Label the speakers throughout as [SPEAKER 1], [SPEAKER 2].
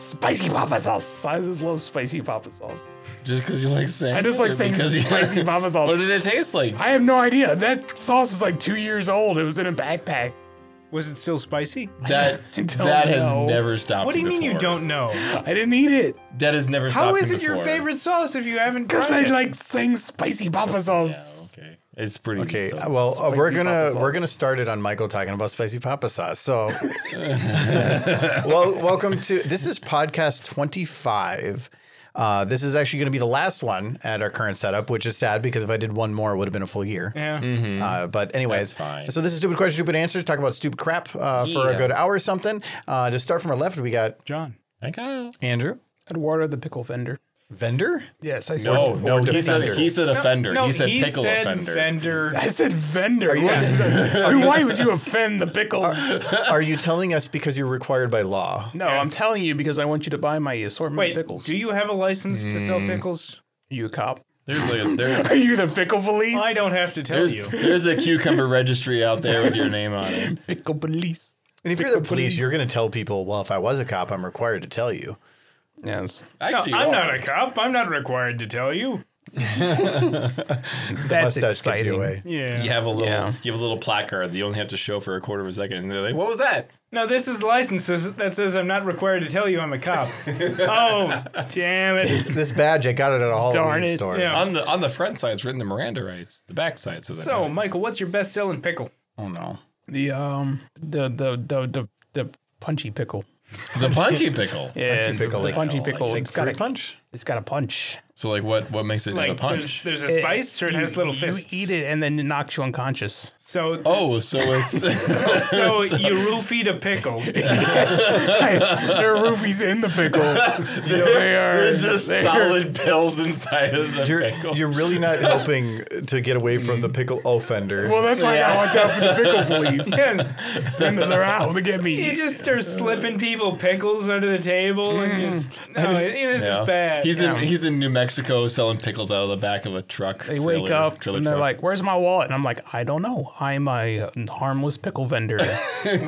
[SPEAKER 1] spicy papa sauce. I just love spicy papa sauce.
[SPEAKER 2] Just because you like saying
[SPEAKER 1] I just like
[SPEAKER 2] it or
[SPEAKER 1] saying
[SPEAKER 2] because you-
[SPEAKER 1] spicy papa sauce.
[SPEAKER 2] What did it taste like?
[SPEAKER 1] I have no idea. That sauce was like two years old. It was in a backpack.
[SPEAKER 3] Was it still spicy?
[SPEAKER 2] That
[SPEAKER 1] I don't
[SPEAKER 2] that has
[SPEAKER 1] know.
[SPEAKER 2] never stopped.
[SPEAKER 3] What do you
[SPEAKER 2] him
[SPEAKER 3] mean you
[SPEAKER 2] before.
[SPEAKER 3] don't know?
[SPEAKER 1] I didn't eat it
[SPEAKER 2] That has never stopped.
[SPEAKER 3] How
[SPEAKER 2] him
[SPEAKER 3] is it your
[SPEAKER 2] before.
[SPEAKER 3] favorite sauce if you haven't
[SPEAKER 1] because I
[SPEAKER 3] tried it?
[SPEAKER 1] like saying spicy papa sauce.
[SPEAKER 2] Okay, it's pretty.
[SPEAKER 4] Okay,
[SPEAKER 2] dumb.
[SPEAKER 4] well, uh, we're
[SPEAKER 1] Spicy
[SPEAKER 4] gonna
[SPEAKER 1] papa
[SPEAKER 4] we're
[SPEAKER 1] sauce.
[SPEAKER 4] gonna start it on Michael talking about spicy papa sauce. So, well, welcome to this is podcast twenty five. Uh, this is actually going to be the last one at our current setup, which is sad because if I did one more, it would have been a full year.
[SPEAKER 3] Yeah.
[SPEAKER 4] Uh, but
[SPEAKER 2] That's
[SPEAKER 4] anyways,
[SPEAKER 2] fine.
[SPEAKER 4] so this is stupid question, stupid answers. Talk about stupid crap uh, for a
[SPEAKER 2] Yeah.
[SPEAKER 4] good hour or something. Uh, to start from our left, we got
[SPEAKER 3] John.
[SPEAKER 2] I got
[SPEAKER 4] Andrew
[SPEAKER 1] Eduardo the pickle vendor.
[SPEAKER 4] Vendor.
[SPEAKER 1] Yes, I said.
[SPEAKER 2] no, no. He said
[SPEAKER 4] defender.
[SPEAKER 2] he said offender. he said pickle
[SPEAKER 3] said
[SPEAKER 2] offender.
[SPEAKER 3] Fender.
[SPEAKER 1] I said vendor. I mean, why would you offend the pickles?
[SPEAKER 4] Are you telling us because you're required by law?
[SPEAKER 1] No, I'm telling you because I want you to buy my assortment
[SPEAKER 3] Wait,
[SPEAKER 1] of pickles.
[SPEAKER 3] do you have a license to sell
[SPEAKER 2] Mm.
[SPEAKER 3] pickles?
[SPEAKER 1] you a cop?
[SPEAKER 2] There's a, there,
[SPEAKER 1] Are you the pickle police?
[SPEAKER 3] I don't have to tell
[SPEAKER 2] there's,
[SPEAKER 3] you.
[SPEAKER 2] there's a cucumber registry out there with your name on it.
[SPEAKER 1] pickle police.
[SPEAKER 4] And if you're the police, you're going to tell people, well, if I was a cop, I'm required to tell you.
[SPEAKER 1] Yes.
[SPEAKER 3] No,
[SPEAKER 2] Actually,
[SPEAKER 3] I'm
[SPEAKER 2] you
[SPEAKER 3] not
[SPEAKER 2] are.
[SPEAKER 3] a cop. I'm not required to tell you.
[SPEAKER 1] That's
[SPEAKER 4] Mustache gives you
[SPEAKER 1] exciting.
[SPEAKER 4] away.
[SPEAKER 3] Yeah.
[SPEAKER 2] You have a little.
[SPEAKER 1] Yeah.
[SPEAKER 2] You have a little placard that you only have to show for a quarter of a second, and they're like, "What was that?"
[SPEAKER 3] No, this is licenses that says I'm not required to tell you I'm a cop. oh, damn it.
[SPEAKER 4] This badge, I got it at a Halloween
[SPEAKER 1] Darn it.
[SPEAKER 4] store.
[SPEAKER 3] Yeah.
[SPEAKER 2] On the on the front side, it's written the Miranda rights. The back side says,
[SPEAKER 3] So, Michael, what's your best selling pickle?
[SPEAKER 2] "Oh no,
[SPEAKER 1] The um the the the the, the punchy pickle.
[SPEAKER 2] the punchy pickle."
[SPEAKER 1] Yeah, punchy
[SPEAKER 4] pickle,
[SPEAKER 1] The
[SPEAKER 4] like-
[SPEAKER 1] punchy pickle.
[SPEAKER 4] Like
[SPEAKER 1] it's got a
[SPEAKER 4] fruit punch.
[SPEAKER 1] It's got a punch.
[SPEAKER 2] So like, what what makes it have a punch?
[SPEAKER 3] There's, there's a spice or it
[SPEAKER 1] You-
[SPEAKER 3] has little
[SPEAKER 1] you
[SPEAKER 3] fists.
[SPEAKER 1] eat it and then it knocks you unconscious.
[SPEAKER 3] So,
[SPEAKER 2] Oh, so it's
[SPEAKER 3] so you roofied a pickle.
[SPEAKER 1] hey, there are roofies in the pickle. they are.
[SPEAKER 2] There's just solid pills inside of the
[SPEAKER 4] You're,
[SPEAKER 2] pickle.
[SPEAKER 4] you're really not helping to get away from the pickle offender.
[SPEAKER 1] Well, that's why I gotta watch out for the pickle police.
[SPEAKER 3] Yeah,
[SPEAKER 1] Then they're out to get me.
[SPEAKER 3] you just start slipping people pickles under the table and just. No, it- this
[SPEAKER 2] Yeah.
[SPEAKER 3] is bad.
[SPEAKER 2] He's
[SPEAKER 1] Yeah.
[SPEAKER 2] in he's in New Mexico selling pickles out of the back of a truck.
[SPEAKER 1] They wake up and they're like, "Where's my wallet?" And I'm like, "I don't know. I'm a harmless pickle vendor.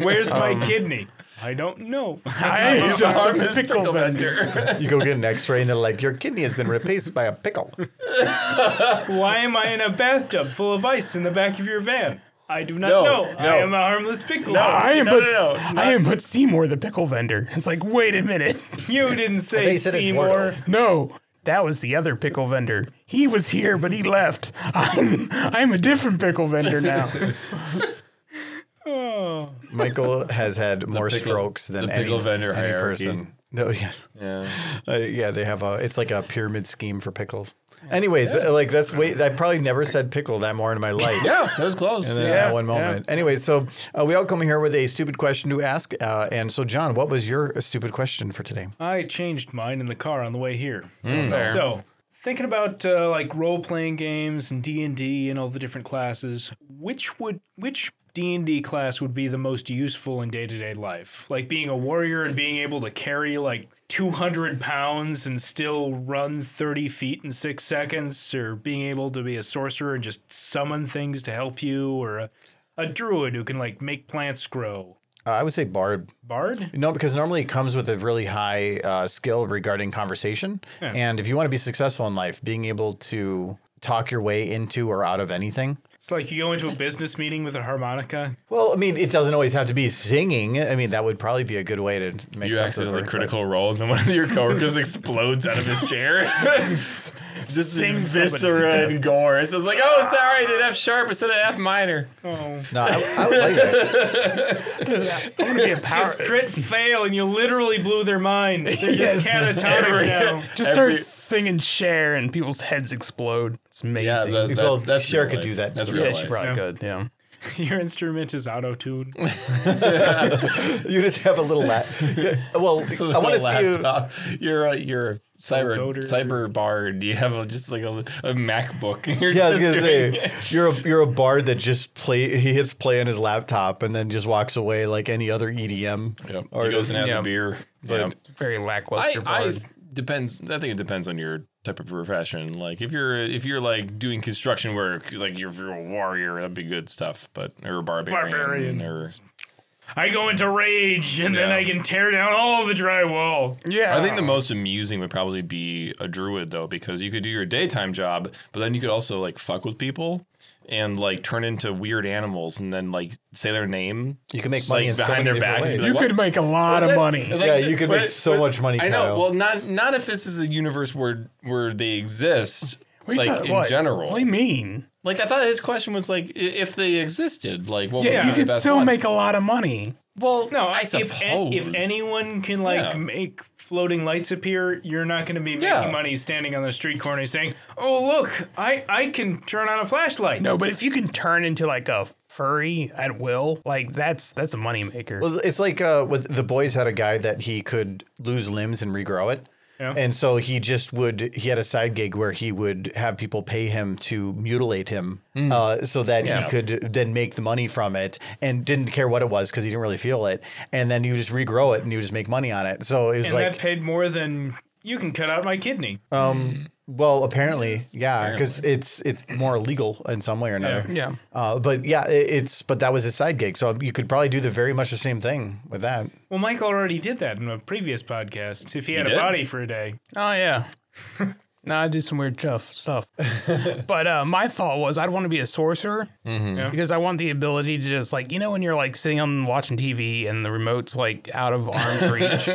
[SPEAKER 3] Where's my kidney? I don't know.
[SPEAKER 1] Um, I am just a
[SPEAKER 2] "Harmless
[SPEAKER 1] pickle,
[SPEAKER 2] pickle
[SPEAKER 1] vendor."
[SPEAKER 2] vendor."
[SPEAKER 4] you go get an x ray and they're like, your kidney has been replaced by a pickle.
[SPEAKER 3] Why am I in a bathtub full of ice in the back of your van? I do not
[SPEAKER 2] No,
[SPEAKER 3] know. I
[SPEAKER 2] no.
[SPEAKER 3] am a harmless pickle.
[SPEAKER 1] I am,
[SPEAKER 2] No,
[SPEAKER 1] but
[SPEAKER 2] no, no,
[SPEAKER 1] I am but Seymour the pickle vendor. It's like, wait a minute,
[SPEAKER 3] You didn't say
[SPEAKER 4] They said
[SPEAKER 3] Seymour.
[SPEAKER 4] Eduardo.
[SPEAKER 1] no, that was the other pickle vendor. He was here, but he left. I'm I'm a different pickle vendor now.
[SPEAKER 3] Oh.
[SPEAKER 4] Michael has had more
[SPEAKER 2] pickle-
[SPEAKER 4] strokes than
[SPEAKER 2] the
[SPEAKER 4] any,
[SPEAKER 2] pickle vendor
[SPEAKER 4] any
[SPEAKER 2] hierarchy.
[SPEAKER 4] person. No, yes.
[SPEAKER 2] yeah.
[SPEAKER 4] Uh, yeah, they have a. It's like a pyramid scheme for pickles. Anyways, uh, like that's wait. I probably never said pickle that more in my life.
[SPEAKER 2] yeah, that was close.
[SPEAKER 4] In
[SPEAKER 1] Yeah,
[SPEAKER 4] that one moment. Anyway, so uh, we all come here with a stupid question to ask. Uh, and so, John, what was your stupid question for today?
[SPEAKER 3] I changed mine in the car on the way here. So, thinking about uh, like role playing games and D and D and all the different classes, which would which D and D class would be the most useful in day to day life? Like being a warrior and being able to carry like two hundred pounds and still run thirty feet in six seconds, or being able to be a sorcerer and just summon things to help you, or a, a druid who can like make plants grow.
[SPEAKER 4] Uh, I would say Bard.
[SPEAKER 3] Bard?
[SPEAKER 4] No, because normally it comes with a really high uh, skill regarding conversation. And if you want to be successful in life, being able to talk your way into or out of anything.
[SPEAKER 3] It's like you go into a business meeting with a harmonica.
[SPEAKER 4] Well, I mean, it doesn't always have to be singing. I mean, that would probably be a good way to make
[SPEAKER 2] You
[SPEAKER 4] sense of
[SPEAKER 2] accidentally
[SPEAKER 4] it, but-
[SPEAKER 2] critical role, and then one of your coworkers explodes out of his chair. Just
[SPEAKER 1] Sing
[SPEAKER 2] viscera and gore. So it's like, oh, sorry, I did F sharp instead of F minor.
[SPEAKER 4] No, I, I would like that.
[SPEAKER 1] I'm gonna be a power.
[SPEAKER 3] Just crit fail, and you literally blew their mind. They're
[SPEAKER 1] Yes.
[SPEAKER 3] just catatonic now.
[SPEAKER 1] Just start
[SPEAKER 2] Every-
[SPEAKER 1] singing Cher and people's heads explode. It's amazing.
[SPEAKER 2] Yeah, that,
[SPEAKER 4] Well,
[SPEAKER 2] that's, that's
[SPEAKER 4] Cher
[SPEAKER 2] real
[SPEAKER 4] could
[SPEAKER 2] life.
[SPEAKER 4] do that
[SPEAKER 2] That's
[SPEAKER 4] too.
[SPEAKER 2] real
[SPEAKER 1] yeah, she
[SPEAKER 2] life.
[SPEAKER 1] probably good. Yeah.
[SPEAKER 3] Your instrument is auto tune.
[SPEAKER 4] You just have a little lap. well, I want to see you.
[SPEAKER 2] laptop. You're a, you're a cyber
[SPEAKER 3] Encoder.
[SPEAKER 2] cyber bard. You have a, just like a, a MacBook. You're
[SPEAKER 4] Yeah, I was
[SPEAKER 2] just
[SPEAKER 4] gonna
[SPEAKER 2] doing
[SPEAKER 4] say
[SPEAKER 2] it.
[SPEAKER 4] you're a you're a bard that just play. He hits play on his laptop and then just walks away like any other E EDM.
[SPEAKER 2] Yep. He
[SPEAKER 4] artist.
[SPEAKER 2] goes and has
[SPEAKER 1] yeah.
[SPEAKER 2] a beer. yeah.
[SPEAKER 1] Very
[SPEAKER 2] I,
[SPEAKER 1] lackluster.
[SPEAKER 2] I
[SPEAKER 1] bard.
[SPEAKER 2] depends. I think it depends on your type of profession. Like if you're if you're like doing construction work, like you're, if you're a warrior, that'd be good stuff. But or a barbarian,
[SPEAKER 3] Barbarian.
[SPEAKER 2] or
[SPEAKER 3] I go into rage and then
[SPEAKER 2] Yeah.
[SPEAKER 3] I can tear down all the drywall.
[SPEAKER 1] Yeah.
[SPEAKER 2] I think
[SPEAKER 3] Oh.
[SPEAKER 2] the most amusing would probably be a druid though, because you could do your daytime job, but then you could also like fuck with people and like turn into weird animals and then like say their name.
[SPEAKER 4] You can make money
[SPEAKER 2] Like
[SPEAKER 4] in so
[SPEAKER 2] behind
[SPEAKER 4] many
[SPEAKER 2] their
[SPEAKER 4] different
[SPEAKER 2] back,
[SPEAKER 4] ways.
[SPEAKER 2] you'd be
[SPEAKER 1] you
[SPEAKER 2] like,
[SPEAKER 1] could make a lot of money.
[SPEAKER 2] It's
[SPEAKER 4] Yeah, you could make
[SPEAKER 2] but-
[SPEAKER 4] so
[SPEAKER 2] but-
[SPEAKER 4] much money,
[SPEAKER 2] I know.
[SPEAKER 4] Kyle.
[SPEAKER 2] Well, not not if this is a universe where where they exist,
[SPEAKER 1] What are you
[SPEAKER 2] like
[SPEAKER 1] talking-
[SPEAKER 2] in
[SPEAKER 1] what?
[SPEAKER 2] general.
[SPEAKER 1] What do you mean?
[SPEAKER 2] Like I thought his question was like i- if they existed, like what would
[SPEAKER 1] Yeah,
[SPEAKER 2] be
[SPEAKER 1] you
[SPEAKER 2] the
[SPEAKER 1] could
[SPEAKER 2] best
[SPEAKER 1] still
[SPEAKER 2] one?
[SPEAKER 1] make a lot of money.
[SPEAKER 2] Well,
[SPEAKER 3] No,
[SPEAKER 2] I
[SPEAKER 3] if
[SPEAKER 2] suppose
[SPEAKER 3] an- if anyone can like
[SPEAKER 2] Yeah.
[SPEAKER 3] make floating lights appear, you're not going to be making
[SPEAKER 2] Yeah.
[SPEAKER 3] money standing on the street corner saying, "Oh, look, I I can turn on a flashlight."
[SPEAKER 1] No, but if you can turn into like a furry at will, like that's that's a moneymaker.
[SPEAKER 4] Well, it's like uh, with the boys had a guy that he could lose limbs and regrow it.
[SPEAKER 3] Yeah.
[SPEAKER 4] And so he just would, he had a side gig where he would have people pay him to mutilate him uh, so that he could then make the money from it and didn't care what it was because he didn't really feel it. And then you just regrow it and you just make money on it. So it was
[SPEAKER 3] and
[SPEAKER 4] like,
[SPEAKER 3] that paid more than you can cut out my kidney.
[SPEAKER 2] Uh.
[SPEAKER 4] well, apparently, yeah, because it's it's more illegal in some way or another.
[SPEAKER 1] yeah.
[SPEAKER 4] Uh, but yeah, i- it's, but that was his side gig. So you could probably do the very much the same thing with that.
[SPEAKER 3] well, Mike already did that in a previous podcast. If he had a
[SPEAKER 2] did?
[SPEAKER 3] body for a day,
[SPEAKER 1] Oh yeah. no, I do some weird stuff stuff. but uh, my thought was I'd want to be a sorcerer
[SPEAKER 3] Yeah.
[SPEAKER 1] because I want the ability to just like you know when you're like sitting on watching TV and the remote's like out of arm's reach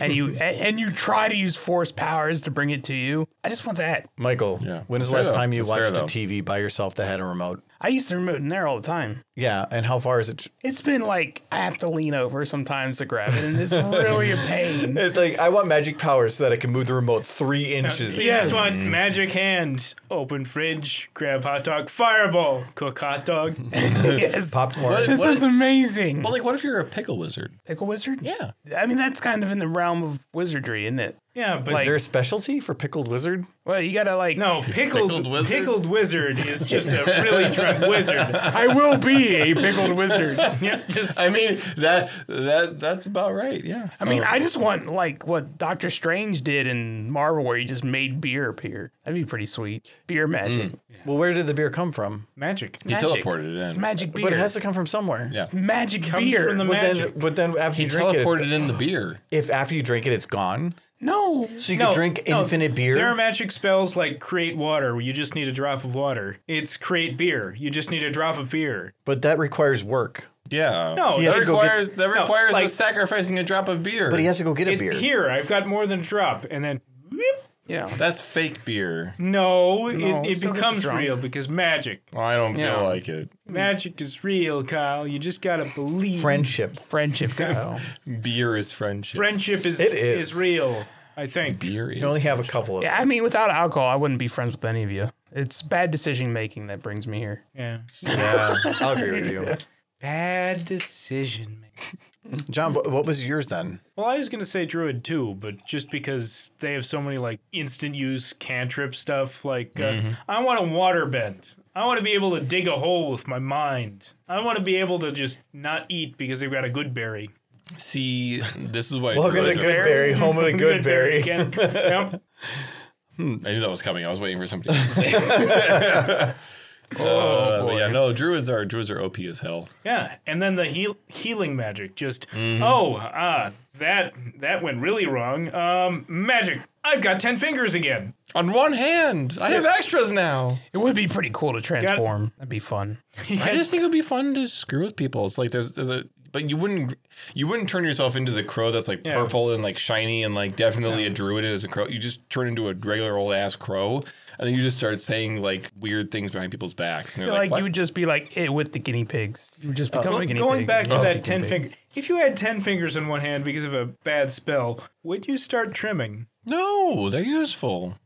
[SPEAKER 1] and you and, and you try to use force powers to bring it to you. I just want that.
[SPEAKER 4] Michael,
[SPEAKER 2] Yeah.
[SPEAKER 4] when is the
[SPEAKER 2] Fair
[SPEAKER 4] last
[SPEAKER 2] though.
[SPEAKER 4] time you
[SPEAKER 2] That's fair
[SPEAKER 4] watched a
[SPEAKER 2] though.
[SPEAKER 4] TV by yourself that had a remote?
[SPEAKER 1] I use the remote in there all the time.
[SPEAKER 4] Yeah, and how far is it? tr-
[SPEAKER 1] It's been like I have to lean over sometimes to grab it, and it's really a pain.
[SPEAKER 4] It's like I want magic powers so that I can move the remote three inches.
[SPEAKER 3] So you just want magic hand, open fridge, grab hot dog, fireball, cook hot dog.
[SPEAKER 1] yes.
[SPEAKER 4] Popcorn.
[SPEAKER 1] This
[SPEAKER 2] What-
[SPEAKER 1] sounds amazing.
[SPEAKER 2] But like, what if you're a pickle wizard?
[SPEAKER 1] Pickle wizard?
[SPEAKER 2] Yeah.
[SPEAKER 1] I mean, that's kind of in the realm of wizardry, isn't it?
[SPEAKER 3] Yeah, but
[SPEAKER 4] Is there a specialty for pickled wizard?
[SPEAKER 1] Well, you gotta like.
[SPEAKER 3] no, pickled
[SPEAKER 2] Pickled
[SPEAKER 3] pickled
[SPEAKER 2] wizard?
[SPEAKER 3] wizard? is just a really drunk wizard.
[SPEAKER 1] I will be a pickled wizard.
[SPEAKER 3] Yeah, just
[SPEAKER 2] I mean that that that's about right. Yeah.
[SPEAKER 1] I mean, I just want like what Doctor Strange did in Marvel, where he just made beer appear. That'd be pretty sweet. Beer magic.
[SPEAKER 4] Well, where did the beer come from?
[SPEAKER 3] magic.
[SPEAKER 2] he
[SPEAKER 1] magic.
[SPEAKER 2] teleported it in.
[SPEAKER 1] It's magic beer.
[SPEAKER 4] But it has to come from somewhere.
[SPEAKER 2] Yeah.
[SPEAKER 1] magic
[SPEAKER 3] Comes
[SPEAKER 1] beer.
[SPEAKER 3] from the
[SPEAKER 4] But then,
[SPEAKER 3] magic.
[SPEAKER 4] but then after you
[SPEAKER 2] He
[SPEAKER 4] drink it,
[SPEAKER 2] teleported
[SPEAKER 4] it's-
[SPEAKER 2] in the beer.
[SPEAKER 4] if after you drink it, it's gone.
[SPEAKER 1] no.
[SPEAKER 4] So you can drink
[SPEAKER 3] no,
[SPEAKER 4] infinite
[SPEAKER 3] There are
[SPEAKER 4] beer.
[SPEAKER 3] magic spells like create water where you just need a drop of water. It's create beer. You just need a drop of beer.
[SPEAKER 4] But that requires work.
[SPEAKER 2] Yeah.
[SPEAKER 3] No,
[SPEAKER 4] has
[SPEAKER 2] that
[SPEAKER 4] to go get-
[SPEAKER 2] requires that requires
[SPEAKER 3] like-
[SPEAKER 2] us sacrificing a drop of beer.
[SPEAKER 4] But he has to go get a
[SPEAKER 3] It-
[SPEAKER 4] beer.
[SPEAKER 3] Here, I've got more than a drop. And then, whoop.
[SPEAKER 1] Yeah.
[SPEAKER 2] That's fake beer.
[SPEAKER 1] No,
[SPEAKER 3] no, it, it
[SPEAKER 1] still get you
[SPEAKER 3] becomes
[SPEAKER 1] drunk.
[SPEAKER 3] real because magic.
[SPEAKER 2] Well, I don't feel
[SPEAKER 1] Yeah.
[SPEAKER 2] like it.
[SPEAKER 3] Magic is real, Kyle. You just gotta believe.
[SPEAKER 4] Friendship.
[SPEAKER 1] Friendship. Kyle.
[SPEAKER 2] Beer is friendship.
[SPEAKER 3] Friendship is,
[SPEAKER 4] It is.
[SPEAKER 3] is real. I think.
[SPEAKER 2] beer is.
[SPEAKER 4] You only have a couple of.
[SPEAKER 1] yeah. I mean, without alcohol, I wouldn't be friends with any of you. It's bad decision making that brings me here.
[SPEAKER 3] Yeah.
[SPEAKER 4] Yeah, I'll agree with you.
[SPEAKER 3] Bad decision. making.
[SPEAKER 4] John, wh- what was yours then?
[SPEAKER 3] Well, I was gonna say druid too, but just because they have so many like instant use cantrip stuff, like uh, I want to water bend. I want to be able to dig a hole with my mind. I want to be able to just not eat because they've got a good berry.
[SPEAKER 2] See, this is why. druids are-
[SPEAKER 4] Goodberry, home of the
[SPEAKER 3] berry again. Yep.
[SPEAKER 2] I knew that was coming. I was waiting for somebody to say. it. Uh, but yeah, no, druids are druids are OP as hell.
[SPEAKER 3] Yeah, and then the heal- healing magic. Just oh, ah, that that went really wrong. Um, magic. I've got ten fingers again.
[SPEAKER 2] On one hand, I have extras now.
[SPEAKER 1] It would be pretty cool to transform. That'd be fun.
[SPEAKER 2] I just think it would be fun to screw with people. It's like there's, there's a, but you wouldn't, you wouldn't turn yourself into the crow that's like purple and like shiny and like definitely a druid as a crow. You just turn into a regular old ass crow, and then you just start saying like weird things behind people's backs. And they're
[SPEAKER 1] like,
[SPEAKER 2] like,
[SPEAKER 1] you
[SPEAKER 2] "What?"
[SPEAKER 1] would just be like it with the guinea pigs. You would just become a
[SPEAKER 3] Well,
[SPEAKER 1] guinea
[SPEAKER 3] Uh, going
[SPEAKER 1] pig.
[SPEAKER 3] back to
[SPEAKER 1] Oh,
[SPEAKER 3] that ten
[SPEAKER 1] guinea pig.
[SPEAKER 3] finger. If you had ten fingers in one hand because of a bad spell, would you start trimming?
[SPEAKER 2] no, they're useful.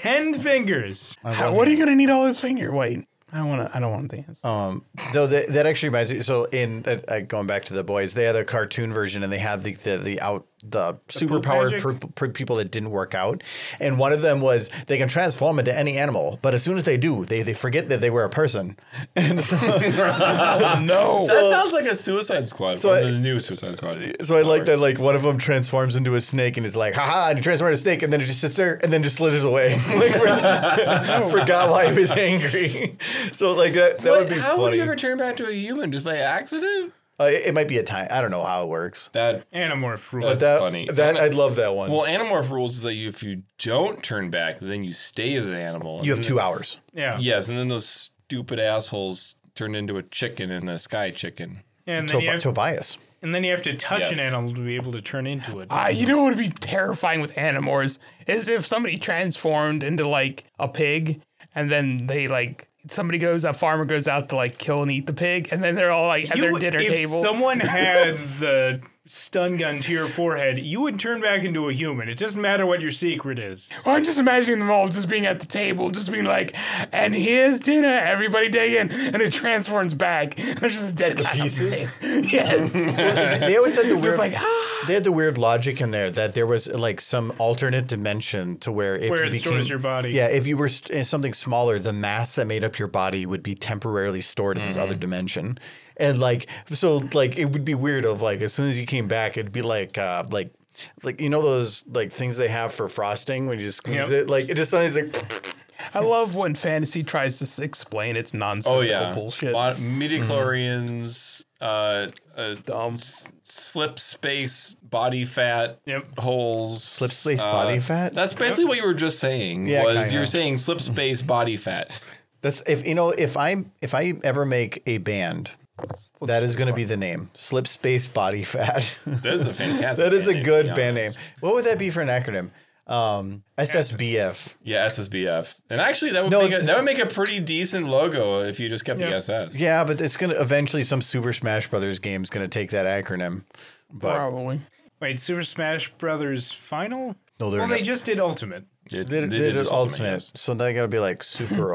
[SPEAKER 3] Ten fingers.
[SPEAKER 1] How- what are you gonna need all this finger? Wait, I don't want to. I don't want the answer.
[SPEAKER 4] Um, though that, that actually reminds me. So in uh, uh, going back to the boys, they had a cartoon version, and they had the the, the out the, superpowered
[SPEAKER 3] magic?
[SPEAKER 4] per, per people that didn't work out, and one of them was they can transform into any animal, but as soon as they do, they they forget that they were a person. And so, no.
[SPEAKER 2] That
[SPEAKER 4] So,
[SPEAKER 2] sounds like a Suicide Squad.
[SPEAKER 4] so
[SPEAKER 2] So
[SPEAKER 4] I-
[SPEAKER 2] the new Suicide Squad.
[SPEAKER 4] so I like that. Like one of them transforms into a snake and is like, "Ha And he transformed into a snake, and then it just sits there, and then just slithers away. like we're just- forgot why he was angry. so like that, that would
[SPEAKER 2] But
[SPEAKER 4] be
[SPEAKER 2] how
[SPEAKER 4] funny.
[SPEAKER 2] would you ever turn back to a human just by accident?
[SPEAKER 4] Uh, it, it might be a time. I don't know how it works.
[SPEAKER 2] That
[SPEAKER 3] Animorph rule.
[SPEAKER 2] That's-
[SPEAKER 4] That,
[SPEAKER 2] funny.
[SPEAKER 4] That I'd love that one.
[SPEAKER 2] well, Animorph rules is that you, if you don't turn back, then you stay as an animal.
[SPEAKER 4] you have
[SPEAKER 2] And
[SPEAKER 4] two hours.
[SPEAKER 3] yeah.
[SPEAKER 2] Yes, and then those stupid assholes turned into a chicken in the sky chicken.
[SPEAKER 3] And then,
[SPEAKER 4] Tob-
[SPEAKER 3] you have,
[SPEAKER 4] Tobias.
[SPEAKER 3] and then you have to touch
[SPEAKER 2] Yes.
[SPEAKER 3] an animal to be able to turn into it.
[SPEAKER 1] Uh, you know what would be terrifying with Animorphs is if somebody transformed into like a pig and then they like somebody goes a farmer goes out to like kill and eat the pig and then they're all like at
[SPEAKER 3] You-
[SPEAKER 1] their dinner
[SPEAKER 3] if
[SPEAKER 1] table.
[SPEAKER 3] someone had the stun gun to your forehead, you would turn back into a human. It doesn't matter what your secret is.
[SPEAKER 1] Oh, I'm just imagining them all just being at the table, just being like, and here's dinner, everybody dig in, and it transforms back. There's just a dead guy. on the
[SPEAKER 4] pieces?
[SPEAKER 1] table. yes.
[SPEAKER 4] They always had the weird.
[SPEAKER 1] It's like, ah.
[SPEAKER 4] they had the weird logic in there that there was like some alternate dimension to where if
[SPEAKER 3] Where
[SPEAKER 4] you
[SPEAKER 3] it
[SPEAKER 4] became,
[SPEAKER 3] stores your body.
[SPEAKER 4] Yeah, if you were st- in something smaller, the mass that made up your body would be temporarily stored in this
[SPEAKER 2] Mm-hmm.
[SPEAKER 4] other dimension, and like so, like it would be weird. Of like as soon as you came back, it'd be like uh, like. Like you know those like things they have for frosting when you just squeeze
[SPEAKER 3] Yep.
[SPEAKER 4] it, like it just sounds like
[SPEAKER 1] I love when fantasy tries to s- explain its nonsensical
[SPEAKER 2] Oh yeah,
[SPEAKER 1] bullshit.
[SPEAKER 2] Mon- midichlorians, uh, uh,
[SPEAKER 1] Dumb.
[SPEAKER 2] s- slip space body fat
[SPEAKER 3] Yep.
[SPEAKER 2] holes. Slip
[SPEAKER 4] space body fat?
[SPEAKER 2] Uh, That's basically what you were just saying.
[SPEAKER 4] Yeah,
[SPEAKER 2] was
[SPEAKER 4] kinda.
[SPEAKER 2] you're saying slip space body fat?
[SPEAKER 4] that's if you know if I if I ever make a band, that is going to be the name Slip Space Body Fat.
[SPEAKER 2] That is a fantastic.
[SPEAKER 4] That is a
[SPEAKER 2] band name,
[SPEAKER 4] good
[SPEAKER 2] to be
[SPEAKER 4] band name.
[SPEAKER 2] honest.
[SPEAKER 4] What would that be for an acronym? Um, SSBF.
[SPEAKER 2] Yeah, SSBF, and actually that would
[SPEAKER 4] No,
[SPEAKER 2] make a, that would make a pretty decent logo if you just kept
[SPEAKER 3] Yeah.
[SPEAKER 2] the SS.
[SPEAKER 4] Yeah, but it's gonna eventually some Super Smash Brothers game is gonna take that acronym. But
[SPEAKER 1] Probably.
[SPEAKER 3] Wait, Super Smash Brothers final?
[SPEAKER 4] No, they're
[SPEAKER 3] Well, they
[SPEAKER 4] not.
[SPEAKER 3] just did Ultimate.
[SPEAKER 2] It-
[SPEAKER 4] they, they,
[SPEAKER 2] did
[SPEAKER 4] did
[SPEAKER 2] just
[SPEAKER 4] ultimate,
[SPEAKER 2] yes.
[SPEAKER 4] so they gotta be like Super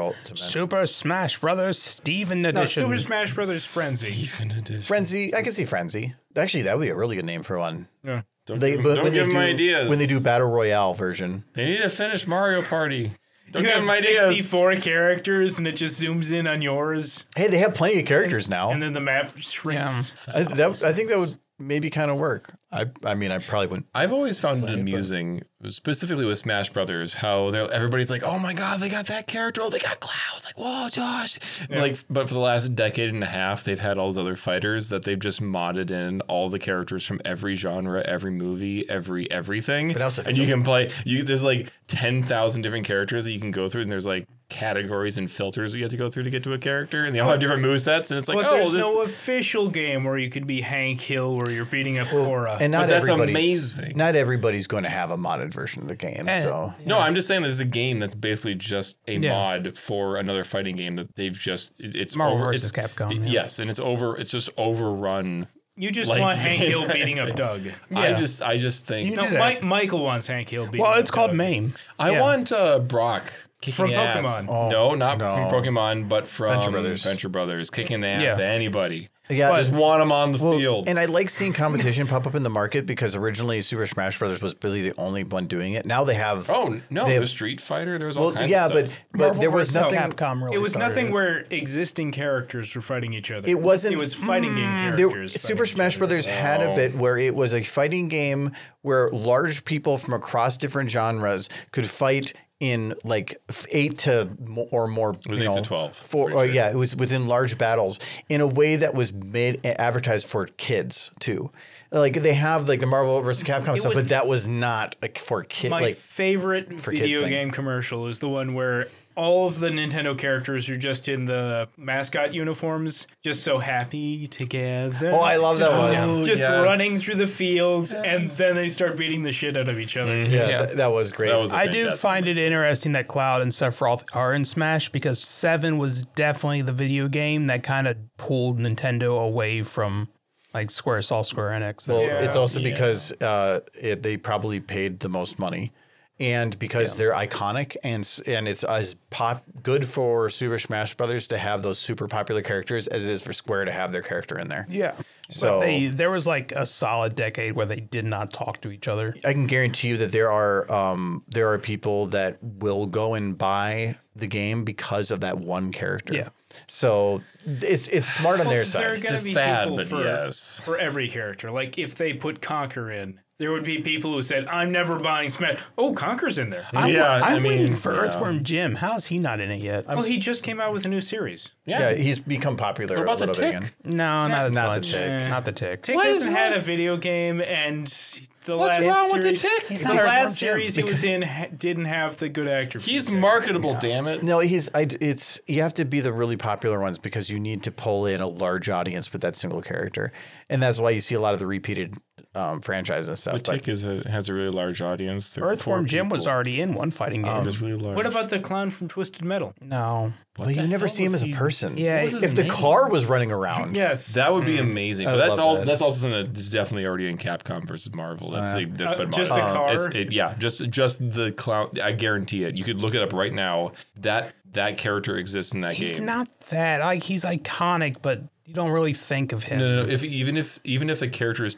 [SPEAKER 4] Ultimate.
[SPEAKER 1] Super Smash Brothers Steven
[SPEAKER 3] No,
[SPEAKER 1] Edition.
[SPEAKER 3] Super Smash Brothers Frenzy.
[SPEAKER 2] Even edition.
[SPEAKER 4] Frenzy. I can see Frenzy. Actually, that would be a really good name for one.
[SPEAKER 3] Yeah.
[SPEAKER 2] Don't,
[SPEAKER 4] They,
[SPEAKER 2] give-
[SPEAKER 4] but
[SPEAKER 2] don't
[SPEAKER 4] when
[SPEAKER 2] give
[SPEAKER 4] they
[SPEAKER 2] them
[SPEAKER 4] do,
[SPEAKER 2] ideas
[SPEAKER 4] when they do battle royale version.
[SPEAKER 2] They need to finish Mario Party. Don't
[SPEAKER 3] You
[SPEAKER 2] give
[SPEAKER 3] have
[SPEAKER 2] them ideas.
[SPEAKER 3] 64 characters and it just zooms in on yours
[SPEAKER 4] Hey, they have plenty of characters now.
[SPEAKER 3] and then the map shrinks.
[SPEAKER 4] I, that, I think that would maybe kind of work. I I mean, I probably wouldn't.
[SPEAKER 2] I've always found it amusing, specifically with Smash Brothers, how they're- everybody's like, "Oh my god, they got that character! Oh, they got Cloud! Like, whoa, Josh!" Like, but for the last decade and a half, they've had all these other fighters that they've just modded in all the characters from every genre, every movie, every everything.
[SPEAKER 4] But also-
[SPEAKER 2] and you can play. You there's like ten thousand different characters that you can go through, and there's like categories and filters you have to go through to get to a character, and they all have different move sets, and it's like,
[SPEAKER 3] But
[SPEAKER 2] oh, well,
[SPEAKER 3] there's
[SPEAKER 2] this,
[SPEAKER 3] no official game where you could be Hank Hill where you're beating up Cora.
[SPEAKER 4] And not
[SPEAKER 2] but that's
[SPEAKER 4] everybody.
[SPEAKER 2] amazing.
[SPEAKER 4] Not everybody's going to have a modded version of the game.
[SPEAKER 1] Eh.
[SPEAKER 4] So
[SPEAKER 2] No, I'm just saying this is a game that's basically just a
[SPEAKER 1] Yeah.
[SPEAKER 2] mod for another fighting game that they've just it- it's
[SPEAKER 1] Marvel
[SPEAKER 2] over,
[SPEAKER 1] versus
[SPEAKER 2] it's-
[SPEAKER 1] Capcom, yeah.
[SPEAKER 2] Yes, and it's over. It's just overrun.
[SPEAKER 3] you just
[SPEAKER 2] like
[SPEAKER 3] want Hank
[SPEAKER 2] the
[SPEAKER 3] Hill
[SPEAKER 2] entire-
[SPEAKER 3] beating up Doug.
[SPEAKER 2] I just I just think
[SPEAKER 1] You
[SPEAKER 3] No,
[SPEAKER 1] do that.
[SPEAKER 3] Mike, Michael wants Hank Hill beating
[SPEAKER 1] well,
[SPEAKER 3] up
[SPEAKER 1] it's called
[SPEAKER 3] Doug.
[SPEAKER 1] MAME.
[SPEAKER 2] I
[SPEAKER 1] yeah.
[SPEAKER 2] want uh, Brock kicking
[SPEAKER 3] From
[SPEAKER 2] ass.
[SPEAKER 3] Pokemon.
[SPEAKER 2] no, not
[SPEAKER 4] Oh, no.
[SPEAKER 2] from Pokemon, but from
[SPEAKER 4] Venture Brothers.
[SPEAKER 2] Venture Brothers kicking the ass
[SPEAKER 1] Yeah.
[SPEAKER 2] to anybody.
[SPEAKER 4] Yeah.
[SPEAKER 2] I just want them on the
[SPEAKER 4] Well,
[SPEAKER 2] field.
[SPEAKER 4] And I like seeing competition pop up in the market because originally Super Smash Brothers was really the only one doing it. Now they have.
[SPEAKER 2] oh no,
[SPEAKER 4] they have-
[SPEAKER 2] there's Street Fighter. There was all
[SPEAKER 4] well,
[SPEAKER 2] kinds.
[SPEAKER 4] yeah,
[SPEAKER 2] of stuff.
[SPEAKER 4] but but there was
[SPEAKER 1] versus
[SPEAKER 4] nothing.
[SPEAKER 1] Capcom really
[SPEAKER 3] It was
[SPEAKER 1] started
[SPEAKER 3] nothing where existing characters were fighting each other.
[SPEAKER 4] It wasn't-
[SPEAKER 3] It was fighting game
[SPEAKER 4] there-
[SPEAKER 3] characters.
[SPEAKER 4] Super
[SPEAKER 3] fighting each
[SPEAKER 4] Smash Brothers had a bit where it was a fighting game where large people from across different genres could fight in like f- eight to mo- or more. It
[SPEAKER 2] was eight to 12,
[SPEAKER 4] Four,
[SPEAKER 2] pretty
[SPEAKER 4] or
[SPEAKER 2] sure.
[SPEAKER 4] yeah, it was within large battles in a way that was made advertised for kids too. Like they have like the Marvel versus Capcom stuff,
[SPEAKER 3] was-
[SPEAKER 4] but that was not like for kids.
[SPEAKER 3] My
[SPEAKER 4] Like
[SPEAKER 3] favorite
[SPEAKER 4] kids
[SPEAKER 3] video
[SPEAKER 4] thing.
[SPEAKER 3] game commercial is the one where all of the Nintendo characters are just in the mascot uniforms, just so happy together.
[SPEAKER 4] oh, I love that one.
[SPEAKER 2] Oh,
[SPEAKER 3] just
[SPEAKER 2] yes.
[SPEAKER 3] running through the fields, and then they start beating the shit out of each other.
[SPEAKER 2] Mm-hmm.
[SPEAKER 4] Yeah,
[SPEAKER 1] Yeah.
[SPEAKER 4] That, that was great.
[SPEAKER 2] That was a
[SPEAKER 1] I do
[SPEAKER 2] fantastic
[SPEAKER 1] find it interesting that Cloud and Sephiroth are in Smash because Seven was definitely the video game that kind of pulled Nintendo away from like Square, Soft Square Enix.
[SPEAKER 4] Well, it's also because uh, it, they probably paid the most money, and because they're iconic and s- and it's as pop good for Super Smash Brothers to have those super popular characters as it is for Square to have their character in there.
[SPEAKER 1] yeah. So
[SPEAKER 4] So-
[SPEAKER 1] they, there was like a solid decade where they did not talk to each other.
[SPEAKER 4] I can guarantee you that there are um, there are people that will go and buy the game because of that one character.
[SPEAKER 1] Yeah.
[SPEAKER 4] So it's it's smart on their
[SPEAKER 3] Oh, There are
[SPEAKER 4] side.
[SPEAKER 3] gonna
[SPEAKER 2] is
[SPEAKER 3] be
[SPEAKER 2] sad,
[SPEAKER 3] people
[SPEAKER 2] but
[SPEAKER 3] for,
[SPEAKER 2] yes.
[SPEAKER 3] for every character. Like if they put Conquer in, there would be people who said, "I'm never buying Smash." Oh, Conker's in there.
[SPEAKER 1] I'm,
[SPEAKER 2] Yeah,
[SPEAKER 1] I'm
[SPEAKER 2] I
[SPEAKER 1] waiting
[SPEAKER 2] mean,
[SPEAKER 1] for
[SPEAKER 2] yeah.
[SPEAKER 1] Earthworm Jim. How is he not in it yet?
[SPEAKER 3] well, Oh, he just came out with a new series.
[SPEAKER 4] Yeah, he's become popular
[SPEAKER 2] What
[SPEAKER 4] a
[SPEAKER 2] about the
[SPEAKER 4] little bit again.
[SPEAKER 2] tick?
[SPEAKER 1] no, not as
[SPEAKER 4] Not the
[SPEAKER 1] much.
[SPEAKER 4] tick.
[SPEAKER 1] Not the tick.
[SPEAKER 3] Tick
[SPEAKER 2] What is
[SPEAKER 3] hasn't had
[SPEAKER 2] wrong-
[SPEAKER 3] a video game, and the
[SPEAKER 2] What's
[SPEAKER 3] last
[SPEAKER 2] wrong with the
[SPEAKER 3] series,
[SPEAKER 2] Tick? He's
[SPEAKER 3] the
[SPEAKER 1] not Earthworm
[SPEAKER 3] last
[SPEAKER 1] Jim.
[SPEAKER 3] series he was in ha- didn't have the good actor.
[SPEAKER 2] He's marketable, damn it.
[SPEAKER 4] No, he's. I, it's you have to be the really popular ones because you need to pull in a large audience with that single character, and that's why you see a lot of the repeated um, franchise and stuff. But
[SPEAKER 2] Tick is a, has a really large audience. There are
[SPEAKER 1] Earthworm
[SPEAKER 2] four
[SPEAKER 1] Jim was
[SPEAKER 2] people.
[SPEAKER 1] already in one fighting game.
[SPEAKER 2] It
[SPEAKER 4] Um,
[SPEAKER 2] was really large.
[SPEAKER 3] What about the clown from Twisted Metal?
[SPEAKER 1] no.
[SPEAKER 4] well, you
[SPEAKER 2] the
[SPEAKER 4] never
[SPEAKER 2] hell
[SPEAKER 4] see him
[SPEAKER 2] was
[SPEAKER 4] as a
[SPEAKER 2] he-
[SPEAKER 4] person.
[SPEAKER 1] Yeah,
[SPEAKER 2] was his
[SPEAKER 4] If the
[SPEAKER 2] name?
[SPEAKER 4] car was running around,
[SPEAKER 3] Yes,
[SPEAKER 2] That would be
[SPEAKER 4] Hmm.
[SPEAKER 2] amazing. But
[SPEAKER 4] love
[SPEAKER 2] that's all.
[SPEAKER 4] that.
[SPEAKER 2] That's also something that's definitely already in Capcom versus Marvel. That's like, that's
[SPEAKER 3] Uh,
[SPEAKER 2] been
[SPEAKER 3] just
[SPEAKER 2] modified.
[SPEAKER 3] the car?
[SPEAKER 2] It's- it- yeah, just just the clown. I guarantee it. You could look it up right now. That that character exists in that
[SPEAKER 1] He's
[SPEAKER 2] game.
[SPEAKER 1] not that. Like he's iconic, but you don't really think of him.
[SPEAKER 2] no, no, no. If even if even if the character is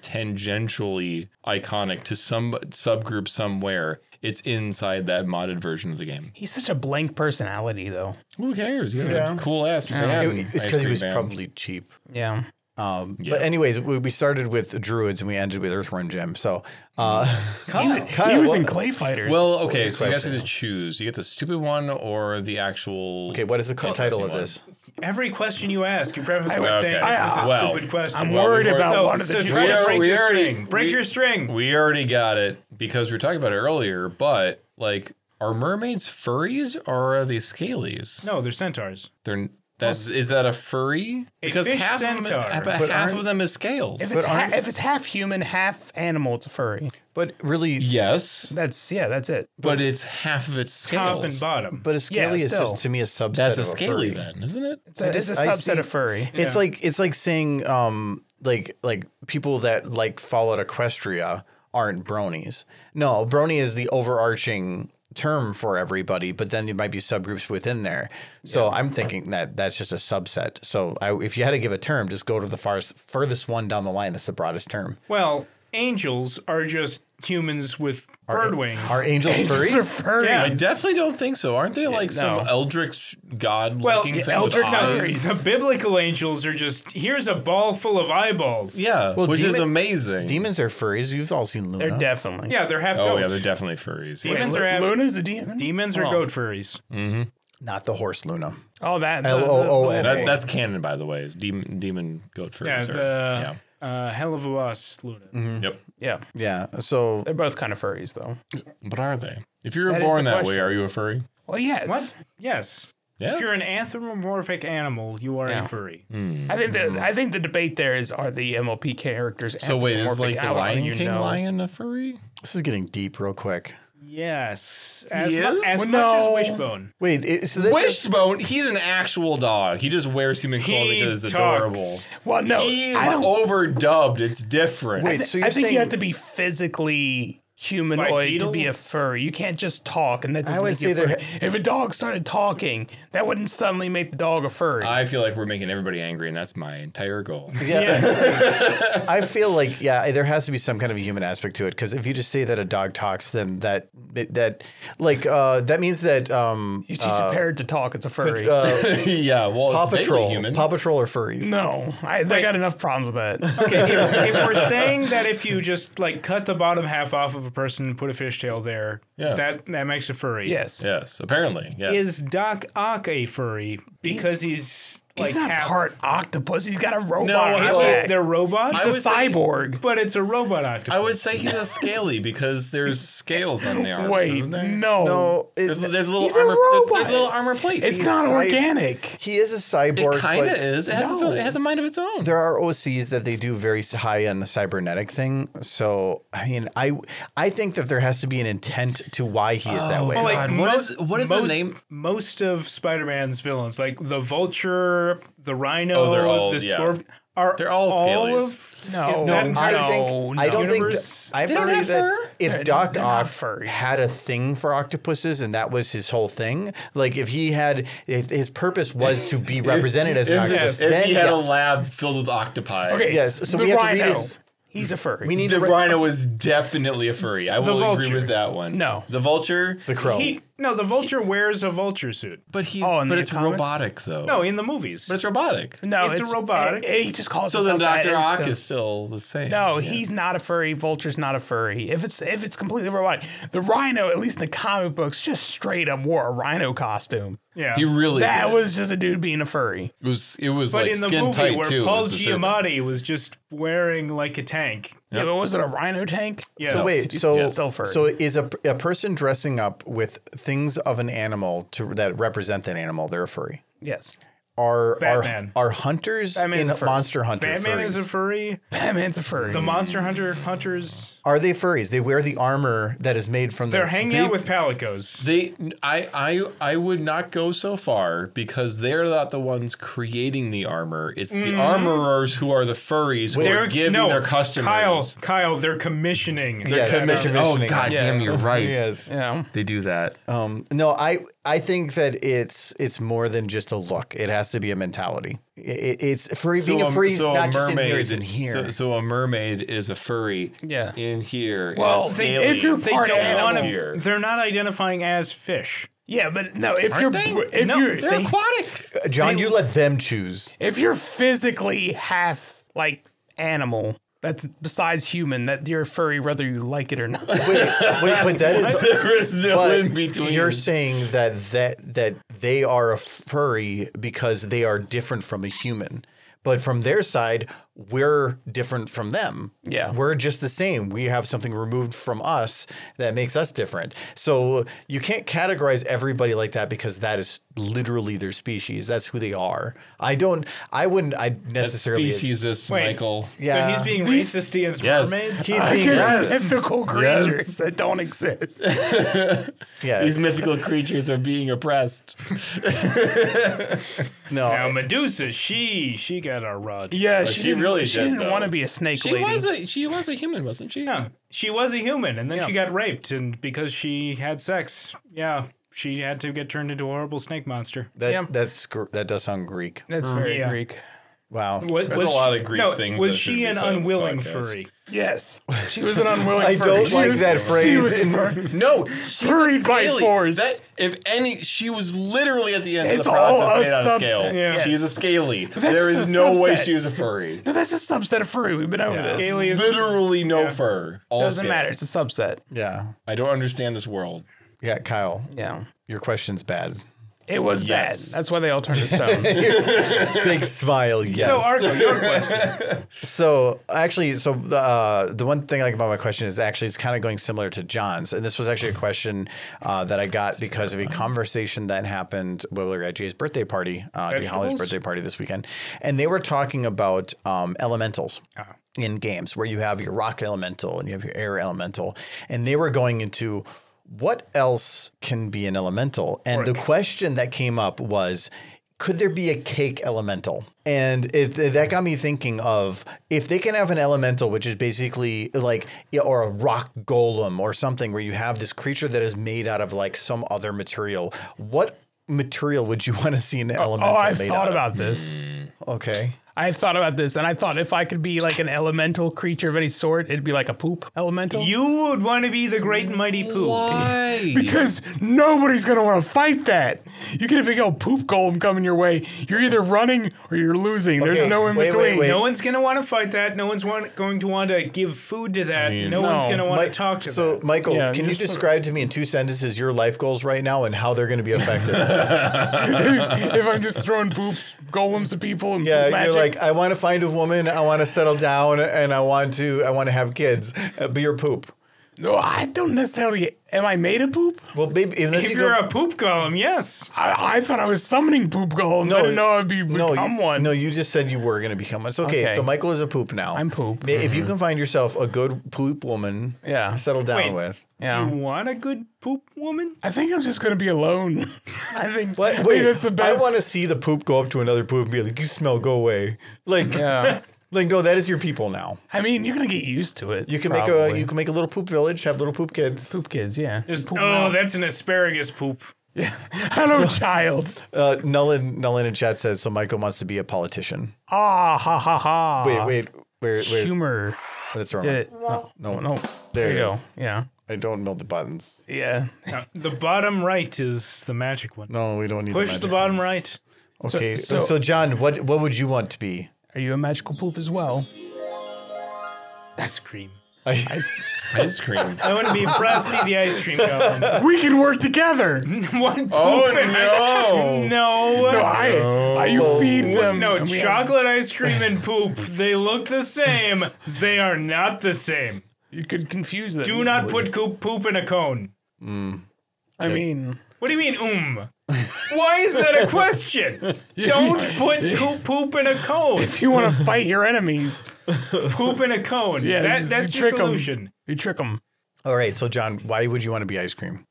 [SPEAKER 2] tangentially iconic to some subgroup somewhere, it's inside that modded version of the game.
[SPEAKER 1] He's such a blank personality, though.
[SPEAKER 2] Who cares? You got a cool ass fan.
[SPEAKER 4] it- it's
[SPEAKER 2] ice
[SPEAKER 4] because he
[SPEAKER 2] cream
[SPEAKER 4] was
[SPEAKER 2] van.
[SPEAKER 4] probably cheap.
[SPEAKER 1] Yeah.
[SPEAKER 4] Um, But anyways, we, we started with druids and we ended with Earthworm Jim. So uh,
[SPEAKER 1] He,
[SPEAKER 4] Kyle,
[SPEAKER 1] was
[SPEAKER 4] what-
[SPEAKER 1] in Clay Fighters.
[SPEAKER 2] Well, okay, so you guys have to choose. You get the stupid one or the actual.
[SPEAKER 4] okay, what is the co- title of this?
[SPEAKER 3] Every question you ask, you preface by
[SPEAKER 2] okay.
[SPEAKER 3] saying,
[SPEAKER 2] I-
[SPEAKER 3] "This is a
[SPEAKER 2] well,
[SPEAKER 3] stupid question."
[SPEAKER 1] I'm worried
[SPEAKER 2] we've
[SPEAKER 1] about
[SPEAKER 2] already-
[SPEAKER 1] one
[SPEAKER 3] so,
[SPEAKER 1] of
[SPEAKER 3] so
[SPEAKER 1] the.
[SPEAKER 3] try
[SPEAKER 2] We
[SPEAKER 3] to
[SPEAKER 2] are-
[SPEAKER 3] break
[SPEAKER 2] we
[SPEAKER 3] your
[SPEAKER 2] already-
[SPEAKER 3] string. Break
[SPEAKER 2] we-
[SPEAKER 3] your string.
[SPEAKER 2] We already got it because we were talking about it earlier, but like, are mermaids furries or are they scalies?
[SPEAKER 3] No, they're centaurs.
[SPEAKER 2] They're that's is that a furry? Because
[SPEAKER 3] fish
[SPEAKER 2] half
[SPEAKER 3] centaur.
[SPEAKER 2] of
[SPEAKER 3] But
[SPEAKER 2] them, half of them is scales.
[SPEAKER 1] if, it's ha- if it's half human, half animal, it's a furry.
[SPEAKER 4] But really,
[SPEAKER 2] yes,
[SPEAKER 1] That's yeah. That's it.
[SPEAKER 2] but it's half of its
[SPEAKER 3] Top and
[SPEAKER 2] scales.
[SPEAKER 3] bottom.
[SPEAKER 4] but a scaly is
[SPEAKER 1] still.
[SPEAKER 4] just to me a subset.
[SPEAKER 2] That's a
[SPEAKER 4] of
[SPEAKER 2] scaly
[SPEAKER 4] furry.
[SPEAKER 2] then, isn't it?
[SPEAKER 1] It's a,
[SPEAKER 4] just-
[SPEAKER 1] it's a
[SPEAKER 4] I
[SPEAKER 1] subset
[SPEAKER 4] see-
[SPEAKER 1] of furry.
[SPEAKER 4] It's like it's like saying um like like people that like followed Equestria aren't bronies. No, brony is the overarching term for everybody, but then there might be subgroups within there. So I'm thinking that that's just a subset. So I, if you had to give a term, just go to the farthest furthest one down the line. That's the broadest term.
[SPEAKER 3] Well, angels are just humans with bird wings.
[SPEAKER 4] Are angels furry?
[SPEAKER 1] They're furry.
[SPEAKER 3] Yeah.
[SPEAKER 2] I definitely don't think so. Aren't they like
[SPEAKER 1] no.
[SPEAKER 2] some eldritch god
[SPEAKER 3] well,
[SPEAKER 2] looking
[SPEAKER 3] yeah,
[SPEAKER 2] thing? with
[SPEAKER 3] Eldritch, no,
[SPEAKER 2] eyes?
[SPEAKER 3] the biblical angels are just here's a ball full of eyeballs.
[SPEAKER 2] Yeah, which is
[SPEAKER 4] demon-
[SPEAKER 2] amazing.
[SPEAKER 4] Demons are furries. You've all seen Luna.
[SPEAKER 1] They're definitely.
[SPEAKER 3] yeah, they're half
[SPEAKER 2] oh
[SPEAKER 3] goats.
[SPEAKER 2] yeah, they're definitely furries. Yeah.
[SPEAKER 3] demons are half,
[SPEAKER 1] Luna's a demon.
[SPEAKER 3] demons are goat furries.
[SPEAKER 2] Mm,
[SPEAKER 4] Not the horse Luna.
[SPEAKER 1] Oh, that. the-
[SPEAKER 4] L O O
[SPEAKER 1] the-
[SPEAKER 4] N.
[SPEAKER 2] That, that's canon, by the way. Is demon demon goat
[SPEAKER 3] Yeah,
[SPEAKER 2] furries?
[SPEAKER 3] the
[SPEAKER 2] are-
[SPEAKER 3] Uh, hell of a boss, Luna.
[SPEAKER 2] yeah. Yep.
[SPEAKER 1] Yeah,
[SPEAKER 4] Yeah. So
[SPEAKER 1] they're both kind of furries though.
[SPEAKER 2] But are they? If you're
[SPEAKER 1] That is
[SPEAKER 2] born
[SPEAKER 1] the
[SPEAKER 2] that way,
[SPEAKER 1] question.
[SPEAKER 2] are you a furry?
[SPEAKER 1] Well, yes.
[SPEAKER 3] What? Yes.
[SPEAKER 2] Yeah.
[SPEAKER 3] If you're an anthropomorphic animal, you are
[SPEAKER 1] Yeah.
[SPEAKER 3] a furry.
[SPEAKER 1] I think the I think the debate there is are the MLP characters.
[SPEAKER 2] so wait, is like
[SPEAKER 1] anthropomorphic?
[SPEAKER 2] the
[SPEAKER 1] How do
[SPEAKER 2] Lion
[SPEAKER 1] you
[SPEAKER 2] King
[SPEAKER 1] know?
[SPEAKER 2] lion a furry?
[SPEAKER 4] this is getting deep real quick.
[SPEAKER 3] Yes. As,
[SPEAKER 2] Yes?
[SPEAKER 3] mu- as
[SPEAKER 2] Well,
[SPEAKER 3] much
[SPEAKER 2] no.
[SPEAKER 3] as Wishbone.
[SPEAKER 4] Wait, it, so that,
[SPEAKER 2] Wishbone, he's an actual dog. He just wears human clothing
[SPEAKER 3] He
[SPEAKER 2] because it's
[SPEAKER 3] talks.
[SPEAKER 2] adorable.
[SPEAKER 1] Well, no,
[SPEAKER 2] He's
[SPEAKER 1] I don't.
[SPEAKER 2] overdubbed. It's different.
[SPEAKER 4] Wait, so
[SPEAKER 1] I
[SPEAKER 4] you're
[SPEAKER 1] think
[SPEAKER 4] saying
[SPEAKER 1] you have to be physically humanoid to
[SPEAKER 3] Bipedal?
[SPEAKER 1] be a furry. You can't just talk, and that doesn't
[SPEAKER 4] would
[SPEAKER 1] make you a
[SPEAKER 4] say
[SPEAKER 1] furry.
[SPEAKER 4] there-
[SPEAKER 1] If a dog started talking, that wouldn't suddenly make the dog a furry.
[SPEAKER 2] I feel like we're making everybody angry, and that's my entire goal.
[SPEAKER 4] I feel like yeah, there has to be some kind of a human aspect to it because if you just say that a dog talks, then that that like uh, that means that um,
[SPEAKER 1] you teach
[SPEAKER 2] uh,
[SPEAKER 1] a parrot to talk; it's a furry.
[SPEAKER 4] uh,
[SPEAKER 2] yeah, well,
[SPEAKER 4] Paw
[SPEAKER 2] it's vaguely
[SPEAKER 4] Patrol,
[SPEAKER 2] human.
[SPEAKER 4] Paw Patrol are furries.
[SPEAKER 1] no, I, they got enough problems with that.
[SPEAKER 3] Okay, if, if we're saying that if you just like cut the bottom half off of a person and put a fishtail there,
[SPEAKER 2] Yeah.
[SPEAKER 3] that that makes a furry.
[SPEAKER 1] yes,
[SPEAKER 2] yes, apparently. Yeah.
[SPEAKER 3] Is Doc Ock a furry because he's,
[SPEAKER 1] he's
[SPEAKER 3] like
[SPEAKER 1] not
[SPEAKER 3] half,
[SPEAKER 1] part octopus. He's got a robot.
[SPEAKER 2] No,
[SPEAKER 1] on
[SPEAKER 2] I
[SPEAKER 1] his
[SPEAKER 2] would-
[SPEAKER 1] back.
[SPEAKER 3] They're robots,
[SPEAKER 2] I
[SPEAKER 1] He's a
[SPEAKER 2] would say-
[SPEAKER 1] cyborg.
[SPEAKER 3] but it's a robot octopus.
[SPEAKER 2] I would say he's a scaly because there's scales on the arms.
[SPEAKER 1] Wait,
[SPEAKER 2] isn't there?
[SPEAKER 1] no,
[SPEAKER 4] No, it-
[SPEAKER 2] There's, there's little
[SPEAKER 1] He's a
[SPEAKER 2] armor. there's- There's,
[SPEAKER 1] robot.
[SPEAKER 2] little armor plates.
[SPEAKER 1] it's not
[SPEAKER 4] cy-
[SPEAKER 1] organic.
[SPEAKER 4] he is a cyborg.
[SPEAKER 2] It kind
[SPEAKER 4] but
[SPEAKER 2] of is. It has, its own, it has a mind of its own.
[SPEAKER 4] There are OCs that they do very high on the cybernetic thing. So I mean, I I think that there has to be an intent to why he is that way.
[SPEAKER 3] Well, like,
[SPEAKER 2] God, what
[SPEAKER 3] mo-
[SPEAKER 2] is- what is the
[SPEAKER 3] most-
[SPEAKER 2] name?
[SPEAKER 3] Most of Spider-Man's villains, like the Vulture, the Rhino,
[SPEAKER 2] Oh, they're all-
[SPEAKER 3] the
[SPEAKER 2] yeah.
[SPEAKER 3] Scorpion, are
[SPEAKER 2] They're all
[SPEAKER 3] of
[SPEAKER 2] scalies.
[SPEAKER 1] No,
[SPEAKER 3] Is that
[SPEAKER 4] I
[SPEAKER 3] entire-
[SPEAKER 1] no,
[SPEAKER 4] think I
[SPEAKER 1] no.
[SPEAKER 4] don't
[SPEAKER 3] Universe-
[SPEAKER 4] think I
[SPEAKER 2] They don't
[SPEAKER 4] believe
[SPEAKER 2] have
[SPEAKER 4] that
[SPEAKER 2] fur?
[SPEAKER 4] if Doc
[SPEAKER 1] they're not
[SPEAKER 4] Ock
[SPEAKER 1] furries.
[SPEAKER 4] had a thing for octopuses and that was his whole thing, like if he had if his purpose was to be represented as an octopus,
[SPEAKER 2] If
[SPEAKER 4] then
[SPEAKER 2] he had a
[SPEAKER 4] yes.
[SPEAKER 2] lab filled with octopi,
[SPEAKER 1] Okay,
[SPEAKER 4] Yes, so
[SPEAKER 1] the
[SPEAKER 4] we have to read
[SPEAKER 1] rhino.
[SPEAKER 4] his-
[SPEAKER 1] He's a furry.
[SPEAKER 4] we need
[SPEAKER 2] the
[SPEAKER 4] to re-
[SPEAKER 2] rhino was definitely a furry. I will agree
[SPEAKER 3] vulture.
[SPEAKER 2] with that one.
[SPEAKER 1] No.
[SPEAKER 2] the vulture,
[SPEAKER 4] the crow.
[SPEAKER 3] He, No, the vulture wears a vulture suit.
[SPEAKER 2] But he's
[SPEAKER 1] Oh, in
[SPEAKER 2] but
[SPEAKER 1] the
[SPEAKER 2] it's
[SPEAKER 1] comics?
[SPEAKER 2] robotic though.
[SPEAKER 3] No, in the movies.
[SPEAKER 2] but it's robotic.
[SPEAKER 1] No,
[SPEAKER 3] It's a robotic.
[SPEAKER 1] He, he just calls
[SPEAKER 2] So then
[SPEAKER 1] himself that.
[SPEAKER 2] Doctor
[SPEAKER 1] It's
[SPEAKER 2] Ock
[SPEAKER 1] the-
[SPEAKER 2] is still the same.
[SPEAKER 1] No, Oh, he's not a furry. Vulture's not a furry. If it's if it's completely robotic, the rhino, at least in the comic books, just straight up wore a rhino costume.
[SPEAKER 3] yeah.
[SPEAKER 2] he really
[SPEAKER 1] That
[SPEAKER 2] did.
[SPEAKER 1] was just a dude being a furry.
[SPEAKER 2] it was it was
[SPEAKER 3] but
[SPEAKER 2] like
[SPEAKER 3] in the
[SPEAKER 2] skin
[SPEAKER 3] movie
[SPEAKER 2] tight
[SPEAKER 3] where
[SPEAKER 2] too. It
[SPEAKER 3] Paul
[SPEAKER 2] was disturbing.
[SPEAKER 3] Giamatti was just wearing like a tank.
[SPEAKER 1] Yeah, but was it a rhino tank?
[SPEAKER 3] Yeah.
[SPEAKER 4] So wait, so
[SPEAKER 1] still furry.
[SPEAKER 4] so is a, a person dressing up with things of an animal to that represent that animal? They're a furry.
[SPEAKER 1] Yes.
[SPEAKER 4] Are
[SPEAKER 3] Batman.
[SPEAKER 4] are are hunters
[SPEAKER 1] Batman's a
[SPEAKER 4] in
[SPEAKER 1] furry.
[SPEAKER 4] Monster Hunter?
[SPEAKER 3] Batman
[SPEAKER 4] furries?
[SPEAKER 3] is a furry.
[SPEAKER 1] Batman's a furry.
[SPEAKER 3] The Monster Hunter hunters.
[SPEAKER 4] Are they furries? They wear the armor that is made from
[SPEAKER 3] They're
[SPEAKER 4] their
[SPEAKER 3] hanging out with palicos.
[SPEAKER 2] They, I, I, I would not go so far because they're not the ones creating the armor. It's the armorers who are the furries who are giving
[SPEAKER 3] no,
[SPEAKER 2] their customers.
[SPEAKER 3] Kyle, Kyle, they're commissioning.
[SPEAKER 4] Yes,
[SPEAKER 3] They're
[SPEAKER 4] they're
[SPEAKER 3] commissioning.
[SPEAKER 2] Oh
[SPEAKER 4] Commissioning.
[SPEAKER 2] God damn, you're right.
[SPEAKER 4] Yes.
[SPEAKER 1] yeah.
[SPEAKER 2] They do that.
[SPEAKER 4] Um, no, I I think that it's it's more than just a look. It has to be a mentality. It, it's furry being a
[SPEAKER 2] m-
[SPEAKER 4] furry is not just in here. It's in here.
[SPEAKER 2] So, so a mermaid is a furry.
[SPEAKER 1] Yeah.
[SPEAKER 2] In here.
[SPEAKER 1] Well,
[SPEAKER 2] It's
[SPEAKER 1] they-
[SPEAKER 2] alien.
[SPEAKER 1] if you're
[SPEAKER 2] They
[SPEAKER 1] part
[SPEAKER 2] don't
[SPEAKER 1] animal-
[SPEAKER 2] wanna-
[SPEAKER 1] Here.
[SPEAKER 3] They're not identifying as fish.
[SPEAKER 1] Yeah, but no, if
[SPEAKER 2] Aren't
[SPEAKER 1] you're
[SPEAKER 2] they?
[SPEAKER 1] if
[SPEAKER 3] No,
[SPEAKER 1] you're
[SPEAKER 2] They're
[SPEAKER 1] they-
[SPEAKER 2] aquatic.
[SPEAKER 4] Uh, John, you let them choose.
[SPEAKER 1] if you're physically half like animal, that's besides human, that you're a furry whether you like it or not.
[SPEAKER 4] Wait, wait, but that is.
[SPEAKER 2] There is no in
[SPEAKER 4] But
[SPEAKER 2] between.
[SPEAKER 4] you're saying that, that that they are a furry because they are different from a human. But from their side, we're different from them.
[SPEAKER 1] Yeah.
[SPEAKER 4] We're just the same. We have something removed from us that makes us different. So you can't categorize everybody like that because that is literally their species. That's who they are. I don't I wouldn't I necessarily
[SPEAKER 2] speciesist,
[SPEAKER 3] Wait.
[SPEAKER 2] Michael.
[SPEAKER 4] Yeah.
[SPEAKER 3] So he's being
[SPEAKER 1] These-
[SPEAKER 3] racist against
[SPEAKER 2] Yes.
[SPEAKER 3] mermaids.
[SPEAKER 4] He's
[SPEAKER 1] Like,
[SPEAKER 4] being
[SPEAKER 1] it's
[SPEAKER 4] racist.
[SPEAKER 1] mythical creatures that don't exist.
[SPEAKER 4] Yeah.
[SPEAKER 2] mythical creatures are being oppressed.
[SPEAKER 4] no.
[SPEAKER 3] Now Medusa, she she got a rod.
[SPEAKER 1] Yeah,
[SPEAKER 2] she really
[SPEAKER 1] she
[SPEAKER 2] did,
[SPEAKER 1] didn't
[SPEAKER 2] though.
[SPEAKER 1] want to be a snake
[SPEAKER 2] She
[SPEAKER 1] lady.
[SPEAKER 2] was a she was a human, wasn't she?
[SPEAKER 3] Yeah. She was a human and then she got raped and because she had sex, yeah, she had to get turned into a horrible snake monster.
[SPEAKER 4] that
[SPEAKER 1] yeah.
[SPEAKER 4] that's gr- that does sound Greek.
[SPEAKER 1] That's very
[SPEAKER 3] Yeah.
[SPEAKER 1] Greek.
[SPEAKER 4] Wow.
[SPEAKER 3] What,
[SPEAKER 2] Hmm. There's a lot of Greek things
[SPEAKER 3] Was
[SPEAKER 2] that should
[SPEAKER 3] she
[SPEAKER 2] be
[SPEAKER 3] an
[SPEAKER 2] said on the
[SPEAKER 3] unwilling
[SPEAKER 2] podcast.
[SPEAKER 3] furry?
[SPEAKER 1] Yes, she was an unwilling.
[SPEAKER 4] I
[SPEAKER 1] furry.
[SPEAKER 4] don't
[SPEAKER 1] She
[SPEAKER 4] like
[SPEAKER 1] was-
[SPEAKER 4] that
[SPEAKER 1] She
[SPEAKER 4] phrase.
[SPEAKER 1] was
[SPEAKER 4] In-
[SPEAKER 1] fur-
[SPEAKER 2] No,
[SPEAKER 1] furried by force.
[SPEAKER 2] That, if any, she was literally at the end
[SPEAKER 1] It's
[SPEAKER 2] of the
[SPEAKER 1] all
[SPEAKER 2] process
[SPEAKER 1] a
[SPEAKER 2] made out
[SPEAKER 1] subset,
[SPEAKER 2] of scales.
[SPEAKER 1] yeah.
[SPEAKER 2] She's a scaly.
[SPEAKER 1] that's
[SPEAKER 2] There
[SPEAKER 1] just
[SPEAKER 2] is
[SPEAKER 1] a
[SPEAKER 2] no way
[SPEAKER 1] subset.
[SPEAKER 2] she was a furry.
[SPEAKER 1] no, that's a subset of furry. We've been over this.
[SPEAKER 3] Scaly is
[SPEAKER 2] Literally no fur. All
[SPEAKER 1] Doesn't
[SPEAKER 2] scale.
[SPEAKER 1] matter. It's a subset.
[SPEAKER 4] Yeah.
[SPEAKER 2] I don't understand this world.
[SPEAKER 4] Yeah, Kyle,
[SPEAKER 1] Yeah,
[SPEAKER 4] your question's bad.
[SPEAKER 1] it was
[SPEAKER 2] Yes.
[SPEAKER 1] bad. That's why they all turned to stone.
[SPEAKER 4] Big smile, yes.
[SPEAKER 3] so argue your question.
[SPEAKER 4] So actually, so the uh, the one thing I like about my question is actually it's kind of going similar to John's, and this was actually a question uh, that I got because of a conversation that happened when we were at Jay's birthday party, uh, Jay Holly's
[SPEAKER 3] Vegetables?
[SPEAKER 4] birthday party this weekend, and they were talking about um, elementals.
[SPEAKER 1] Uh-huh.
[SPEAKER 4] In games where you have your rock elemental and you have your air elemental, and they were going into what else can be an elemental, and the question that came up was, could there be a cake elemental? And it, that got me thinking of if they can have an elemental, which is basically like, yeah, or a rock golem or something where you have this creature that is made out of like some other material, what material would you want to see an elemental
[SPEAKER 1] oh, I've
[SPEAKER 4] made
[SPEAKER 1] thought
[SPEAKER 4] out of?
[SPEAKER 1] about this.
[SPEAKER 2] Mm.
[SPEAKER 4] Okay.
[SPEAKER 1] I've thought about this, and I thought if I could be like an elemental creature of any sort, it'd be like a poop elemental.
[SPEAKER 3] You would want to be the great and mighty poo.
[SPEAKER 2] Why?
[SPEAKER 1] Because nobody's gonna want to fight that. You get a big old poop golem coming your way. You're either running or you're losing.
[SPEAKER 4] Okay,
[SPEAKER 1] There's no in
[SPEAKER 4] wait, wait,
[SPEAKER 1] between.
[SPEAKER 4] wait.
[SPEAKER 3] No one's gonna want to fight that. No one's want, going to want to give food to that. no, one's
[SPEAKER 1] no.
[SPEAKER 3] gonna want to
[SPEAKER 4] Mike-
[SPEAKER 3] talk to
[SPEAKER 4] so,
[SPEAKER 3] that.
[SPEAKER 4] Michael,
[SPEAKER 1] Yeah,
[SPEAKER 4] can you
[SPEAKER 1] you're still-
[SPEAKER 4] describe to me in two sentences your life goals right now and how they're going to be affected?
[SPEAKER 1] if I'm just throwing poop golems at people and
[SPEAKER 4] yeah,
[SPEAKER 1] poop magic.
[SPEAKER 4] you're like, I want to find a woman, I want to settle down, and I want to, I want to have kids. Uh, be your poop.
[SPEAKER 1] no, I don't necessarily. Am I made of poop?
[SPEAKER 4] Well, baby, unless
[SPEAKER 3] If
[SPEAKER 4] you go-
[SPEAKER 3] you're a poop golem, yes.
[SPEAKER 1] I, I thought I was summoning poop golems. I didn't know I'd be
[SPEAKER 4] no,
[SPEAKER 1] become
[SPEAKER 4] you,
[SPEAKER 1] one.
[SPEAKER 4] No, you just said you were going to become one. It's okay,
[SPEAKER 1] Okay.
[SPEAKER 4] So Michael is a poop now.
[SPEAKER 1] I'm poop. Mm-hmm.
[SPEAKER 4] Ma- If you can find yourself a good poop woman,
[SPEAKER 1] Yeah.
[SPEAKER 4] to settle down
[SPEAKER 3] Wait.
[SPEAKER 4] with.
[SPEAKER 1] Yeah.
[SPEAKER 3] You want a good poop woman?
[SPEAKER 1] I think I'm just gonna be alone. I think. I
[SPEAKER 4] But
[SPEAKER 1] think
[SPEAKER 4] wait,
[SPEAKER 1] that's the
[SPEAKER 4] I
[SPEAKER 1] best.
[SPEAKER 4] want to see the poop go up to another poop and be like, "You smell, go away." Like,
[SPEAKER 1] yeah.
[SPEAKER 4] like no, that is your people now.
[SPEAKER 1] I mean, you're gonna get used to it.
[SPEAKER 4] You can make a
[SPEAKER 1] probably.
[SPEAKER 4] you can make a little poop village, have little poop kids.
[SPEAKER 1] poop kids. Yeah.
[SPEAKER 3] Just,
[SPEAKER 1] Poop
[SPEAKER 3] oh,
[SPEAKER 1] mouth.
[SPEAKER 3] that's an asparagus poop.
[SPEAKER 1] hello, child.
[SPEAKER 4] Uh, Nolan Nolan in chat says so. Michael wants to be a politician.
[SPEAKER 1] Ah, ha ha ha.
[SPEAKER 4] Wait, wait, wait, wait.
[SPEAKER 1] Humor.
[SPEAKER 4] That's wrong.
[SPEAKER 1] Did it? No, no.
[SPEAKER 4] There
[SPEAKER 1] There,
[SPEAKER 4] it
[SPEAKER 1] you go.
[SPEAKER 4] is.
[SPEAKER 1] Yeah.
[SPEAKER 4] I don't know the buttons.
[SPEAKER 1] Yeah.
[SPEAKER 3] The bottom right is the magic one.
[SPEAKER 4] No, we don't need
[SPEAKER 3] Push the
[SPEAKER 4] magic
[SPEAKER 3] bottom
[SPEAKER 4] ones.
[SPEAKER 3] right.
[SPEAKER 4] Okay, so,
[SPEAKER 1] so-
[SPEAKER 4] so John, what what would you want to be?
[SPEAKER 1] Are you a magical poop as well?
[SPEAKER 3] Ice cream.
[SPEAKER 2] Ice cream.
[SPEAKER 3] I want to be Frosty the ice cream cone.
[SPEAKER 1] We can work together.
[SPEAKER 3] One
[SPEAKER 2] Oh
[SPEAKER 3] poop and-
[SPEAKER 2] no!
[SPEAKER 3] No.
[SPEAKER 1] I, I you feed them.
[SPEAKER 3] No,
[SPEAKER 1] And we have-
[SPEAKER 3] chocolate ice cream and poop. They look the same. They are not the same.
[SPEAKER 1] you could confuse them.
[SPEAKER 3] Do not put coop poop in a cone.
[SPEAKER 1] I mean,
[SPEAKER 3] What do you mean, um? Why is that a question? Don't put coop poop in a cone.
[SPEAKER 1] if you want to fight your enemies,
[SPEAKER 3] Poop in a cone.
[SPEAKER 1] Yeah,
[SPEAKER 3] that,
[SPEAKER 1] you
[SPEAKER 3] that's your
[SPEAKER 1] trick 'em.
[SPEAKER 3] solution.
[SPEAKER 1] you trick them.
[SPEAKER 4] All right, so John, why would you want to be ice cream?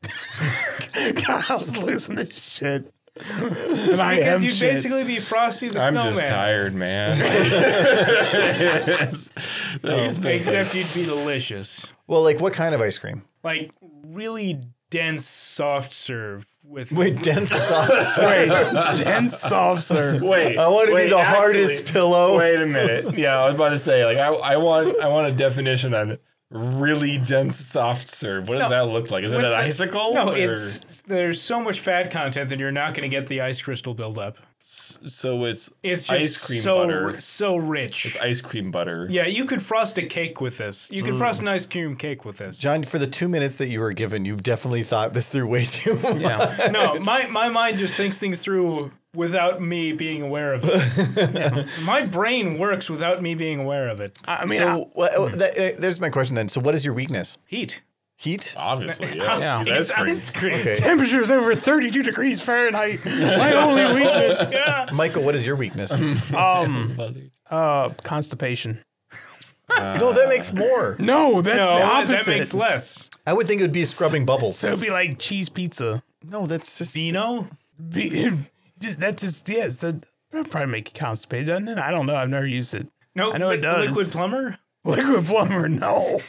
[SPEAKER 1] Kyle's losing his shit. And I
[SPEAKER 3] Because
[SPEAKER 1] am
[SPEAKER 3] you'd
[SPEAKER 1] shit.
[SPEAKER 3] basically be Frosty the
[SPEAKER 2] I'm
[SPEAKER 3] Snowman.
[SPEAKER 2] just tired, man. Yes. It's been-
[SPEAKER 3] Except you'd be delicious.
[SPEAKER 4] Well, like what kind of ice cream?
[SPEAKER 3] Like really dense soft serve with
[SPEAKER 4] Wait, dense sauce.
[SPEAKER 1] Wait, dense soft serve.
[SPEAKER 2] Oh. Wait,
[SPEAKER 4] I want to be
[SPEAKER 2] wait,
[SPEAKER 4] the
[SPEAKER 2] actually-
[SPEAKER 4] hardest pillow.
[SPEAKER 2] Wait a minute. Yeah, I was about to say like I, I want I want a definition on really dense soft serve. What does that look like? Is it an
[SPEAKER 3] the-
[SPEAKER 2] icicle?
[SPEAKER 3] No,
[SPEAKER 2] or-
[SPEAKER 3] it's there's so much fat content that you're not going to get the ice crystal buildup.
[SPEAKER 2] so it's
[SPEAKER 3] It's just
[SPEAKER 2] ice cream
[SPEAKER 3] so,
[SPEAKER 2] butter.
[SPEAKER 3] so rich.
[SPEAKER 2] It's ice cream butter.
[SPEAKER 3] yeah, you could frost a cake with this. You could frost an ice cream cake with this.
[SPEAKER 4] John, for the two minutes that you were given, you definitely thought this through way too much.
[SPEAKER 1] Yeah.
[SPEAKER 3] No, my, my mind just thinks things through without me being aware of it. My brain works without me being aware of it.
[SPEAKER 1] I mean, I-
[SPEAKER 4] So what- oh, that, eh, there's my question then. So what is your weakness?
[SPEAKER 3] Heat.
[SPEAKER 4] Heat?
[SPEAKER 2] Obviously, yeah.
[SPEAKER 1] Yeah.
[SPEAKER 2] It's
[SPEAKER 3] It's
[SPEAKER 2] ice cream.
[SPEAKER 3] ice cream.
[SPEAKER 1] temperatures over 32 degrees Fahrenheit. My only weakness.
[SPEAKER 3] Yeah.
[SPEAKER 4] Michael, what is your weakness?
[SPEAKER 1] Um, uh, constipation.
[SPEAKER 4] no, that makes more.
[SPEAKER 1] No, that's
[SPEAKER 3] No,
[SPEAKER 1] the
[SPEAKER 3] that-
[SPEAKER 1] opposite.
[SPEAKER 3] that makes less.
[SPEAKER 4] I would think it would be scrubbing bubbles.
[SPEAKER 1] so it'd be like cheese pizza.
[SPEAKER 4] No, that's just
[SPEAKER 3] Vino?
[SPEAKER 1] Be, just that's just yes. That that'd probably make you constipated, doesn't it? I don't know. I've never used it.
[SPEAKER 3] No,
[SPEAKER 1] I know it does.
[SPEAKER 3] Liquid plumber?
[SPEAKER 1] Liquid plumber, no.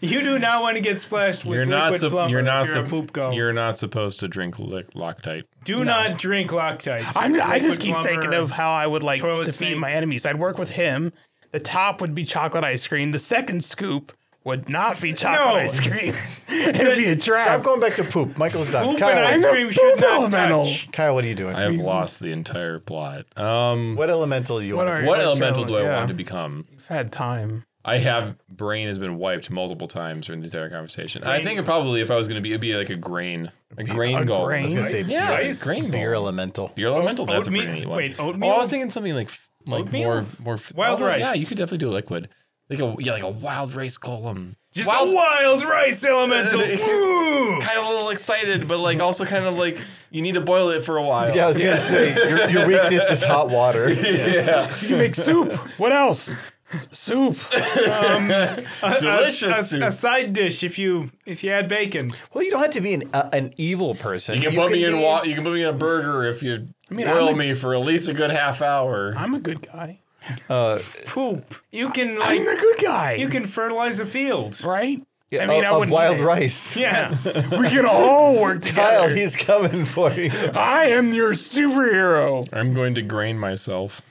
[SPEAKER 3] You do not want to get splashed with
[SPEAKER 2] You're not,
[SPEAKER 3] liquid
[SPEAKER 2] sup-
[SPEAKER 3] plumber.
[SPEAKER 2] you're not
[SPEAKER 3] if you're a
[SPEAKER 2] sup-
[SPEAKER 3] poop go.
[SPEAKER 2] you're not supposed to drink li- Loctite.
[SPEAKER 3] do not drink Loctite.
[SPEAKER 1] I'm, I
[SPEAKER 3] Liquid
[SPEAKER 1] just keep
[SPEAKER 3] plumber.
[SPEAKER 1] thinking of how I would like
[SPEAKER 3] Toilet
[SPEAKER 1] defeat
[SPEAKER 3] snake.
[SPEAKER 1] my enemies. I'd work with him. The top would be chocolate ice cream. The second scoop would not be chocolate
[SPEAKER 3] No.
[SPEAKER 1] ice cream. It'd be a
[SPEAKER 4] Stop
[SPEAKER 1] trap.
[SPEAKER 4] going back to poop. Michael's done.
[SPEAKER 3] Poop and
[SPEAKER 4] Kyle,
[SPEAKER 3] ice
[SPEAKER 1] I'm a
[SPEAKER 3] cream should
[SPEAKER 1] poop
[SPEAKER 3] not
[SPEAKER 1] elemental.
[SPEAKER 3] touch.
[SPEAKER 4] Kyle, what are you doing?
[SPEAKER 2] I have lost the entire plot. Um,
[SPEAKER 4] what elemental do you want?
[SPEAKER 1] are-
[SPEAKER 2] what
[SPEAKER 1] Like
[SPEAKER 2] elemental do
[SPEAKER 1] Jonah,
[SPEAKER 2] I
[SPEAKER 1] yeah.
[SPEAKER 2] want to become?
[SPEAKER 1] I've had time.
[SPEAKER 2] I have brain has been wiped multiple times during the entire conversation. I think it probably if I was going to be, it'd be like a grain, a grain goal.
[SPEAKER 1] grain?
[SPEAKER 4] I was gonna say
[SPEAKER 2] Yeah,
[SPEAKER 4] beer,
[SPEAKER 2] rice. grain
[SPEAKER 4] beer
[SPEAKER 2] goal.
[SPEAKER 4] elemental.
[SPEAKER 2] Beer elemental. That's a
[SPEAKER 3] Oatmeal?
[SPEAKER 2] pretty neat one.
[SPEAKER 3] Wait,
[SPEAKER 2] Oh, I
[SPEAKER 3] oatmeal?
[SPEAKER 2] was thinking something like like
[SPEAKER 3] Oatmeal?
[SPEAKER 2] more more
[SPEAKER 3] Wild
[SPEAKER 2] although, Yeah,
[SPEAKER 3] rice.
[SPEAKER 2] you could definitely do a liquid. Like a yeah, like a wild rice golem.
[SPEAKER 3] Just wild, wild rice elemental. Ooh.
[SPEAKER 2] Kind of a little excited, but like also kind of like you need to boil it for a while.
[SPEAKER 4] Yeah, I was gonna say your, your weakness is hot water.
[SPEAKER 1] You can make soup. What else? Soup.
[SPEAKER 2] delicious
[SPEAKER 3] A,
[SPEAKER 2] soup.
[SPEAKER 3] a side dish if you if you add bacon.
[SPEAKER 4] Well, you don't have to be an uh, an evil person.
[SPEAKER 2] you can put me in
[SPEAKER 4] be-
[SPEAKER 2] wa- you can put me in a burger if you
[SPEAKER 1] mean,
[SPEAKER 2] boil
[SPEAKER 1] I'm a-
[SPEAKER 2] me for at least a good half hour.
[SPEAKER 1] I'm a good guy.
[SPEAKER 3] Poop. You can
[SPEAKER 1] I'm
[SPEAKER 3] like
[SPEAKER 1] the good guy.
[SPEAKER 3] you can fertilize a field.
[SPEAKER 1] right?
[SPEAKER 4] Yeah,
[SPEAKER 1] I mean,
[SPEAKER 4] of-
[SPEAKER 1] I
[SPEAKER 4] of
[SPEAKER 1] wouldn't
[SPEAKER 4] wild
[SPEAKER 1] eat it.
[SPEAKER 4] rice.
[SPEAKER 3] Yes.
[SPEAKER 1] We can all work together.
[SPEAKER 4] Kyle, he's coming for you.
[SPEAKER 1] I am your superhero.
[SPEAKER 2] I'm going to grain myself.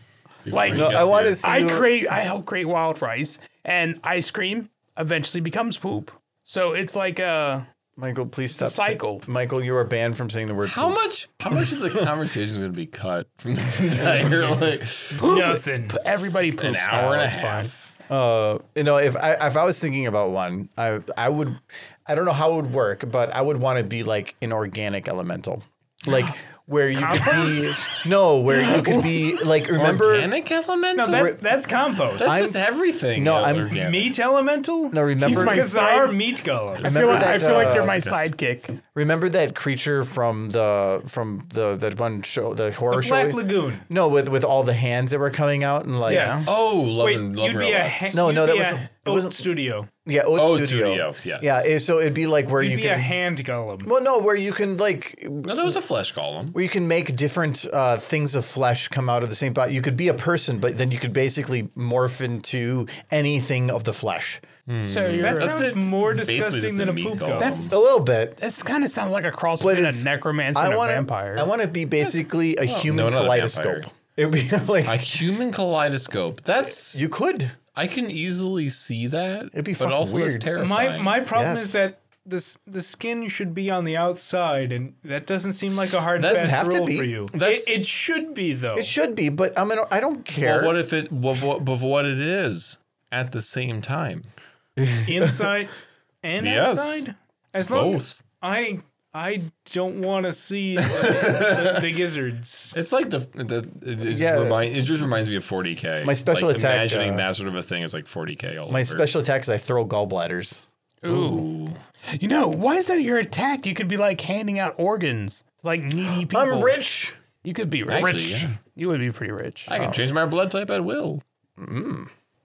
[SPEAKER 2] before
[SPEAKER 1] Like,
[SPEAKER 2] he
[SPEAKER 1] no,
[SPEAKER 2] gets
[SPEAKER 4] I want
[SPEAKER 2] here.
[SPEAKER 4] to see.
[SPEAKER 1] I
[SPEAKER 4] you-
[SPEAKER 1] create. I help create wild rice, and ice cream eventually becomes poop. So it's like a
[SPEAKER 4] Michael, please stop.
[SPEAKER 1] cycle.
[SPEAKER 4] Michael, you are banned from saying the word.
[SPEAKER 2] How much? How much is the conversation going to be cut from this entire like
[SPEAKER 1] poop.
[SPEAKER 3] Nothing.
[SPEAKER 1] Everybody poops.
[SPEAKER 2] an
[SPEAKER 1] Kyle,
[SPEAKER 2] hour and a
[SPEAKER 1] it's fine.
[SPEAKER 2] half?
[SPEAKER 4] Uh, you know, if I if I was thinking about one, I I would, I don't know how it would work, but I would want to be like an organic elemental, like where you could be no, where you could be like remember
[SPEAKER 2] Organic elemental?
[SPEAKER 3] No, that's that's compost.
[SPEAKER 2] That's just everything.
[SPEAKER 4] No,
[SPEAKER 2] Yeah,
[SPEAKER 4] I'm-
[SPEAKER 2] organic.
[SPEAKER 3] meat elemental?
[SPEAKER 4] no remember
[SPEAKER 1] my-
[SPEAKER 3] Because there are
[SPEAKER 1] Side-
[SPEAKER 3] meat golems.
[SPEAKER 1] I feel, like,
[SPEAKER 4] Remember
[SPEAKER 1] I
[SPEAKER 4] that,
[SPEAKER 1] feel like you're
[SPEAKER 4] uh,
[SPEAKER 1] my sidekick.
[SPEAKER 4] remember that creature from the from the that one show the horror show
[SPEAKER 3] Black
[SPEAKER 4] we-
[SPEAKER 3] Lagoon.
[SPEAKER 4] no with with all the hands that were coming out and like
[SPEAKER 3] Yes.
[SPEAKER 2] Oh, love
[SPEAKER 3] Wait,
[SPEAKER 2] and
[SPEAKER 3] you'd
[SPEAKER 2] love
[SPEAKER 3] be a ha-
[SPEAKER 4] No,
[SPEAKER 3] you'd
[SPEAKER 4] no, that
[SPEAKER 3] be
[SPEAKER 4] was
[SPEAKER 3] a
[SPEAKER 4] the- it
[SPEAKER 3] oat
[SPEAKER 4] wasn't-
[SPEAKER 3] studio.
[SPEAKER 4] yeah Oat
[SPEAKER 2] Oh, studio.
[SPEAKER 4] Studio
[SPEAKER 2] Yes.
[SPEAKER 4] yeah it- so it'd be like where
[SPEAKER 3] You'd
[SPEAKER 4] you
[SPEAKER 3] be
[SPEAKER 4] can
[SPEAKER 3] a hand golem.
[SPEAKER 4] well no where you can like
[SPEAKER 2] No, that was a flesh golem.
[SPEAKER 4] where you can make different uh, things of flesh come out of the same body. You could be a person, but then you could basically morph into anything of the flesh.
[SPEAKER 1] So you're.
[SPEAKER 3] That
[SPEAKER 1] That's,
[SPEAKER 3] sounds
[SPEAKER 2] it's
[SPEAKER 3] more
[SPEAKER 2] basically
[SPEAKER 3] disgusting
[SPEAKER 2] just
[SPEAKER 3] than
[SPEAKER 2] a
[SPEAKER 3] a
[SPEAKER 2] meat
[SPEAKER 3] poop
[SPEAKER 2] golem.
[SPEAKER 3] golem.
[SPEAKER 2] That's-
[SPEAKER 4] A little bit.
[SPEAKER 1] this kind of sounds like a cross
[SPEAKER 4] But
[SPEAKER 1] between a
[SPEAKER 4] it's-
[SPEAKER 1] necromancer
[SPEAKER 4] I
[SPEAKER 1] and
[SPEAKER 4] want
[SPEAKER 1] a vampire.
[SPEAKER 4] I want to be basically a human
[SPEAKER 2] no, not a
[SPEAKER 4] kaleidoscope.
[SPEAKER 2] vampire.
[SPEAKER 4] It would be like
[SPEAKER 2] A human kaleidoscope. That's
[SPEAKER 4] you could.
[SPEAKER 2] I can easily see that.
[SPEAKER 4] It'd be
[SPEAKER 2] but
[SPEAKER 4] fucking
[SPEAKER 2] also that's
[SPEAKER 4] weird.
[SPEAKER 2] terrifying.
[SPEAKER 3] My my problem
[SPEAKER 4] Yes.
[SPEAKER 3] is that this the skin should be on the outside, and that doesn't seem like a hard
[SPEAKER 4] Doesn't
[SPEAKER 3] fast
[SPEAKER 4] have to
[SPEAKER 3] rule
[SPEAKER 4] be.
[SPEAKER 3] for you. It,
[SPEAKER 2] That's-
[SPEAKER 3] it should be though.
[SPEAKER 4] It should be, but I mean, I don't care.
[SPEAKER 2] Well, what if it? What, what, but what it is at the same time?
[SPEAKER 3] inside and
[SPEAKER 2] Yes.
[SPEAKER 3] outside. As long as
[SPEAKER 2] Both.
[SPEAKER 3] I I don't want to see the, the gizzards.
[SPEAKER 2] It's like the the it just,
[SPEAKER 4] Yeah.
[SPEAKER 2] remind, it just reminds me of 40k.
[SPEAKER 4] My special
[SPEAKER 2] like
[SPEAKER 4] attack,
[SPEAKER 2] Imagining
[SPEAKER 4] uh,
[SPEAKER 2] that sort of a thing is like 40k. All
[SPEAKER 4] My
[SPEAKER 2] over.
[SPEAKER 4] special attack is I throw gallbladders.
[SPEAKER 2] Ooh.
[SPEAKER 1] You know, why is that your attack? You could be like handing out organs, to, like needy people.
[SPEAKER 4] I'm rich.
[SPEAKER 1] You could be rich.
[SPEAKER 2] Actually, yeah.
[SPEAKER 1] You would be pretty rich.
[SPEAKER 4] Oh.
[SPEAKER 2] I can change my blood type at will.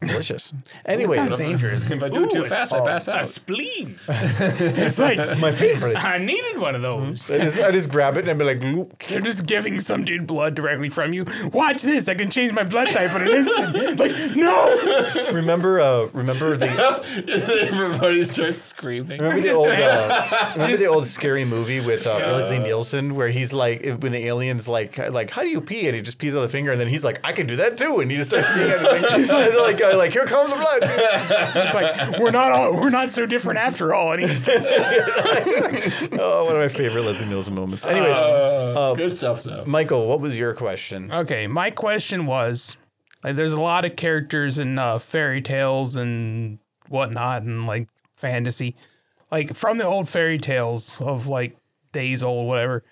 [SPEAKER 4] Delicious.
[SPEAKER 1] sounds
[SPEAKER 4] Anyways,
[SPEAKER 1] dangerous.
[SPEAKER 2] If I do it too
[SPEAKER 3] Ooh,
[SPEAKER 2] fast, I pass
[SPEAKER 3] A
[SPEAKER 2] out.
[SPEAKER 3] spleen.
[SPEAKER 1] it's like
[SPEAKER 4] my favorite.
[SPEAKER 3] I needed one of
[SPEAKER 2] Mm-hmm.
[SPEAKER 3] those.
[SPEAKER 4] I just, I just grab it and be like, "Loop."
[SPEAKER 1] they're just giving some dude blood directly from you. Watch this. I can change my blood type in an instant. Like, no.
[SPEAKER 4] remember, uh, remember the
[SPEAKER 2] Everybody starts screaming.
[SPEAKER 4] remember the old uh, remember the old scary movie with uh, Leslie Nielsen where he's like when the aliens like like how do you pee and he just pees on the finger and then he's like I can do that too and he just starts peeing on the thing. he's like uh, like here comes the blood
[SPEAKER 1] It's like we're not all we're not so different after all. And he's just,
[SPEAKER 4] oh one of my favorite Leslie Nielsen moments anyway
[SPEAKER 1] Uh,
[SPEAKER 4] Oh,
[SPEAKER 2] Good stuff though.
[SPEAKER 4] Michael what was your question
[SPEAKER 1] okay, my question was, like, there's a lot of characters in uh, fairy tales and whatnot, and like fantasy, like from the old fairy tales of like days old, whatever.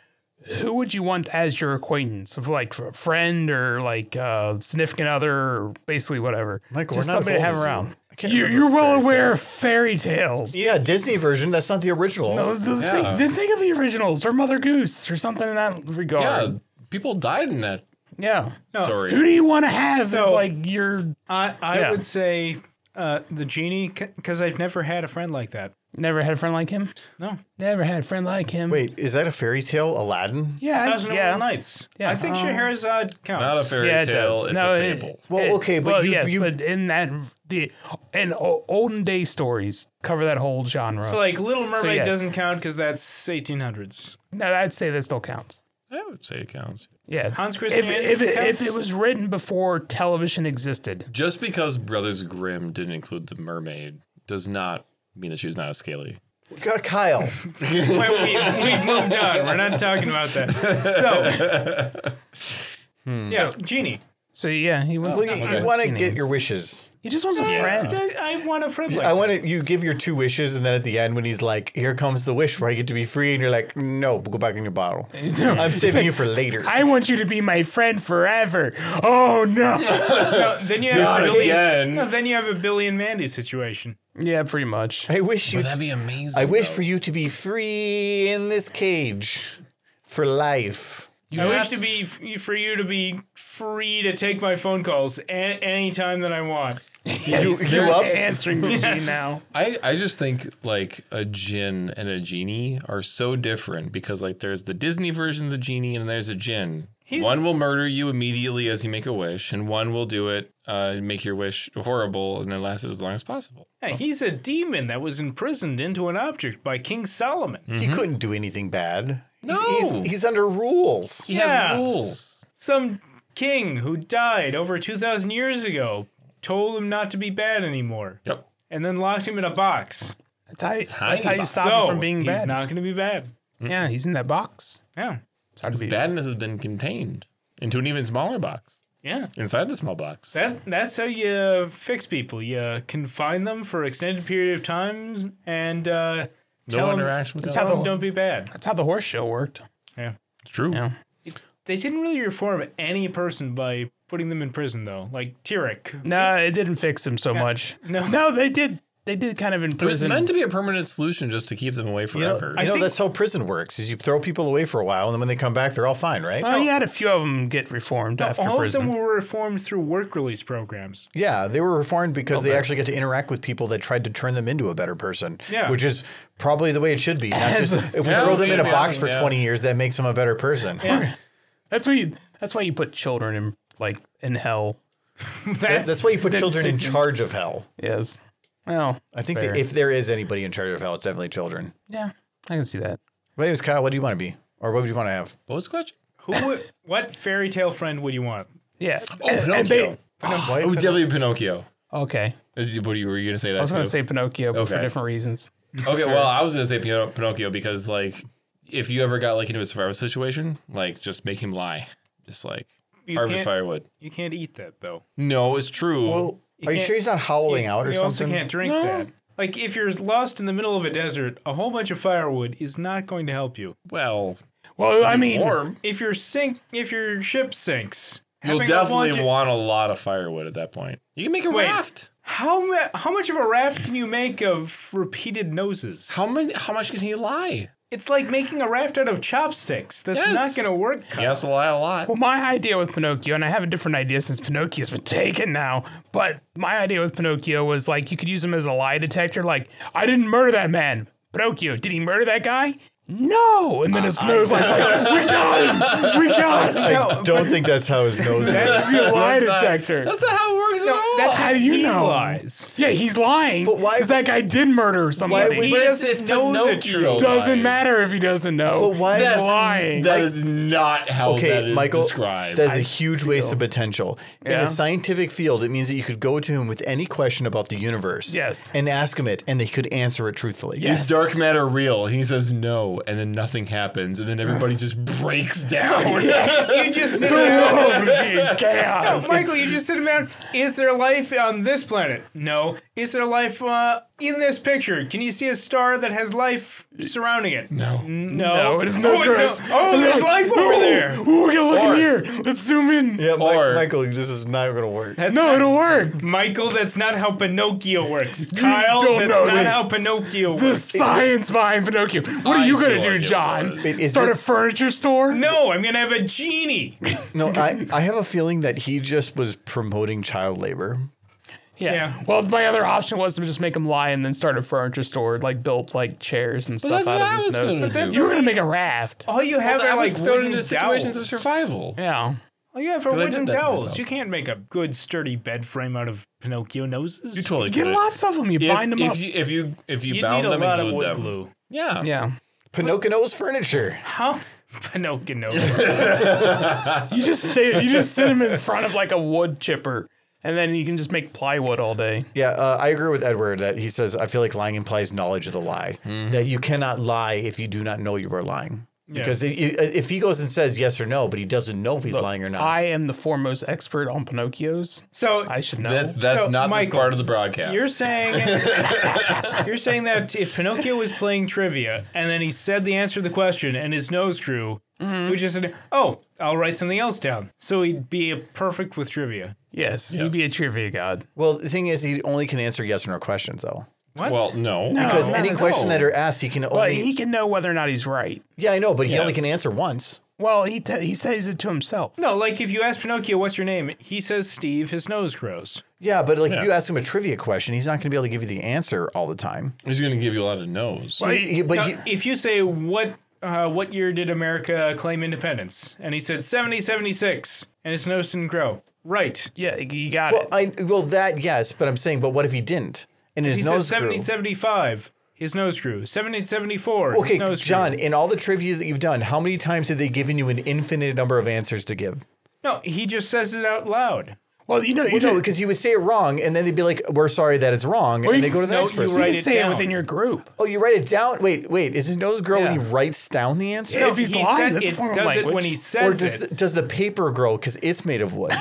[SPEAKER 1] Who would you want as your acquaintance, of like a friend or like uh, significant other, or basically whatever?
[SPEAKER 4] Michael,
[SPEAKER 1] just
[SPEAKER 4] we're not
[SPEAKER 1] somebody
[SPEAKER 4] as
[SPEAKER 1] to have
[SPEAKER 4] old as you.
[SPEAKER 1] around.
[SPEAKER 4] I can't
[SPEAKER 1] You,
[SPEAKER 4] remember
[SPEAKER 1] you're well
[SPEAKER 4] fairy
[SPEAKER 1] aware of fairy tales.
[SPEAKER 4] yeah Disney version that's not the original
[SPEAKER 1] The, the
[SPEAKER 2] Yeah.
[SPEAKER 1] thing, then think of the originals or Mother Goose or something in that
[SPEAKER 2] Yeah,
[SPEAKER 1] regard.
[SPEAKER 2] people died in that
[SPEAKER 1] Yeah.
[SPEAKER 2] story.
[SPEAKER 1] Who do you want to have as
[SPEAKER 3] So-
[SPEAKER 1] like your
[SPEAKER 3] I I
[SPEAKER 1] Yeah.
[SPEAKER 3] would say uh, the genie because I've never had a friend like that.
[SPEAKER 1] never had a friend like him?
[SPEAKER 3] No,
[SPEAKER 1] Never had a friend like him.
[SPEAKER 4] wait is that a fairy tale Aladdin
[SPEAKER 1] Yeah. I-
[SPEAKER 3] Thousand and One
[SPEAKER 1] yeah.
[SPEAKER 3] Nights.
[SPEAKER 1] Yeah. Uh-huh.
[SPEAKER 3] I think Scheherazade counts.
[SPEAKER 2] Not a fairy
[SPEAKER 1] Yeah, it
[SPEAKER 2] tale.
[SPEAKER 1] does.
[SPEAKER 2] It's
[SPEAKER 1] No,
[SPEAKER 2] a
[SPEAKER 1] it-
[SPEAKER 2] fable.
[SPEAKER 4] Well,
[SPEAKER 1] It-
[SPEAKER 4] okay, but
[SPEAKER 1] well,
[SPEAKER 4] you-
[SPEAKER 1] yes,
[SPEAKER 4] you-
[SPEAKER 1] but in that the and o- olden day stories cover that whole genre.
[SPEAKER 3] so like Little Mermaid
[SPEAKER 1] yes.
[SPEAKER 3] doesn't count because that's 1800s.
[SPEAKER 1] no, I'd say that still counts.
[SPEAKER 2] I would say it counts.
[SPEAKER 1] Yeah,
[SPEAKER 3] Hans Christian
[SPEAKER 1] If, if, it,
[SPEAKER 3] Andersen
[SPEAKER 1] if it
[SPEAKER 3] counts?
[SPEAKER 1] was written before television existed,
[SPEAKER 2] Just because Brothers Grimm didn't include the mermaid does not mean that she's not a scaly.
[SPEAKER 4] God, Kyle
[SPEAKER 3] Wait, we, we've moved on. We're not talking about that. So,
[SPEAKER 2] Hmm.
[SPEAKER 3] yeah, genie.
[SPEAKER 1] so yeah, he wants.
[SPEAKER 4] well, you,
[SPEAKER 2] okay.
[SPEAKER 4] want to get your wishes
[SPEAKER 1] He just wants a friend.
[SPEAKER 3] I want a friend like
[SPEAKER 4] I want to. You give your two wishes, and then at the end, when he's like, "Here comes the wish where I get to be free," and you're like, "No, go back in your bottle. I'm saving you for later."
[SPEAKER 1] I want you to be my friend forever. Oh no.
[SPEAKER 3] No, then you have a billion.
[SPEAKER 2] Again.
[SPEAKER 3] No, then you have a billion Mandy situation.
[SPEAKER 1] yeah, pretty much.
[SPEAKER 4] I wish you.
[SPEAKER 2] That'd be amazing.
[SPEAKER 4] I wish for you to be free in this cage for life.
[SPEAKER 2] You
[SPEAKER 3] I
[SPEAKER 2] have
[SPEAKER 3] wish to be f- for you to be free to take my phone calls a- any time that I want.
[SPEAKER 1] you,
[SPEAKER 4] you up?
[SPEAKER 1] answering the G now.
[SPEAKER 2] I, I just think like a gin and a genie are so different because like there's the Disney version of the genie and there's a gin. one will murder you immediately as you make a wish, and one will do it, uh, make your wish horrible, and then last it as long as possible.
[SPEAKER 1] Oh.
[SPEAKER 3] Yeah, he's a demon that was imprisoned into an object by King Solomon.
[SPEAKER 4] He couldn't do anything bad.
[SPEAKER 2] No.
[SPEAKER 4] he's, he's under rules.
[SPEAKER 2] You
[SPEAKER 3] Yeah.
[SPEAKER 2] have rules.
[SPEAKER 3] Some king who died over 2,000 years ago told him not to be bad anymore
[SPEAKER 2] Yep.
[SPEAKER 3] and then locked him in a box.
[SPEAKER 1] That's how, that's how you stop
[SPEAKER 3] so
[SPEAKER 1] him from being
[SPEAKER 3] he's
[SPEAKER 1] bad.
[SPEAKER 3] not going to be bad.
[SPEAKER 1] yeah, he's in that box.
[SPEAKER 3] Yeah.
[SPEAKER 1] It's hard to be
[SPEAKER 2] Badness has been contained into an even smaller box.
[SPEAKER 3] Yeah.
[SPEAKER 2] Inside the small box.
[SPEAKER 3] That's that's how you fix people. You confine them for extended period of time and uh, tell
[SPEAKER 2] no
[SPEAKER 3] 'em-
[SPEAKER 2] interaction with
[SPEAKER 3] tell
[SPEAKER 2] that.
[SPEAKER 1] how
[SPEAKER 3] them don't be bad.
[SPEAKER 1] That's how the horse show worked.
[SPEAKER 3] Yeah.
[SPEAKER 2] It's true.
[SPEAKER 1] Yeah.
[SPEAKER 3] They didn't really reform any person by putting them in prison though. Like Tyrek.
[SPEAKER 1] No, it didn't fix him so much.
[SPEAKER 3] No.
[SPEAKER 1] no, they did. They did kind of
[SPEAKER 2] It was
[SPEAKER 1] imprison.
[SPEAKER 2] meant to be a permanent solution just to keep them away
[SPEAKER 4] You know,
[SPEAKER 2] forever.
[SPEAKER 4] you know
[SPEAKER 3] think-
[SPEAKER 4] that's how prison works: is you throw people away for a while, and then when they come back, they're all fine, right?
[SPEAKER 1] Oh, you had a few of them get reformed after
[SPEAKER 3] All
[SPEAKER 1] prison.
[SPEAKER 3] of them were reformed through work release programs.
[SPEAKER 4] Yeah, they were reformed because they actually got to interact with people that tried to turn them into a better person.
[SPEAKER 3] Yeah.
[SPEAKER 4] Which is probably the way it should be. Not just, if we throw them in a
[SPEAKER 2] yeah,
[SPEAKER 4] box for
[SPEAKER 2] yeah.
[SPEAKER 4] 20 years, that makes them a better person.
[SPEAKER 1] that's why. You, that's why you put children in like in hell.
[SPEAKER 3] That's,
[SPEAKER 4] That's why you put children in charge of hell.
[SPEAKER 1] Yes. Well,
[SPEAKER 4] I think
[SPEAKER 1] Fair.
[SPEAKER 4] that if there is anybody in charge of hell, it's definitely children.
[SPEAKER 1] yeah, I can see that.
[SPEAKER 4] My name is Kyle. What do you want to be? Or what would you want to have?
[SPEAKER 2] what was the question?
[SPEAKER 3] who would, what fairy tale friend would you want?
[SPEAKER 1] Yeah.
[SPEAKER 2] Oh,
[SPEAKER 1] And- and they-
[SPEAKER 2] Pinocchio. Oh, definitely Pinocchio.
[SPEAKER 1] okay.
[SPEAKER 2] Is- What are you, were you going to say that
[SPEAKER 1] I was
[SPEAKER 2] too?
[SPEAKER 1] going to say Pinocchio, but for
[SPEAKER 2] Okay.
[SPEAKER 1] different reasons.
[SPEAKER 2] Okay, well, I was gonna say Pino- Pinocchio because like if you ever got like into a survival situation, like just make him lie, just like
[SPEAKER 3] You
[SPEAKER 2] harvest
[SPEAKER 3] can't-
[SPEAKER 2] firewood.
[SPEAKER 3] You can't eat that though.
[SPEAKER 2] No, it's true.
[SPEAKER 4] Well, Oh, are you
[SPEAKER 3] can't-
[SPEAKER 4] sure he's not hollowing out or
[SPEAKER 3] you also
[SPEAKER 4] something?
[SPEAKER 3] can't drink that. Like if you're lost in the middle of a desert, a whole bunch of firewood is not going to help you.
[SPEAKER 2] well,
[SPEAKER 1] Well, I mean,
[SPEAKER 2] warm.
[SPEAKER 3] If your sink, if your ship sinks,
[SPEAKER 2] You'll
[SPEAKER 3] having a bunch
[SPEAKER 2] definitely
[SPEAKER 3] of-
[SPEAKER 2] want a lot of firewood at that point. You can make a
[SPEAKER 3] Wait.
[SPEAKER 2] raft.
[SPEAKER 3] How ma- how much of a raft can you make of repeated noses?
[SPEAKER 2] How many? How much can he lie?
[SPEAKER 3] It's like making a raft out of chopsticks. That's
[SPEAKER 2] Yes.
[SPEAKER 3] not going to work.
[SPEAKER 2] He has to lie a lot.
[SPEAKER 1] Well, my idea with Pinocchio, and I have a different idea since Pinocchio's been taken now, but my idea with Pinocchio was like you could use him as a lie detector. Like, I didn't murder that man. Pinocchio, did he murder that guy? No. And then his nose was like, we got him. We got him.
[SPEAKER 4] I don't think that's how his nose is.
[SPEAKER 1] That's your lie detector.
[SPEAKER 2] That's not how it works at all.
[SPEAKER 1] That's how do you
[SPEAKER 3] He
[SPEAKER 1] know?
[SPEAKER 3] lies.
[SPEAKER 1] Yeah, he's lying.
[SPEAKER 4] But why-
[SPEAKER 1] Because that guy did murder somebody.
[SPEAKER 4] would-
[SPEAKER 2] but
[SPEAKER 1] it
[SPEAKER 2] it's, it's Pinocchio.
[SPEAKER 1] doesn't
[SPEAKER 2] lying.
[SPEAKER 1] matter if he doesn't know.
[SPEAKER 4] But why-
[SPEAKER 1] He's
[SPEAKER 4] That's-
[SPEAKER 1] lying.
[SPEAKER 2] That is not how that
[SPEAKER 4] Okay,
[SPEAKER 2] is
[SPEAKER 4] Michael,
[SPEAKER 2] described.
[SPEAKER 4] that's a huge waste of potential. In
[SPEAKER 1] Yeah.
[SPEAKER 4] a scientific field, it means that you could go to him with any question about the universe.
[SPEAKER 1] Yes.
[SPEAKER 4] And ask him it, and they could answer it truthfully.
[SPEAKER 2] Is dark matter real? He says no, and then nothing happens, and then everybody just breaks down.
[SPEAKER 3] You just sit around.
[SPEAKER 1] That would be in chaos.
[SPEAKER 3] Michael, you just sit around. Is there life on this planet? No. Is there life uh, in this picture? Can you see a star that has life surrounding it?
[SPEAKER 2] No.
[SPEAKER 3] No.
[SPEAKER 1] No, it's no
[SPEAKER 3] oh, it's
[SPEAKER 1] grass.
[SPEAKER 3] no- oh, there's life over there.
[SPEAKER 1] Ooh, we're gonna look
[SPEAKER 2] Or-
[SPEAKER 1] in here. Let's zoom in.
[SPEAKER 4] Yeah, Mi-
[SPEAKER 2] Or-
[SPEAKER 4] Michael, this is not going to work.
[SPEAKER 3] That's
[SPEAKER 1] No,
[SPEAKER 3] not-
[SPEAKER 1] it'll work.
[SPEAKER 3] Michael, that's not how Pinocchio works. Kyle,
[SPEAKER 1] don't
[SPEAKER 3] that's
[SPEAKER 1] know
[SPEAKER 3] not
[SPEAKER 1] this.
[SPEAKER 3] how Pinocchio
[SPEAKER 1] The
[SPEAKER 3] works.
[SPEAKER 1] science behind Pinocchio. What are
[SPEAKER 2] I
[SPEAKER 1] you gonna
[SPEAKER 2] feel
[SPEAKER 1] do,
[SPEAKER 2] like it
[SPEAKER 1] John?
[SPEAKER 2] was.
[SPEAKER 4] Is- is
[SPEAKER 1] Start
[SPEAKER 4] this-
[SPEAKER 1] a furniture store?
[SPEAKER 3] No, I'm going to have a genie.
[SPEAKER 4] No, I, I have a feeling that he just was promoting child labor.
[SPEAKER 1] Yeah.
[SPEAKER 3] Yeah.
[SPEAKER 1] Well, my other option was to just make him lie and then start a furniture store, like built like chairs and stuff
[SPEAKER 2] that's
[SPEAKER 1] out
[SPEAKER 2] what I
[SPEAKER 1] of his
[SPEAKER 2] was
[SPEAKER 1] nose.
[SPEAKER 2] gonna But that's do.
[SPEAKER 1] you were gonna make a raft.
[SPEAKER 3] All you have
[SPEAKER 2] I
[SPEAKER 3] are
[SPEAKER 2] was
[SPEAKER 3] like
[SPEAKER 2] thrown
[SPEAKER 3] wooden
[SPEAKER 2] into situations of
[SPEAKER 3] dowels.
[SPEAKER 2] survival.
[SPEAKER 1] Yeah.
[SPEAKER 3] All you have are
[SPEAKER 2] I
[SPEAKER 3] wooden
[SPEAKER 2] did that to
[SPEAKER 3] dowels.
[SPEAKER 2] myself.
[SPEAKER 3] You can't make a good sturdy bed frame out of Pinocchio noses.
[SPEAKER 2] You totally
[SPEAKER 1] Get
[SPEAKER 2] could.
[SPEAKER 1] lots of them. You
[SPEAKER 2] If,
[SPEAKER 1] bind them
[SPEAKER 2] if
[SPEAKER 1] up.
[SPEAKER 2] you if you if you
[SPEAKER 3] You'd
[SPEAKER 2] bound
[SPEAKER 3] need a
[SPEAKER 2] them
[SPEAKER 3] lot
[SPEAKER 2] and
[SPEAKER 3] of
[SPEAKER 2] glued
[SPEAKER 3] wood
[SPEAKER 2] them,
[SPEAKER 3] glue.
[SPEAKER 2] yeah,
[SPEAKER 1] yeah.
[SPEAKER 4] Pinocchio's furniture.
[SPEAKER 3] How? Pinocchio noses.
[SPEAKER 1] You just stay. You just sit him in front of like a wood chipper, and then you can just make plywood all day.
[SPEAKER 4] Yeah, uh, I agree with Edward that he says, I feel like lying implies knowledge of the lie.
[SPEAKER 2] Mm-hmm.
[SPEAKER 4] That you cannot lie if you do not know you are lying. Because i- i- if he goes and says yes or no, but he doesn't know if he's lying or not.
[SPEAKER 1] I am the foremost expert on Pinocchios.
[SPEAKER 3] So
[SPEAKER 1] I should know.
[SPEAKER 2] That's that's
[SPEAKER 3] So,
[SPEAKER 2] not this
[SPEAKER 3] Michael,
[SPEAKER 2] part of the broadcast.
[SPEAKER 3] you're saying you're saying that if Pinocchio was playing trivia and then he said the answer to the question and his nose grew,
[SPEAKER 2] Mm-hmm.
[SPEAKER 3] we just said, "Oh, I'll write something else down." So he'd be perfect with trivia.
[SPEAKER 1] yes, you'd be a trivia god.
[SPEAKER 4] well, the thing is, he only can answer yes or no questions, though.
[SPEAKER 3] What?
[SPEAKER 2] well, no,
[SPEAKER 4] Because
[SPEAKER 1] not
[SPEAKER 4] any
[SPEAKER 1] at
[SPEAKER 4] question
[SPEAKER 2] all.
[SPEAKER 4] that are asked, he can only.
[SPEAKER 1] But he can know whether or not he's right.
[SPEAKER 4] yeah, I know, but he only can answer once.
[SPEAKER 1] Well, he t- he says it to himself.
[SPEAKER 3] no, like if you ask Pinocchio, "What's your name?" He says Steve. His nose grows.
[SPEAKER 4] Yeah, but like if you ask him a trivia question, he's not going to be able to give you the answer all the time.
[SPEAKER 2] he's gonna give you a lot of no's.
[SPEAKER 4] He- he- but
[SPEAKER 3] Now,
[SPEAKER 4] he-
[SPEAKER 3] if you say what uh, what year did America claim independence? And he said 70, 76. And his nose didn't grow. Right.
[SPEAKER 1] Yeah, you got
[SPEAKER 4] well,
[SPEAKER 1] it.
[SPEAKER 4] I, well, that yes, but I'm saying, but what if he didn't? And his
[SPEAKER 3] He
[SPEAKER 4] nose
[SPEAKER 3] said 70,
[SPEAKER 4] grew.
[SPEAKER 3] 75. His nose grew. 70, 74. his
[SPEAKER 4] Okay,
[SPEAKER 3] nose grew.
[SPEAKER 4] John, in all the trivia that you've done, how many times have they given you an infinite number of answers to give?
[SPEAKER 3] No, he just says it out loud.
[SPEAKER 1] Well, you know, you
[SPEAKER 4] Well,
[SPEAKER 1] know,
[SPEAKER 4] no, because you would say it wrong, and then they'd be like, "We're sorry, that is wrong," and they go to the
[SPEAKER 3] no,
[SPEAKER 4] next
[SPEAKER 3] you
[SPEAKER 4] person.
[SPEAKER 1] you
[SPEAKER 3] write
[SPEAKER 1] can
[SPEAKER 3] it
[SPEAKER 1] say it
[SPEAKER 3] down.
[SPEAKER 1] within your group.
[SPEAKER 4] Oh, you write it down. Wait, wait, is his nose grow when
[SPEAKER 1] Yeah.
[SPEAKER 4] he writes down the answer,
[SPEAKER 1] Yeah. If he's
[SPEAKER 3] he
[SPEAKER 1] lying,
[SPEAKER 3] said
[SPEAKER 1] that's a
[SPEAKER 3] it
[SPEAKER 1] form of
[SPEAKER 3] does it
[SPEAKER 1] language.
[SPEAKER 3] when he
[SPEAKER 4] or
[SPEAKER 3] says
[SPEAKER 4] does
[SPEAKER 3] it.
[SPEAKER 4] the, does the paper grow because it's made of wood?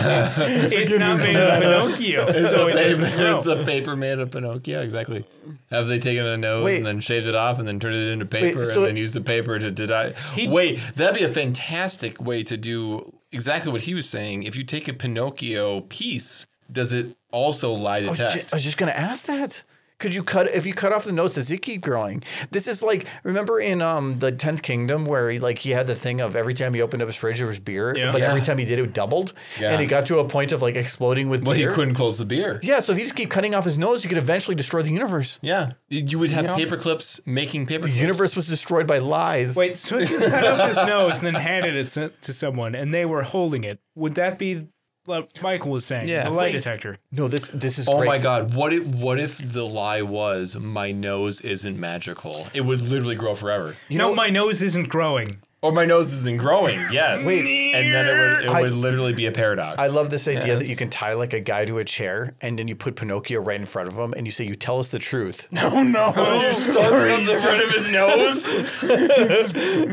[SPEAKER 3] It's not made of Pinocchio, so it doesn't grow.
[SPEAKER 2] It's the paper made of Pinocchio. Exactly. Have they taken a nose
[SPEAKER 4] Wait.
[SPEAKER 2] and then shaved it off and then turned it into paper
[SPEAKER 4] so
[SPEAKER 2] and
[SPEAKER 4] it-
[SPEAKER 2] then used the paper to deny? Wait, that'd be a fantastic way to do exactly what he was saying. If you take a Pinocchio piece, does it also lie to
[SPEAKER 4] I
[SPEAKER 2] text?
[SPEAKER 4] was just gonna ask that. Could you cut if you cut off the nose? Does it keep growing? This is like remember in um the Tenth Kingdom where he like he had the thing of every time he opened up his fridge there was beer,
[SPEAKER 3] Yeah.
[SPEAKER 4] but every
[SPEAKER 2] Yeah.
[SPEAKER 4] time he did it doubled,
[SPEAKER 2] Yeah.
[SPEAKER 4] and it got to a point of like exploding with
[SPEAKER 2] Well, he
[SPEAKER 4] beer.
[SPEAKER 2] couldn't close the beer.
[SPEAKER 4] Yeah, so if you just keep cutting off his nose, you could eventually destroy the universe.
[SPEAKER 2] Yeah, you you would have paper clips making paper.
[SPEAKER 4] The
[SPEAKER 2] clips.
[SPEAKER 4] universe was destroyed by lies.
[SPEAKER 3] Wait, so if you cut off his nose and then handed it to to someone and they were holding it, would that be what Michael was saying?
[SPEAKER 1] Yeah.
[SPEAKER 3] The lie
[SPEAKER 1] Wait.
[SPEAKER 3] detector.
[SPEAKER 4] no, this this is
[SPEAKER 2] Oh
[SPEAKER 4] great.
[SPEAKER 2] my god, what if what if the lie was my nose isn't magical? It would literally grow forever.
[SPEAKER 3] no, my nose isn't growing.
[SPEAKER 2] Or Oh, my nose isn't growing. Yes.
[SPEAKER 4] Wait.
[SPEAKER 2] And then it would it
[SPEAKER 4] I-
[SPEAKER 2] would literally be a paradox.
[SPEAKER 4] I love this idea that you can tie like a guy to a chair and then you put Pinocchio right in front of him and you say, You tell us the truth.
[SPEAKER 1] Oh no!
[SPEAKER 2] You're soldering the front of his nose.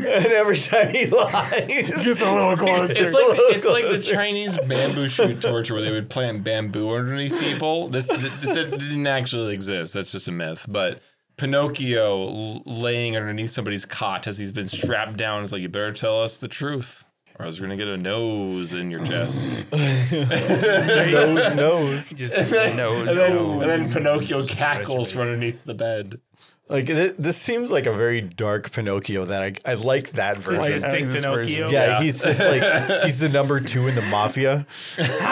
[SPEAKER 4] and every time he lies,
[SPEAKER 1] Gets a little closer.
[SPEAKER 2] It's like it's like the Chinese bamboo shoot torture where they would plant bamboo underneath people. This, this, that didn't actually exist. That's just a myth. But Pinocchio l- laying underneath somebody's cot as he's been strapped down is like you better tell us the truth. Or else we're gonna get a nose in your chest.
[SPEAKER 4] nose, nose.
[SPEAKER 1] just nose.
[SPEAKER 2] and, then,
[SPEAKER 1] nose.
[SPEAKER 2] and then Pinocchio cackles from underneath the bed.
[SPEAKER 4] Like, th- this seems like a very dark Pinocchio that I, I like that version.
[SPEAKER 1] like-
[SPEAKER 3] Just
[SPEAKER 1] I
[SPEAKER 3] take
[SPEAKER 1] think this
[SPEAKER 3] Pinocchio.
[SPEAKER 1] version-
[SPEAKER 4] yeah,
[SPEAKER 2] yeah.
[SPEAKER 4] he's just like, he's the number two in the mafia.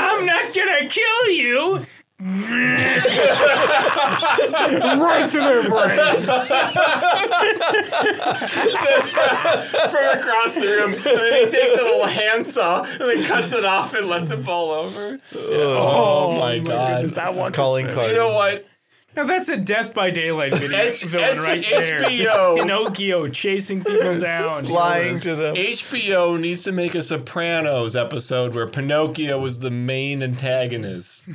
[SPEAKER 3] I'm not gonna kill you.
[SPEAKER 1] right through their brain.
[SPEAKER 2] From across the room. And then he takes a little handsaw and then cuts it off and lets it fall over. Oh, my god.
[SPEAKER 1] Is that one?
[SPEAKER 4] Calling card.
[SPEAKER 2] You know what?
[SPEAKER 3] Now that's a Death by Daylight video
[SPEAKER 2] It's-
[SPEAKER 3] villain
[SPEAKER 2] it's
[SPEAKER 3] right there. Just
[SPEAKER 2] HBO.
[SPEAKER 3] Pinocchio chasing people down.
[SPEAKER 4] Lying to them.
[SPEAKER 2] HBO needs to make a Sopranos episode where Pinocchio was the main antagonist.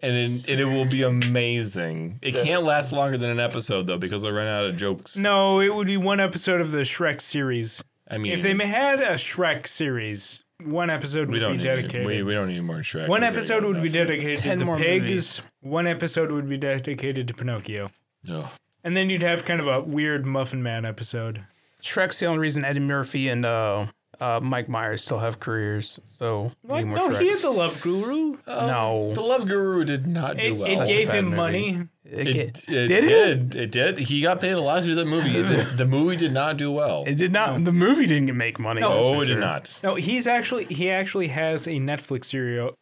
[SPEAKER 2] And it, and it will be amazing. It can't last longer than an episode though, because they'll run out of jokes.
[SPEAKER 3] No, it would be one episode of the Shrek series.
[SPEAKER 2] I mean,
[SPEAKER 3] If they had a Shrek series, one episode
[SPEAKER 2] we
[SPEAKER 3] would
[SPEAKER 2] don't
[SPEAKER 3] be
[SPEAKER 2] need
[SPEAKER 3] dedicated.
[SPEAKER 2] We, we don't need more Shrek.
[SPEAKER 3] one
[SPEAKER 2] We already
[SPEAKER 3] episode
[SPEAKER 2] got
[SPEAKER 3] would be
[SPEAKER 2] enough.
[SPEAKER 3] dedicated
[SPEAKER 1] Ten
[SPEAKER 3] to the
[SPEAKER 1] more
[SPEAKER 3] pigs.
[SPEAKER 1] movies.
[SPEAKER 3] One episode would be dedicated to Pinocchio.
[SPEAKER 2] Ugh.
[SPEAKER 3] And then you'd have kind of a weird Muffin Man episode.
[SPEAKER 1] Shrek's the only reason Eddie Murphy and uh, uh, Mike Myers still have careers. So we need more Shrek.
[SPEAKER 3] had the Love Guru.
[SPEAKER 1] no.
[SPEAKER 2] The Love Guru did not do
[SPEAKER 3] It,
[SPEAKER 2] well.
[SPEAKER 3] it gave
[SPEAKER 1] bad
[SPEAKER 3] him
[SPEAKER 1] movie.
[SPEAKER 3] money.
[SPEAKER 1] It,
[SPEAKER 2] It,
[SPEAKER 1] it
[SPEAKER 2] it
[SPEAKER 1] did it?
[SPEAKER 2] did. It? did. He got paid a lot to do that movie. The, the movie did not do well.
[SPEAKER 1] It did not. The movie didn't get- make money.
[SPEAKER 2] oh, it did not.
[SPEAKER 3] No, he's actually he actually has a Netflix serial,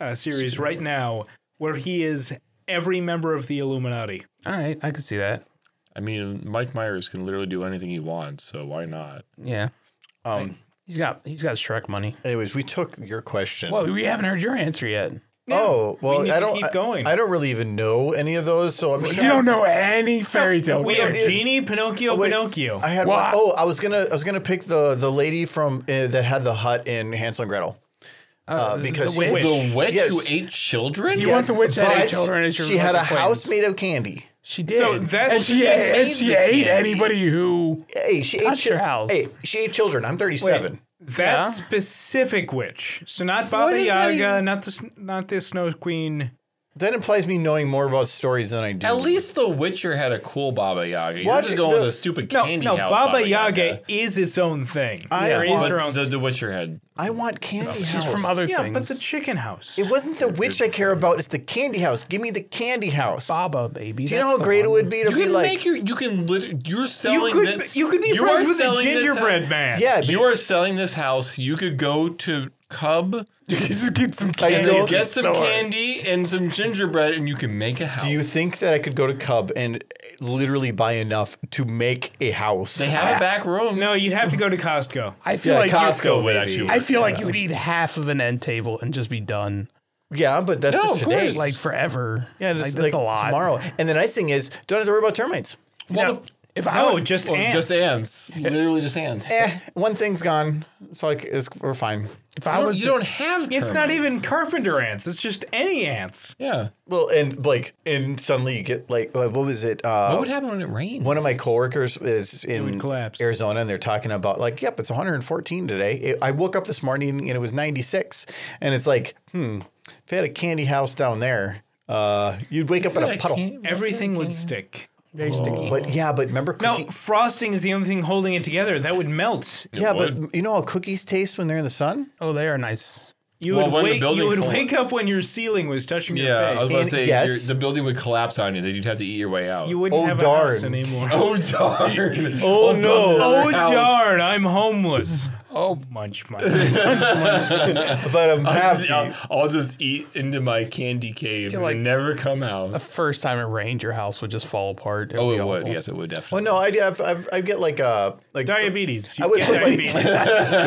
[SPEAKER 3] uh, series right now where he is every member of the Illuminati.
[SPEAKER 1] All right, I could see that.
[SPEAKER 2] I mean, Mike Myers can literally do anything he wants, so why not?
[SPEAKER 1] Yeah,
[SPEAKER 4] Um,
[SPEAKER 1] he's got he's got Shrek money.
[SPEAKER 4] anyways, we took your question.
[SPEAKER 1] Well, we haven't heard your answer yet.
[SPEAKER 4] oh, well,
[SPEAKER 3] need
[SPEAKER 4] I
[SPEAKER 3] to
[SPEAKER 4] don't.
[SPEAKER 3] keep
[SPEAKER 4] I-
[SPEAKER 3] going.
[SPEAKER 4] I, don't really even know any of those, so I'm just
[SPEAKER 1] You don't know any fairy tale.
[SPEAKER 3] We have
[SPEAKER 4] it-
[SPEAKER 3] Genie,
[SPEAKER 1] Oh,
[SPEAKER 3] Pinocchio,
[SPEAKER 4] wait,
[SPEAKER 3] Pinocchio.
[SPEAKER 4] I had
[SPEAKER 1] Well,
[SPEAKER 4] one
[SPEAKER 1] I-
[SPEAKER 4] oh, I was gonna I was gonna pick the the lady from uh, that had the hut in Hansel and Gretel. Uh, because
[SPEAKER 1] Oh, the witch.
[SPEAKER 2] The witch
[SPEAKER 4] Yes.
[SPEAKER 2] who ate children?
[SPEAKER 1] You want the witch that ate children as your
[SPEAKER 4] she had a
[SPEAKER 1] local
[SPEAKER 4] house
[SPEAKER 1] acquaintance.
[SPEAKER 4] made of candy.
[SPEAKER 1] She did.
[SPEAKER 3] So that's-
[SPEAKER 1] and she,
[SPEAKER 3] she
[SPEAKER 1] ate, and
[SPEAKER 2] made
[SPEAKER 1] she
[SPEAKER 2] the
[SPEAKER 1] ate
[SPEAKER 2] candy.
[SPEAKER 1] anybody who.
[SPEAKER 4] Hey, she ate
[SPEAKER 1] Touch
[SPEAKER 4] chil-
[SPEAKER 1] your house.
[SPEAKER 4] Hey, she ate children. I'm 37.
[SPEAKER 3] That
[SPEAKER 1] Yeah.
[SPEAKER 3] specific witch, so not Baba
[SPEAKER 2] is that
[SPEAKER 3] Yaga,
[SPEAKER 2] even-
[SPEAKER 3] not the s- not the Snow Queen.
[SPEAKER 4] That implies me knowing more about stories than I do.
[SPEAKER 2] At least The Witcher had a cool Baba Yaga. You're
[SPEAKER 4] What?
[SPEAKER 2] just going
[SPEAKER 4] No.
[SPEAKER 2] with a stupid
[SPEAKER 3] No,
[SPEAKER 2] candy
[SPEAKER 3] no,
[SPEAKER 2] house.
[SPEAKER 3] Baba, Yaga, is its own thing.
[SPEAKER 4] I
[SPEAKER 3] There is
[SPEAKER 4] want-
[SPEAKER 3] her own.
[SPEAKER 2] But the, the Witcher had.
[SPEAKER 4] I want candy
[SPEAKER 1] She's
[SPEAKER 4] house.
[SPEAKER 1] from other
[SPEAKER 3] yeah,
[SPEAKER 1] things.
[SPEAKER 3] but the chicken house.
[SPEAKER 4] it wasn't the witch I care about. It's the candy house. Give me the candy house.
[SPEAKER 1] Baba baby.
[SPEAKER 4] do you know how great it would be to
[SPEAKER 2] You
[SPEAKER 4] be
[SPEAKER 2] can
[SPEAKER 4] like,
[SPEAKER 2] make your. You can. Lit- you're
[SPEAKER 3] you
[SPEAKER 2] selling.
[SPEAKER 3] could
[SPEAKER 2] thi-
[SPEAKER 3] you could be
[SPEAKER 2] you
[SPEAKER 3] friends
[SPEAKER 2] are
[SPEAKER 3] with a
[SPEAKER 2] selling this
[SPEAKER 3] gingerbread
[SPEAKER 2] house-
[SPEAKER 3] man.
[SPEAKER 4] yeah,
[SPEAKER 2] You are selling this house. You could go to Cub
[SPEAKER 1] get some
[SPEAKER 2] and
[SPEAKER 1] candy.
[SPEAKER 2] then get some candy and some gingerbread, and you can make a house.
[SPEAKER 4] Do you think that I could go to Cub and literally buy enough to make a house?
[SPEAKER 2] they have a back room.
[SPEAKER 3] No, you'd have to go to Costco.
[SPEAKER 1] I feel
[SPEAKER 4] Yeah,
[SPEAKER 1] like
[SPEAKER 4] Costco
[SPEAKER 1] you-
[SPEAKER 2] would
[SPEAKER 4] maybe.
[SPEAKER 2] actually
[SPEAKER 1] I feel like you would eat half of an end table and just be done,
[SPEAKER 4] yeah, but that's
[SPEAKER 2] No,
[SPEAKER 4] just
[SPEAKER 2] of
[SPEAKER 4] today.
[SPEAKER 2] course.
[SPEAKER 1] like forever.
[SPEAKER 4] yeah,
[SPEAKER 1] like,
[SPEAKER 4] just
[SPEAKER 1] that's a lot.
[SPEAKER 4] tomorrow. And the nice thing is, don't have to worry about termites.
[SPEAKER 2] Well,
[SPEAKER 3] No.
[SPEAKER 2] the-
[SPEAKER 1] If I
[SPEAKER 3] No,
[SPEAKER 1] would-
[SPEAKER 3] just
[SPEAKER 2] well,
[SPEAKER 3] ants.
[SPEAKER 2] just ants. Literally just ants.
[SPEAKER 4] Eh, one thing's gone, so like it's, we're fine.
[SPEAKER 1] if I
[SPEAKER 2] You don't-
[SPEAKER 1] was
[SPEAKER 2] you don't have.
[SPEAKER 3] It's
[SPEAKER 2] termites.
[SPEAKER 3] not even carpenter ants. It's just any ants.
[SPEAKER 2] Yeah.
[SPEAKER 4] Well, and like, and suddenly you get like, like, what was it?
[SPEAKER 2] What
[SPEAKER 4] Uh,
[SPEAKER 2] would happen when it rains?
[SPEAKER 4] one of my coworkers is in
[SPEAKER 3] would collapse.
[SPEAKER 4] Arizona, and they're talking about like, yep, it's 114 today. It, I woke up this morning and it was 96, and it's like, hmm, if I had a candy house down there, uh, you'd wake up in a puddle.
[SPEAKER 3] Everything would stick.
[SPEAKER 1] very sticky.
[SPEAKER 4] But yeah, but remember,
[SPEAKER 3] No,
[SPEAKER 4] cookie-
[SPEAKER 3] frosting is the only thing holding it together. That would melt.
[SPEAKER 4] Yeah,
[SPEAKER 2] would.
[SPEAKER 4] but you know how cookies taste when they're in the sun?
[SPEAKER 1] Oh, they are nice.
[SPEAKER 3] You
[SPEAKER 2] Well, when
[SPEAKER 3] would
[SPEAKER 2] the
[SPEAKER 3] wake. You
[SPEAKER 2] building
[SPEAKER 3] would
[SPEAKER 2] collapsed.
[SPEAKER 3] wake up when your ceiling was touching
[SPEAKER 2] Yeah,
[SPEAKER 3] your
[SPEAKER 2] I was about
[SPEAKER 3] face.
[SPEAKER 2] to
[SPEAKER 4] And
[SPEAKER 2] say
[SPEAKER 4] yes.
[SPEAKER 2] your- the building would collapse on you. Then you'd have to eat your way out.
[SPEAKER 3] You wouldn't
[SPEAKER 4] Oh,
[SPEAKER 3] have a house
[SPEAKER 4] darn.
[SPEAKER 3] anymore.
[SPEAKER 2] oh darn!
[SPEAKER 4] Oh, no.
[SPEAKER 3] Oh darn! I'm homeless. Oh, munch, munch.
[SPEAKER 4] But um,
[SPEAKER 2] I'll, I'll- I'll just eat into my candy cave
[SPEAKER 1] like-
[SPEAKER 2] and never come out.
[SPEAKER 1] First time it rained, your house would just fall apart.
[SPEAKER 2] Oh,
[SPEAKER 1] be
[SPEAKER 2] it would.
[SPEAKER 1] awful.
[SPEAKER 2] Yes, it would
[SPEAKER 4] well,
[SPEAKER 2] definitely.
[SPEAKER 4] Oh, no, I I've, I've, I'd get like uh like
[SPEAKER 3] diabetes. You
[SPEAKER 4] I would
[SPEAKER 3] get
[SPEAKER 4] put, like-
[SPEAKER 3] diabetes.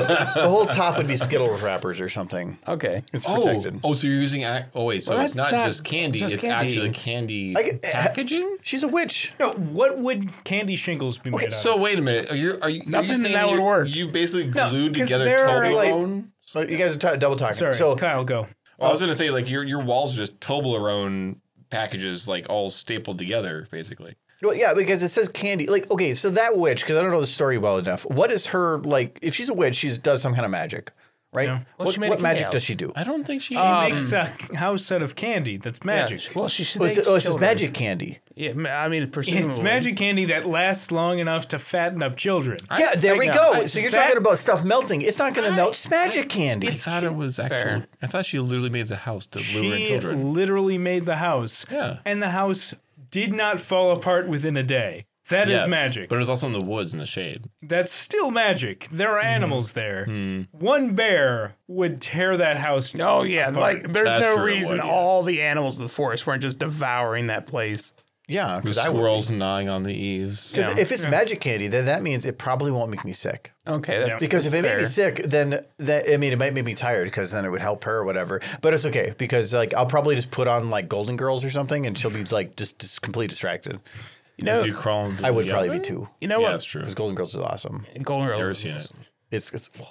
[SPEAKER 4] the whole top would be Skittle wrappers or something.
[SPEAKER 1] Okay.
[SPEAKER 4] It's
[SPEAKER 2] Oh,
[SPEAKER 4] protected.
[SPEAKER 2] oh, so you're using. ac- Oh, wait. So
[SPEAKER 1] Well,
[SPEAKER 2] it's not
[SPEAKER 1] that's not
[SPEAKER 2] just candy.
[SPEAKER 1] just
[SPEAKER 2] it's
[SPEAKER 1] candy.
[SPEAKER 2] actually candy
[SPEAKER 4] I get-
[SPEAKER 2] packaging.
[SPEAKER 4] She's a witch.
[SPEAKER 3] No, what would candy shingles be made out
[SPEAKER 2] So wait a minute. Are you? Are you? are
[SPEAKER 1] Nothing
[SPEAKER 2] you saying
[SPEAKER 1] that would
[SPEAKER 2] you-
[SPEAKER 1] work.
[SPEAKER 2] You basically glued
[SPEAKER 3] 'cause
[SPEAKER 2] together
[SPEAKER 3] there are, like-
[SPEAKER 2] Toblerone.
[SPEAKER 4] So you guys are t- double talking.
[SPEAKER 3] of? Sorry,
[SPEAKER 4] so
[SPEAKER 3] Kyle, go.
[SPEAKER 2] Well, I was gonna say like your your walls are just Toblerone packages, like all stapled together, basically.
[SPEAKER 4] Well, yeah, because it says candy. Like, okay, so that witch, because I don't know the story well enough. What is her like? If she's a witch, she does some kind of magic, right?
[SPEAKER 3] Yeah.
[SPEAKER 1] Well,
[SPEAKER 4] what
[SPEAKER 1] she made a
[SPEAKER 4] what magic
[SPEAKER 1] candy
[SPEAKER 4] does she do?
[SPEAKER 2] I don't think she.
[SPEAKER 3] She
[SPEAKER 1] Uh,
[SPEAKER 3] makes a house out of candy that's magic.
[SPEAKER 1] Yeah. Well, she should.
[SPEAKER 4] Oh, it's, oh, it's just
[SPEAKER 1] children.
[SPEAKER 4] magic candy.
[SPEAKER 1] Yeah, ma- I mean, presumably.
[SPEAKER 3] It's magic candy that lasts long enough to fatten up children.
[SPEAKER 4] yeah, there we go. so you're
[SPEAKER 3] that-
[SPEAKER 4] talking about stuff melting. It's not going to melt. It's magic candy.
[SPEAKER 2] I thought it was actual.
[SPEAKER 1] Fair.
[SPEAKER 2] I thought she literally made the house to lure in
[SPEAKER 3] She
[SPEAKER 2] children.
[SPEAKER 3] literally made the house.
[SPEAKER 2] Yeah.
[SPEAKER 3] And the house did not fall apart within a day. That is magic.
[SPEAKER 2] But it was also in the woods in the shade.
[SPEAKER 3] That's still magic. There are animals there. One bear would tear that house.
[SPEAKER 1] Oh yeah, like there's
[SPEAKER 2] That's
[SPEAKER 1] no
[SPEAKER 2] true, it
[SPEAKER 1] reason
[SPEAKER 2] would,
[SPEAKER 1] all
[SPEAKER 2] yes.
[SPEAKER 1] the animals of the forest weren't just devouring that place.
[SPEAKER 4] yeah, because
[SPEAKER 2] The squirrels gnawing on the eaves.
[SPEAKER 4] if it's magic candy, then that means it probably won't make me sick.
[SPEAKER 1] Okay, that's
[SPEAKER 4] Because if it made me
[SPEAKER 1] fair.
[SPEAKER 4] sick, then that I mean, it might make me tired because then it would help her or whatever. But it's okay because like I'll probably just put on like Golden Girls or something, and she'll be like just, just completely distracted.
[SPEAKER 1] you
[SPEAKER 2] As
[SPEAKER 1] know,
[SPEAKER 2] you crawl into
[SPEAKER 4] I would
[SPEAKER 2] the
[SPEAKER 4] probably
[SPEAKER 2] oven?
[SPEAKER 4] be too
[SPEAKER 1] you know
[SPEAKER 2] Yeah,
[SPEAKER 1] what?
[SPEAKER 2] that's true.
[SPEAKER 4] because Golden Girls is awesome.
[SPEAKER 1] Golden Girls.
[SPEAKER 2] Never
[SPEAKER 1] is
[SPEAKER 2] seen it.
[SPEAKER 1] awesome.
[SPEAKER 4] It's it's oh,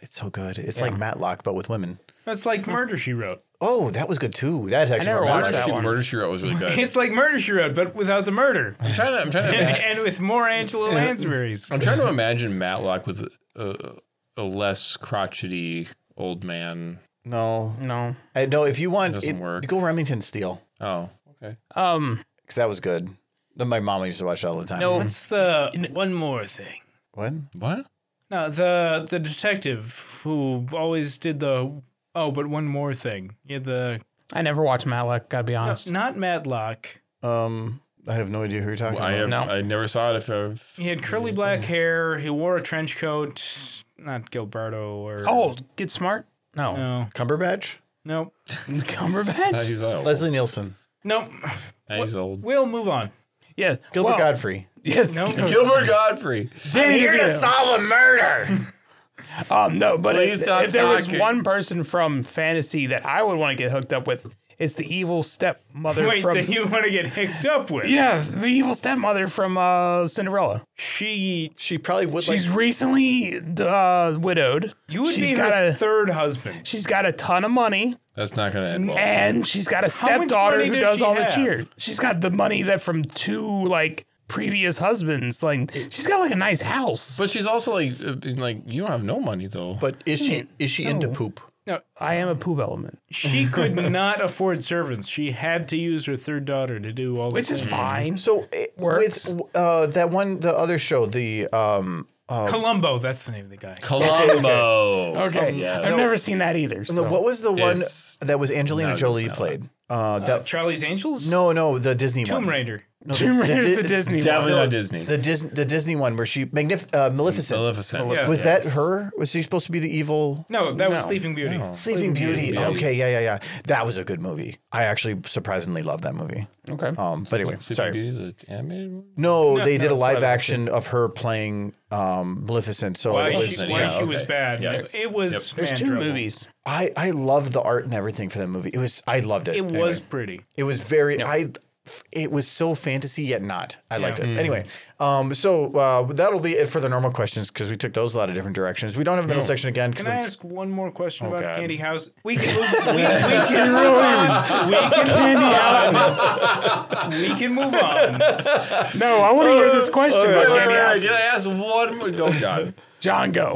[SPEAKER 4] it's so good. It's like Matlock but with women.
[SPEAKER 3] That's like Murder She Wrote.
[SPEAKER 4] Oh, that was good too. That's actually
[SPEAKER 1] never
[SPEAKER 4] more
[SPEAKER 1] watched
[SPEAKER 4] Matlock.
[SPEAKER 1] that
[SPEAKER 2] Actually,
[SPEAKER 1] one.
[SPEAKER 2] Murder She Wrote was really good.
[SPEAKER 3] It's like Murder She Wrote, but without the murder.
[SPEAKER 2] I'm trying to. I'm trying to.
[SPEAKER 3] and,
[SPEAKER 2] ima-
[SPEAKER 3] and with more Angela Lansbury's.
[SPEAKER 2] I'm trying to imagine Matlock with a, a, a less crotchety old man.
[SPEAKER 4] No,
[SPEAKER 1] No.
[SPEAKER 4] I, no. If you want,
[SPEAKER 2] Doesn't
[SPEAKER 4] it-
[SPEAKER 2] work.
[SPEAKER 4] go Remington Steel
[SPEAKER 2] Oh, okay.
[SPEAKER 1] Um.
[SPEAKER 4] because that was good. Then my mom used to watch it all the time.
[SPEAKER 1] No.
[SPEAKER 3] What's the one more thing?
[SPEAKER 4] What?
[SPEAKER 2] What?
[SPEAKER 3] No, the the detective who always did the oh, but one more thing. Yeah, the
[SPEAKER 1] I never watched Matlock. Gotta be honest.
[SPEAKER 3] not Matlock.
[SPEAKER 4] Um, I have no idea who you're talking
[SPEAKER 2] I
[SPEAKER 4] about.
[SPEAKER 2] have,
[SPEAKER 1] No.
[SPEAKER 2] I never saw it. If I've
[SPEAKER 3] He had curly black hair. He wore a trench coat. Not Gilberto or
[SPEAKER 1] Oh, Get Smart. No.
[SPEAKER 3] no,
[SPEAKER 4] Cumberbatch,
[SPEAKER 3] nope,
[SPEAKER 2] now
[SPEAKER 1] Cumberbatch.
[SPEAKER 2] he's old.
[SPEAKER 4] Leslie Nielsen,
[SPEAKER 3] nope.
[SPEAKER 2] Now he's old.
[SPEAKER 3] We'll move on.
[SPEAKER 1] Yeah.
[SPEAKER 4] Gilbert
[SPEAKER 1] well,
[SPEAKER 4] Godfrey.
[SPEAKER 1] Yes.
[SPEAKER 3] No,
[SPEAKER 2] Gilbert Godfrey.
[SPEAKER 1] I'm
[SPEAKER 3] Danny
[SPEAKER 1] here to
[SPEAKER 3] DeVito.
[SPEAKER 1] solve a murder. um, no, but
[SPEAKER 2] Please
[SPEAKER 1] if,
[SPEAKER 2] stop
[SPEAKER 1] if there was
[SPEAKER 2] talking.
[SPEAKER 1] one person from fantasy that I would want to get hooked up with, it's the evil stepmother
[SPEAKER 3] Wait,
[SPEAKER 1] from.
[SPEAKER 3] that you want to get hooked up with?
[SPEAKER 1] yeah, the evil stepmother from uh, Cinderella.
[SPEAKER 3] She,
[SPEAKER 4] She probably would
[SPEAKER 1] She's
[SPEAKER 4] like.
[SPEAKER 1] recently uh, widowed.
[SPEAKER 3] you would
[SPEAKER 1] She's
[SPEAKER 3] be
[SPEAKER 1] got
[SPEAKER 3] her
[SPEAKER 1] a-
[SPEAKER 3] third husband.
[SPEAKER 1] She's got a ton of money,
[SPEAKER 2] That's not gonna end well.
[SPEAKER 1] and she's got a
[SPEAKER 3] much
[SPEAKER 1] stepdaughter
[SPEAKER 3] money
[SPEAKER 1] who does
[SPEAKER 3] does she
[SPEAKER 1] all the
[SPEAKER 3] have?
[SPEAKER 1] cheer. She's got the money that from two like previous husbands. Like she's got like a nice house.
[SPEAKER 2] But she's also like, uh, being like you don't have no money though.
[SPEAKER 4] But is she is she into poop?
[SPEAKER 1] I am a poop element,
[SPEAKER 3] She could not afford servants. She had to use her third daughter to do all
[SPEAKER 1] which
[SPEAKER 3] the
[SPEAKER 1] is fine.
[SPEAKER 4] So it,
[SPEAKER 1] Works.
[SPEAKER 4] with uh, that one, the other show, the um,
[SPEAKER 3] Columbo. That's the name of the guy.
[SPEAKER 2] Columbo.
[SPEAKER 1] Okay, I've never seen that either. So.
[SPEAKER 4] the- what was the one
[SPEAKER 2] It's-
[SPEAKER 4] that was Angelina Jolie played? Uh, that
[SPEAKER 3] Charlie's Angels.
[SPEAKER 4] no, no, the Disney one.
[SPEAKER 3] Tomb Raider.
[SPEAKER 1] Tomb Raider's
[SPEAKER 4] the-
[SPEAKER 1] the,
[SPEAKER 4] the-
[SPEAKER 1] Disney
[SPEAKER 2] Definitely
[SPEAKER 1] one.
[SPEAKER 2] not Disney.
[SPEAKER 4] The Oh, Disney, the Disney one where she Magnif- uh, Maleficent.
[SPEAKER 2] Maleficent.
[SPEAKER 3] Yeah.
[SPEAKER 4] Was that her? Was she supposed to be the evil
[SPEAKER 3] No, that was
[SPEAKER 1] No.
[SPEAKER 3] Sleeping Beauty.
[SPEAKER 4] Sleeping Beauty?
[SPEAKER 2] Beauty.
[SPEAKER 4] Okay, yeah, yeah, yeah. That was a good movie. I actually surprisingly love that movie.
[SPEAKER 1] Okay.
[SPEAKER 4] Um, but anyway,
[SPEAKER 2] Sleeping
[SPEAKER 4] sorry.
[SPEAKER 2] Beauty's an animated one?
[SPEAKER 4] No, they did a
[SPEAKER 3] it's live
[SPEAKER 4] live action of her playing um, Maleficent. So
[SPEAKER 3] Why
[SPEAKER 4] it was,
[SPEAKER 3] she,
[SPEAKER 2] Maleficent,
[SPEAKER 3] why
[SPEAKER 2] yeah,
[SPEAKER 3] she
[SPEAKER 2] okay.
[SPEAKER 3] was bad.
[SPEAKER 2] Yeah.
[SPEAKER 3] It, it was.
[SPEAKER 1] There's
[SPEAKER 3] man
[SPEAKER 1] two
[SPEAKER 3] trouble.
[SPEAKER 1] movies.
[SPEAKER 4] I I loved the art and everything for that movie. It was I loved it.
[SPEAKER 3] It
[SPEAKER 4] Anyway.
[SPEAKER 3] was pretty.
[SPEAKER 4] It was very I. It was so fantasy yet not. I liked
[SPEAKER 1] Mm.
[SPEAKER 4] it. Anyway, um, so uh, that'll be it for the normal questions because we took those a lot of different directions. We don't have a middle section again. 'cause
[SPEAKER 3] Can I
[SPEAKER 4] I'm-
[SPEAKER 3] ask one more question about
[SPEAKER 4] God.
[SPEAKER 3] Candy House? We can move, we, we can move on. We can Candy House. this. We can move on.
[SPEAKER 1] No, I want to hear this question.
[SPEAKER 2] Wait,
[SPEAKER 1] about
[SPEAKER 2] wait, wait,
[SPEAKER 1] Candy
[SPEAKER 2] wait,
[SPEAKER 1] House.
[SPEAKER 2] Did I ask one more? Oh, Go, John.
[SPEAKER 1] John, go. I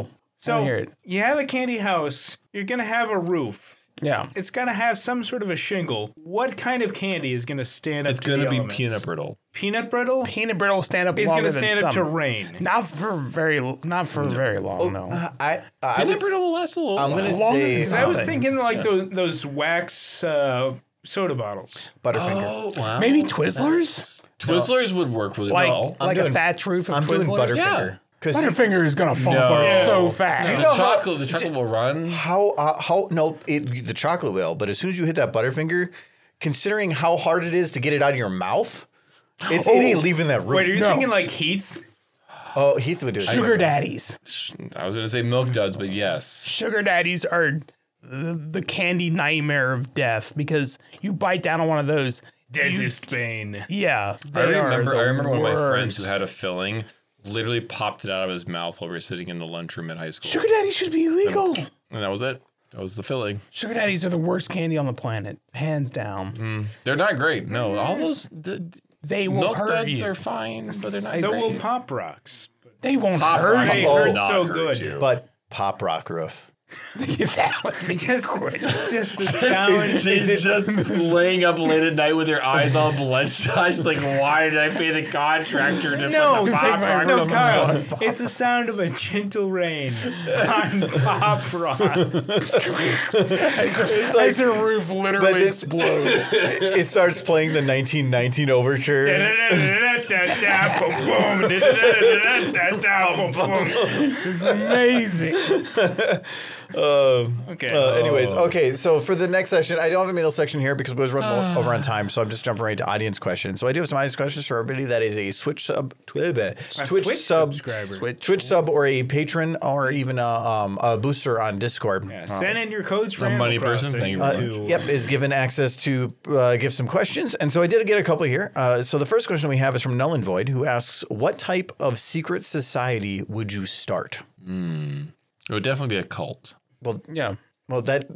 [SPEAKER 1] wanna hear it.
[SPEAKER 3] So you have a candy house. You're gonna have a roof.
[SPEAKER 1] Yeah.
[SPEAKER 3] It's gonna have some sort of a shingle. What kind of candy is gonna stand up?
[SPEAKER 2] It's
[SPEAKER 3] to
[SPEAKER 2] going to
[SPEAKER 3] the
[SPEAKER 2] be
[SPEAKER 3] elements?
[SPEAKER 2] peanut brittle.
[SPEAKER 3] Peanut brittle
[SPEAKER 1] Peanut brittle stand up
[SPEAKER 3] is
[SPEAKER 1] longer
[SPEAKER 3] gonna
[SPEAKER 1] than
[SPEAKER 3] stand up to
[SPEAKER 1] some.
[SPEAKER 3] rain.
[SPEAKER 1] Not for very, not for very long.
[SPEAKER 2] Oh, uh,
[SPEAKER 1] no.
[SPEAKER 4] I, I
[SPEAKER 2] Peanut
[SPEAKER 4] would-
[SPEAKER 2] brittle will last a little
[SPEAKER 4] I'm gonna
[SPEAKER 2] while.
[SPEAKER 4] say
[SPEAKER 1] as
[SPEAKER 3] 'Cause I was
[SPEAKER 1] Things.
[SPEAKER 3] thinking like those, those wax uh, soda bottles.
[SPEAKER 4] Butterfinger.
[SPEAKER 2] Oh, wow.
[SPEAKER 1] Maybe Twizzlers,
[SPEAKER 2] Twizzlers would work really
[SPEAKER 1] like
[SPEAKER 2] well.
[SPEAKER 1] like
[SPEAKER 4] doing-
[SPEAKER 1] a thatch roof of
[SPEAKER 4] I'm doing
[SPEAKER 1] Twizzlers.
[SPEAKER 4] Butterfinger
[SPEAKER 2] yeah.
[SPEAKER 4] because Because
[SPEAKER 5] Butterfinger is gonna fall apart
[SPEAKER 2] No.
[SPEAKER 5] so fast.
[SPEAKER 2] The
[SPEAKER 4] know how-
[SPEAKER 2] chocolate, the chocolate will run.
[SPEAKER 4] how uh, how no it, the chocolate will, but as soon as you hit that Butterfinger, considering how hard it is to get it out of your mouth, it's, it ain't leaving that room.
[SPEAKER 3] Oh. Wait, are you
[SPEAKER 5] No.
[SPEAKER 3] thinking like Heath?
[SPEAKER 4] oh, Heath would do it.
[SPEAKER 1] Sugar daddies.
[SPEAKER 2] I was gonna say milk duds, but yes,
[SPEAKER 1] Sugar daddies are the, the candy nightmare of death because you bite down on one of those.
[SPEAKER 3] Dentist Bane.
[SPEAKER 1] You, yeah. They
[SPEAKER 2] I remember.
[SPEAKER 1] Are the
[SPEAKER 2] I remember one of my friends
[SPEAKER 1] worst.
[SPEAKER 2] who had a filling, literally popped it out of his mouth while we were sitting in the lunchroom at high school,
[SPEAKER 1] Sugar daddies should be illegal.
[SPEAKER 2] and that was it. That was the filling.
[SPEAKER 1] Sugar daddies are the worst candy on the planet, hands down.
[SPEAKER 2] They're not great. No, all those the,
[SPEAKER 1] They will
[SPEAKER 2] milk
[SPEAKER 1] hurt
[SPEAKER 2] duds
[SPEAKER 1] you.
[SPEAKER 2] are fine, but they're not
[SPEAKER 3] So
[SPEAKER 2] great.
[SPEAKER 3] will Pop Rocks.
[SPEAKER 1] they won't
[SPEAKER 2] Pop
[SPEAKER 1] hurt
[SPEAKER 2] Rock
[SPEAKER 3] They
[SPEAKER 1] you.
[SPEAKER 2] will
[SPEAKER 3] hurt
[SPEAKER 2] not
[SPEAKER 3] so
[SPEAKER 2] hurt
[SPEAKER 3] good.
[SPEAKER 2] you.
[SPEAKER 4] But Pop Rock Roof.
[SPEAKER 1] that would be
[SPEAKER 3] Just, just the sound.
[SPEAKER 2] She's just laying up late at night with her eyes all bloodshot. She's like, why did I pay the contractor to
[SPEAKER 3] No,
[SPEAKER 2] put the pop rocks
[SPEAKER 3] no,
[SPEAKER 2] on my
[SPEAKER 3] Kyle. It's the sound of a gentle rain on Pop Rock.
[SPEAKER 1] As her roof
[SPEAKER 4] But
[SPEAKER 1] literally
[SPEAKER 4] it, it starts playing the 1919 overture.
[SPEAKER 1] amazing.
[SPEAKER 3] Okay.
[SPEAKER 4] Uh, anyways,
[SPEAKER 3] Oh.
[SPEAKER 4] okay, so for the next section, I don't have a middle section here because we was running o- over on time, so I'm just jumping right to audience questions. So I do have some audience questions for everybody that is a Switch sub, Twitch,
[SPEAKER 3] Switch
[SPEAKER 4] sub,
[SPEAKER 3] subscriber.
[SPEAKER 4] Twitch sub, or a patron, or even a, um, a booster on Discord.
[SPEAKER 3] Yeah, Send in your codes for
[SPEAKER 2] A
[SPEAKER 3] Animal
[SPEAKER 2] money person?
[SPEAKER 3] Crossing
[SPEAKER 2] Thank you
[SPEAKER 4] Uh,
[SPEAKER 2] very
[SPEAKER 3] to-
[SPEAKER 4] yep, is given access to uh, give some questions. And so I did get a couple here. Uh, so the first question we have is from Null and Void, who asks, What type of secret society would you start?
[SPEAKER 2] It would definitely be a cult.
[SPEAKER 4] Well,
[SPEAKER 1] Yeah.
[SPEAKER 4] well, that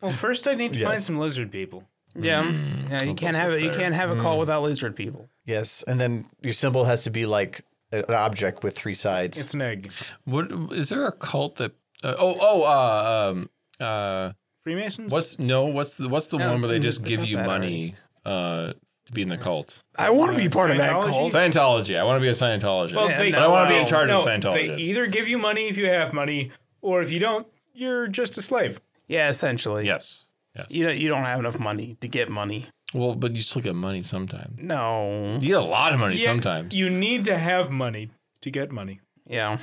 [SPEAKER 3] Well, first I need to find
[SPEAKER 4] Yes.
[SPEAKER 3] some lizard people.
[SPEAKER 1] Yeah. yeah, you can't have it. You can't have a call without lizard people.
[SPEAKER 4] Yes, and then your symbol has to be like an object with three sides.
[SPEAKER 3] It's an egg.
[SPEAKER 2] What is there a cult that? Uh, oh, oh, uh, um, uh,
[SPEAKER 3] Freemasons?
[SPEAKER 2] what's no? What's the what's the one where they
[SPEAKER 1] it's-
[SPEAKER 2] just give you
[SPEAKER 1] that
[SPEAKER 2] money uh, to be in the cult?
[SPEAKER 5] I want to be part of that
[SPEAKER 3] Scientology?
[SPEAKER 5] cult.
[SPEAKER 2] Scientology. I want to be a Scientologist.
[SPEAKER 3] Well,
[SPEAKER 1] Yeah,
[SPEAKER 3] they,
[SPEAKER 1] but I
[SPEAKER 2] wanna be
[SPEAKER 3] well,
[SPEAKER 2] in charge of
[SPEAKER 3] no,
[SPEAKER 2] Scientologists.
[SPEAKER 3] They either give you money if you have money, or if you don't, you're just a slave.
[SPEAKER 1] Yeah, essentially.
[SPEAKER 2] yes, yes.
[SPEAKER 1] You don't, you don't have enough money to get money.
[SPEAKER 2] Well, but you still get money sometimes.
[SPEAKER 1] No.
[SPEAKER 2] You get a lot of money
[SPEAKER 3] Yeah,
[SPEAKER 2] sometimes.
[SPEAKER 3] You need to have money to get money.
[SPEAKER 1] Yeah.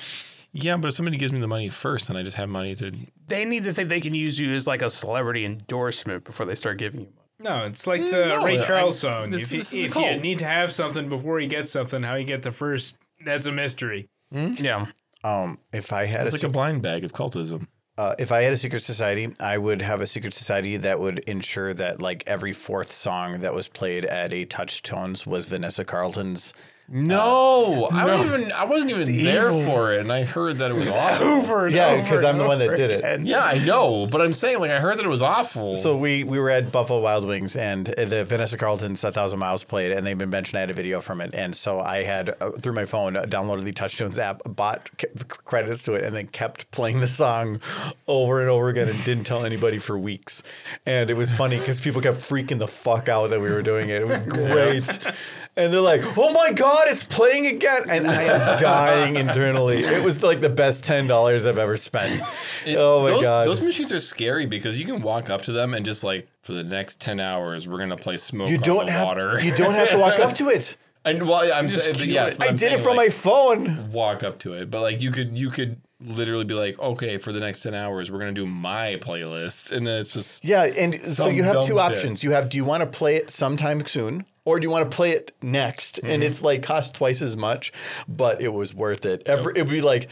[SPEAKER 2] yeah, but if somebody gives me the money first, and I just have money to
[SPEAKER 1] They need to think they can use you as like a celebrity endorsement before they start giving you money.
[SPEAKER 3] No, it's like the
[SPEAKER 2] No,
[SPEAKER 3] Ray
[SPEAKER 2] I-
[SPEAKER 3] Charles song.
[SPEAKER 2] this-
[SPEAKER 3] if you,
[SPEAKER 2] this is a
[SPEAKER 3] if you
[SPEAKER 2] cult.
[SPEAKER 3] need to have something before you get something, how you get the first, that's a mystery.
[SPEAKER 1] Yeah.
[SPEAKER 4] um, if I had a,
[SPEAKER 2] It's like a
[SPEAKER 4] sec-
[SPEAKER 2] blind bag of cultism.
[SPEAKER 4] uh, if I had a secret society, I would have a secret society that would ensure that like every fourth song that was played at a Touchstones was Vanessa Carlton's.
[SPEAKER 2] Uh, No, I don't even. I wasn't even there for it, and I heard that it was awful.
[SPEAKER 1] Over and
[SPEAKER 4] Yeah,
[SPEAKER 1] over
[SPEAKER 4] because I'm
[SPEAKER 1] and
[SPEAKER 4] the one that
[SPEAKER 1] over
[SPEAKER 4] did it.
[SPEAKER 1] again.
[SPEAKER 2] Yeah, I know, but I'm saying like I heard that it was awful.
[SPEAKER 4] So we we were at Buffalo Wild Wings and the Vanessa Carlton's A Thousand Miles played, and they've been mentioned. I had a video from it, and so I had uh, through my phone uh, downloaded the Touchstones app, bought c- credits to it, and then kept playing the song over and over again, and didn't tell anybody for weeks. And it was funny because people kept freaking the fuck out that we were doing it. It was great. And they're like, "Oh my god, it's playing again!" And I am dying internally. It was like the best ten dollars I've ever spent. oh my
[SPEAKER 2] those,
[SPEAKER 4] god!
[SPEAKER 2] those machines are scary because you can walk up to them and just like for the next ten hours we're gonna play smoke
[SPEAKER 4] You
[SPEAKER 2] on
[SPEAKER 4] don't
[SPEAKER 2] the
[SPEAKER 4] have
[SPEAKER 2] water.
[SPEAKER 4] you don't have to walk up to it.
[SPEAKER 2] and well, I'm saying but yes, but
[SPEAKER 4] I
[SPEAKER 2] I'm
[SPEAKER 4] did it
[SPEAKER 2] saying,
[SPEAKER 4] from my
[SPEAKER 2] like,
[SPEAKER 4] phone.
[SPEAKER 2] walk up to it, but like you could you could literally be like, okay, for the next ten hours we're gonna do my playlist, and then it's just
[SPEAKER 4] Yeah, and so
[SPEAKER 2] Some
[SPEAKER 4] you have
[SPEAKER 2] dumb
[SPEAKER 4] two
[SPEAKER 2] shit.
[SPEAKER 4] options. You have do you want to play it sometime soon or do you want to play it next?
[SPEAKER 2] Mm-hmm.
[SPEAKER 4] And it's like costs twice as much, but it was worth it. Every it would be like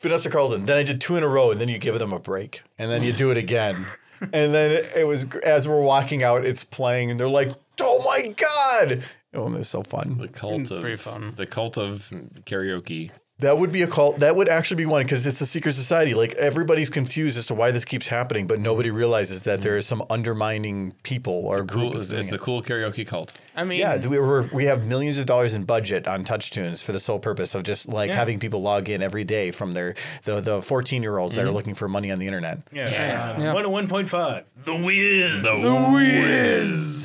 [SPEAKER 4] Vanessa Carlton. Then I did two in a row, and then you give them a break, and then you do it again, and then it, it was gr- as we're walking out, it's playing, and they're like, "Oh my god!" Oh, and it was so fun.
[SPEAKER 2] the cult
[SPEAKER 1] Mm, pretty
[SPEAKER 2] of
[SPEAKER 1] fun.
[SPEAKER 2] the cult of karaoke.
[SPEAKER 4] That would be a cult. That would actually be one because it's a secret society. Like everybody's confused as to why this keeps happening, but nobody realizes that there is some undermining people or group.
[SPEAKER 2] Cool,
[SPEAKER 4] of
[SPEAKER 2] it's, it's
[SPEAKER 4] things.
[SPEAKER 2] the cool karaoke cult.
[SPEAKER 1] I mean,
[SPEAKER 4] yeah, we were, we have millions of dollars in budget on TouchTunes for the sole purpose of just like having people log in every day from their the the fourteen year olds that are looking for money on the internet.
[SPEAKER 3] Yeah. One to 1.5. The Wiz.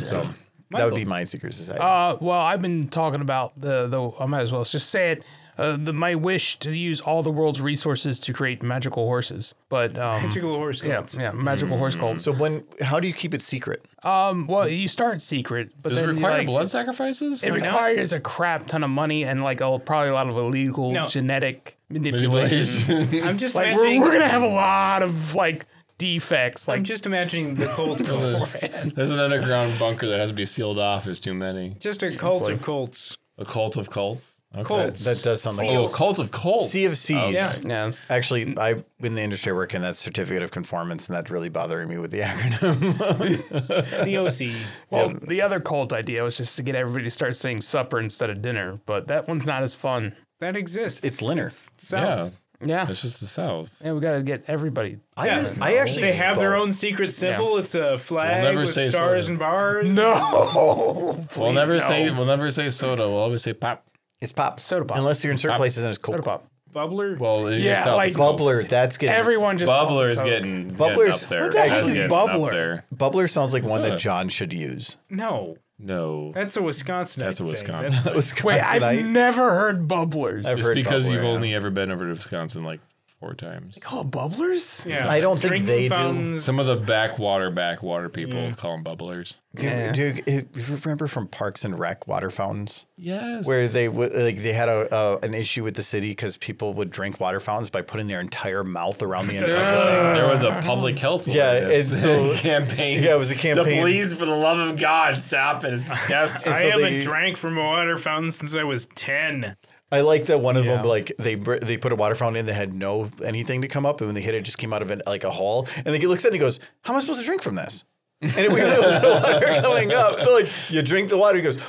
[SPEAKER 4] So that would be my secret society.
[SPEAKER 1] Uh, well, I've been talking about the the. I might as well just say it. uh, the, my wish to use all the world's resources to create magical horses. But um,
[SPEAKER 3] Particular horse
[SPEAKER 1] yeah,
[SPEAKER 3] cults.
[SPEAKER 1] yeah, magical horse cults.
[SPEAKER 4] So when? How do you keep it secret?
[SPEAKER 1] Um, well, you start secret, but
[SPEAKER 2] Does it
[SPEAKER 1] then you,
[SPEAKER 2] require
[SPEAKER 1] like,
[SPEAKER 2] blood sacrifices?
[SPEAKER 1] It
[SPEAKER 2] Like,
[SPEAKER 1] requires a crap ton of money and like a, probably a lot of illegal
[SPEAKER 3] No.
[SPEAKER 1] genetic manipulation.
[SPEAKER 2] manipulation.
[SPEAKER 3] I'm just
[SPEAKER 1] like we're,
[SPEAKER 3] imagining.
[SPEAKER 1] we're gonna have a lot of like defects.
[SPEAKER 3] I'm
[SPEAKER 1] Like
[SPEAKER 3] just imagining the cult of cults.
[SPEAKER 2] There's an underground bunker that has to be sealed off. There's too many.
[SPEAKER 3] Just a cult of cults.
[SPEAKER 2] A cult of cults. Okay.
[SPEAKER 4] That,
[SPEAKER 3] Cults.
[SPEAKER 4] that does something.
[SPEAKER 2] Oh, a cult of cults.
[SPEAKER 4] C of C's.
[SPEAKER 3] yeah.
[SPEAKER 1] yeah,
[SPEAKER 4] Actually, I in the industry I work in that certificate of conformance, and that's really bothering me with the acronym.
[SPEAKER 3] COC.
[SPEAKER 1] Well, the other cult idea was just to get everybody to start saying supper instead of dinner, but that one's not as fun.
[SPEAKER 3] That exists.
[SPEAKER 4] It's Linner.
[SPEAKER 2] Yeah,
[SPEAKER 3] South.
[SPEAKER 1] Yeah.
[SPEAKER 2] it's just the South.
[SPEAKER 1] Yeah, we gotta get everybody.
[SPEAKER 4] I,
[SPEAKER 3] Yeah.
[SPEAKER 4] I actually
[SPEAKER 3] They have their
[SPEAKER 4] both.
[SPEAKER 3] own secret symbol. It's a flag
[SPEAKER 2] We'll never
[SPEAKER 3] with
[SPEAKER 2] say
[SPEAKER 3] stars
[SPEAKER 2] so.
[SPEAKER 3] and bars.
[SPEAKER 1] No,
[SPEAKER 2] We'll never
[SPEAKER 1] no.
[SPEAKER 2] say we'll never say soda. We'll always say pop.
[SPEAKER 4] It's pop
[SPEAKER 1] Soda pop.
[SPEAKER 4] Unless you're in certain
[SPEAKER 2] Pop.
[SPEAKER 4] places and it's cold.
[SPEAKER 1] Soda pop.
[SPEAKER 3] Bubbler.
[SPEAKER 2] Well, in the
[SPEAKER 1] Yeah,
[SPEAKER 2] South,
[SPEAKER 1] like-
[SPEAKER 2] it's Coke.
[SPEAKER 4] Bubbler. That's getting
[SPEAKER 1] Everyone just
[SPEAKER 2] Bubbler is getting, getting up
[SPEAKER 4] Bubbler's-
[SPEAKER 2] there.
[SPEAKER 4] what the heck
[SPEAKER 2] That's
[SPEAKER 4] is
[SPEAKER 2] getting up
[SPEAKER 1] Bubbler?
[SPEAKER 2] there.
[SPEAKER 4] Bubbler sounds like one
[SPEAKER 2] Soda.
[SPEAKER 4] that John should use.
[SPEAKER 3] no.
[SPEAKER 2] No,
[SPEAKER 3] That's a Wisconsin.
[SPEAKER 2] that's a
[SPEAKER 3] thing.
[SPEAKER 2] Wisconsin.
[SPEAKER 3] That's-
[SPEAKER 1] Wait,
[SPEAKER 4] Wisconsinite.
[SPEAKER 1] I've never heard bubblers.
[SPEAKER 4] I've
[SPEAKER 1] I've
[SPEAKER 2] Just
[SPEAKER 4] heard
[SPEAKER 2] because
[SPEAKER 4] Bubbler,
[SPEAKER 2] you've
[SPEAKER 4] yeah.
[SPEAKER 2] only ever been over to Wisconsin like four times.
[SPEAKER 1] call bubblers.
[SPEAKER 3] yeah.
[SPEAKER 4] I don't think
[SPEAKER 3] Drinking
[SPEAKER 4] they do.
[SPEAKER 3] fountains.
[SPEAKER 2] Some of the backwater, backwater people call them bubblers.
[SPEAKER 4] Do, do you- if you remember from Parks and Rec water fountains?
[SPEAKER 2] Yes.
[SPEAKER 4] Where they would like they had a uh, an issue with the city because people would drink water fountains by putting their entire mouth around the entire thing.
[SPEAKER 2] there was a public health
[SPEAKER 4] Yeah,
[SPEAKER 2] awareness
[SPEAKER 4] and so-
[SPEAKER 2] campaign.
[SPEAKER 4] Yeah, it was a
[SPEAKER 2] The
[SPEAKER 4] campaign.
[SPEAKER 2] police, for the love of God, stop it! It's disgusting.
[SPEAKER 3] I
[SPEAKER 4] so
[SPEAKER 3] haven't
[SPEAKER 4] they-
[SPEAKER 3] drank from a water fountain since I was ten.
[SPEAKER 4] I like that one of them like they br- they put a water fountain in that had no anything to come up, and when they hit it, it just came out of an, like a hole. And then he looks at it and he goes, "How am I supposed to drink from this?" And it, we got the water going up. They're like, "You drink the water." He goes,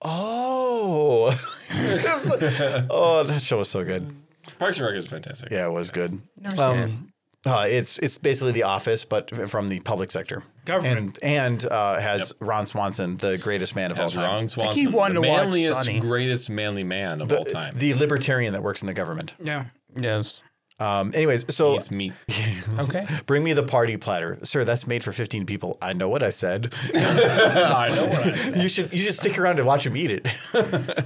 [SPEAKER 4] "Oh, oh, that show was so good."
[SPEAKER 2] Parks and Rec is fantastic.
[SPEAKER 4] Yeah, it was good. Um, uh, it's it's basically The Office, but f- from the public sector.
[SPEAKER 3] Government.
[SPEAKER 4] and, and uh, has Ron Swanson, the greatest man of
[SPEAKER 2] That's
[SPEAKER 4] all time,
[SPEAKER 2] wrong. Swanson,
[SPEAKER 1] he wanted
[SPEAKER 2] the
[SPEAKER 1] to watch
[SPEAKER 2] manliest,
[SPEAKER 1] Sunny.
[SPEAKER 2] greatest manly man of all time.
[SPEAKER 4] the libertarian that works in the government.
[SPEAKER 3] Yeah.
[SPEAKER 1] Yes.
[SPEAKER 4] Um, anyways, so
[SPEAKER 2] it's me.
[SPEAKER 1] Okay.
[SPEAKER 4] Bring me the party platter, sir. That's made for fifteen people. I know what I said.
[SPEAKER 2] I know what I
[SPEAKER 4] you should you should stick around to watch him eat it.
[SPEAKER 2] I want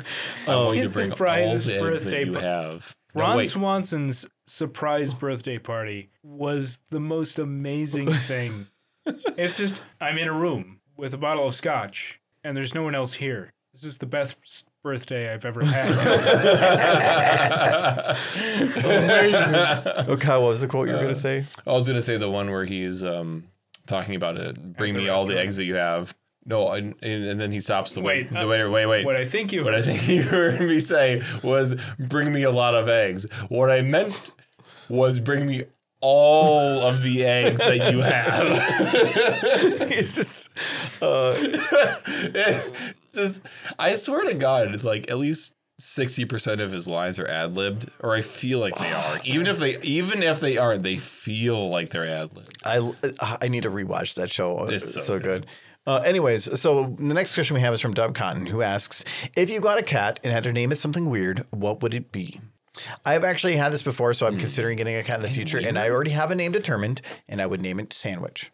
[SPEAKER 2] Oh, you to
[SPEAKER 3] His
[SPEAKER 2] bring all the
[SPEAKER 3] surprise
[SPEAKER 2] eggs
[SPEAKER 3] birthday
[SPEAKER 2] that you
[SPEAKER 3] pa-
[SPEAKER 2] have. No,
[SPEAKER 3] Ron
[SPEAKER 2] wait.
[SPEAKER 3] Swanson's surprise birthday party was the most amazing thing. it's just I'm in a room with a bottle of scotch and there's no one else here. This is the best birthday I've ever had.
[SPEAKER 4] okay, what was the quote you were gonna say?
[SPEAKER 2] I was gonna say the one where he's um, talking about it. Bring me all the eggs that you have. No, and, and, and then he stops the wait.
[SPEAKER 3] Wait,
[SPEAKER 2] The
[SPEAKER 3] uh,
[SPEAKER 2] waiter, wait, wait.
[SPEAKER 3] what I think you
[SPEAKER 2] What I think you heard me say was, "Bring me a lot of eggs." What I meant was, "Bring me all of the eggs that you have."
[SPEAKER 4] It's just-
[SPEAKER 2] uh, It's just, I swear to God, it's like at least sixty percent of his lines are ad libbed, or I feel like they are. Even if they, even if they aren't, they feel like they're ad libbed.
[SPEAKER 4] I I need to rewatch that show.
[SPEAKER 2] It's
[SPEAKER 4] It's
[SPEAKER 2] so
[SPEAKER 4] so, good. Uh, anyways, so the next question we have is from Dub Cotton, who asks if you got a cat and had to name it something weird, what would it be? I've actually had this before, so I'm considering getting a cat in the future, and I already have a name determined, and I would name it Sandwich,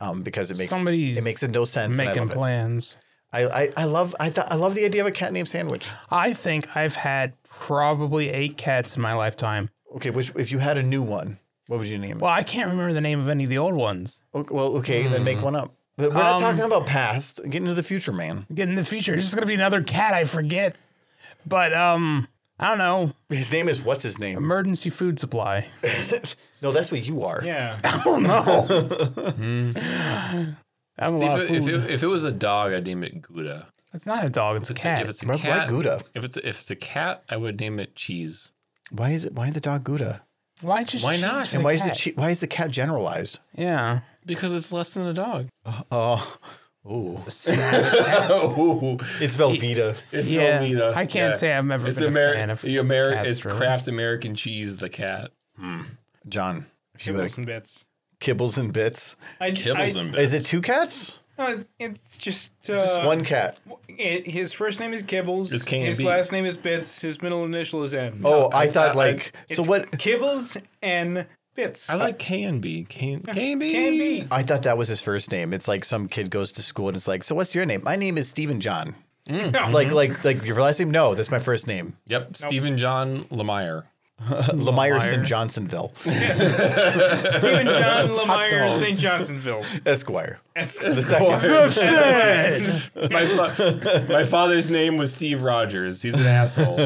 [SPEAKER 4] um, because it makes
[SPEAKER 1] Somebody's
[SPEAKER 4] it makes no sense. and I
[SPEAKER 1] Making
[SPEAKER 4] love it.
[SPEAKER 1] plans.
[SPEAKER 4] I, I, I love I, th- I love the idea of a cat named Sandwich.
[SPEAKER 1] I think I've had probably eight cats in my lifetime.
[SPEAKER 4] Okay, which if you had a new one, what would you name it?
[SPEAKER 1] Well, I can't remember the name of any of the old ones.
[SPEAKER 4] O- Well, okay, then make one up. But we're not talking about past. Get into the future, man.
[SPEAKER 1] Get in the future. It's just gonna be another cat I forget. But um, I don't know.
[SPEAKER 4] His name is what's his name?
[SPEAKER 1] Emergency food supply.
[SPEAKER 4] No, that's what you are.
[SPEAKER 3] Yeah.
[SPEAKER 1] I have a lot of
[SPEAKER 2] If it, if,
[SPEAKER 1] food.
[SPEAKER 2] it, if it was a dog, I'd name it Gouda.
[SPEAKER 1] It's not a dog. It's a
[SPEAKER 2] If
[SPEAKER 1] cat.
[SPEAKER 2] If it's a
[SPEAKER 4] Why- why
[SPEAKER 2] cat,
[SPEAKER 4] Gouda?
[SPEAKER 2] If it's if it's a cat, I would name it Cheese.
[SPEAKER 4] Why is it? Why the dog Gouda?
[SPEAKER 1] why just
[SPEAKER 2] Why not?
[SPEAKER 1] choose
[SPEAKER 2] And
[SPEAKER 4] And
[SPEAKER 1] the
[SPEAKER 4] why is the
[SPEAKER 1] cat?
[SPEAKER 4] che- why is the cat generalized?
[SPEAKER 1] Yeah.
[SPEAKER 2] Because it's less than a dog.
[SPEAKER 4] Oh, ooh,
[SPEAKER 2] Oh,
[SPEAKER 4] it's Velveeta.
[SPEAKER 2] it's
[SPEAKER 1] Yeah.
[SPEAKER 2] Velveeta.
[SPEAKER 1] I can't say I've never
[SPEAKER 2] it's
[SPEAKER 1] been a
[SPEAKER 2] Ameri-
[SPEAKER 1] fan of
[SPEAKER 2] the Ameri-
[SPEAKER 1] cats,
[SPEAKER 2] It's
[SPEAKER 1] really.
[SPEAKER 2] Kraft American Cheese. The cat
[SPEAKER 4] John, if you had
[SPEAKER 3] Kibbles and bits.
[SPEAKER 4] a- kibbles and bits.
[SPEAKER 3] I,
[SPEAKER 2] kibbles
[SPEAKER 3] I,
[SPEAKER 2] and bits.
[SPEAKER 4] Is it two cats?
[SPEAKER 3] No, it's, it's just uh,
[SPEAKER 4] Just one cat.
[SPEAKER 3] it- his first name is Kibbles.
[SPEAKER 2] It's K and
[SPEAKER 3] his
[SPEAKER 2] B.
[SPEAKER 3] last name is Bits. His middle initial is M.
[SPEAKER 4] Oh, I thought
[SPEAKER 2] I-
[SPEAKER 4] like so.
[SPEAKER 3] It's
[SPEAKER 4] What
[SPEAKER 3] Kibbles and Bits.
[SPEAKER 2] I like K and B. K and B.
[SPEAKER 3] K and B.
[SPEAKER 4] I thought that was his first name. It's like some kid goes to school and it's like, so what's your name? My name is Stephen John. Like like like your last name? No, that's my first name.
[SPEAKER 2] Yep, Stephen John Lemire.
[SPEAKER 4] Lemire St. Johnsonville
[SPEAKER 3] Stephen John Lemire, St. Johnsonville.
[SPEAKER 4] Esquire.
[SPEAKER 3] That's-
[SPEAKER 2] my, fa- my father's name was Steve Rogers. He's an asshole.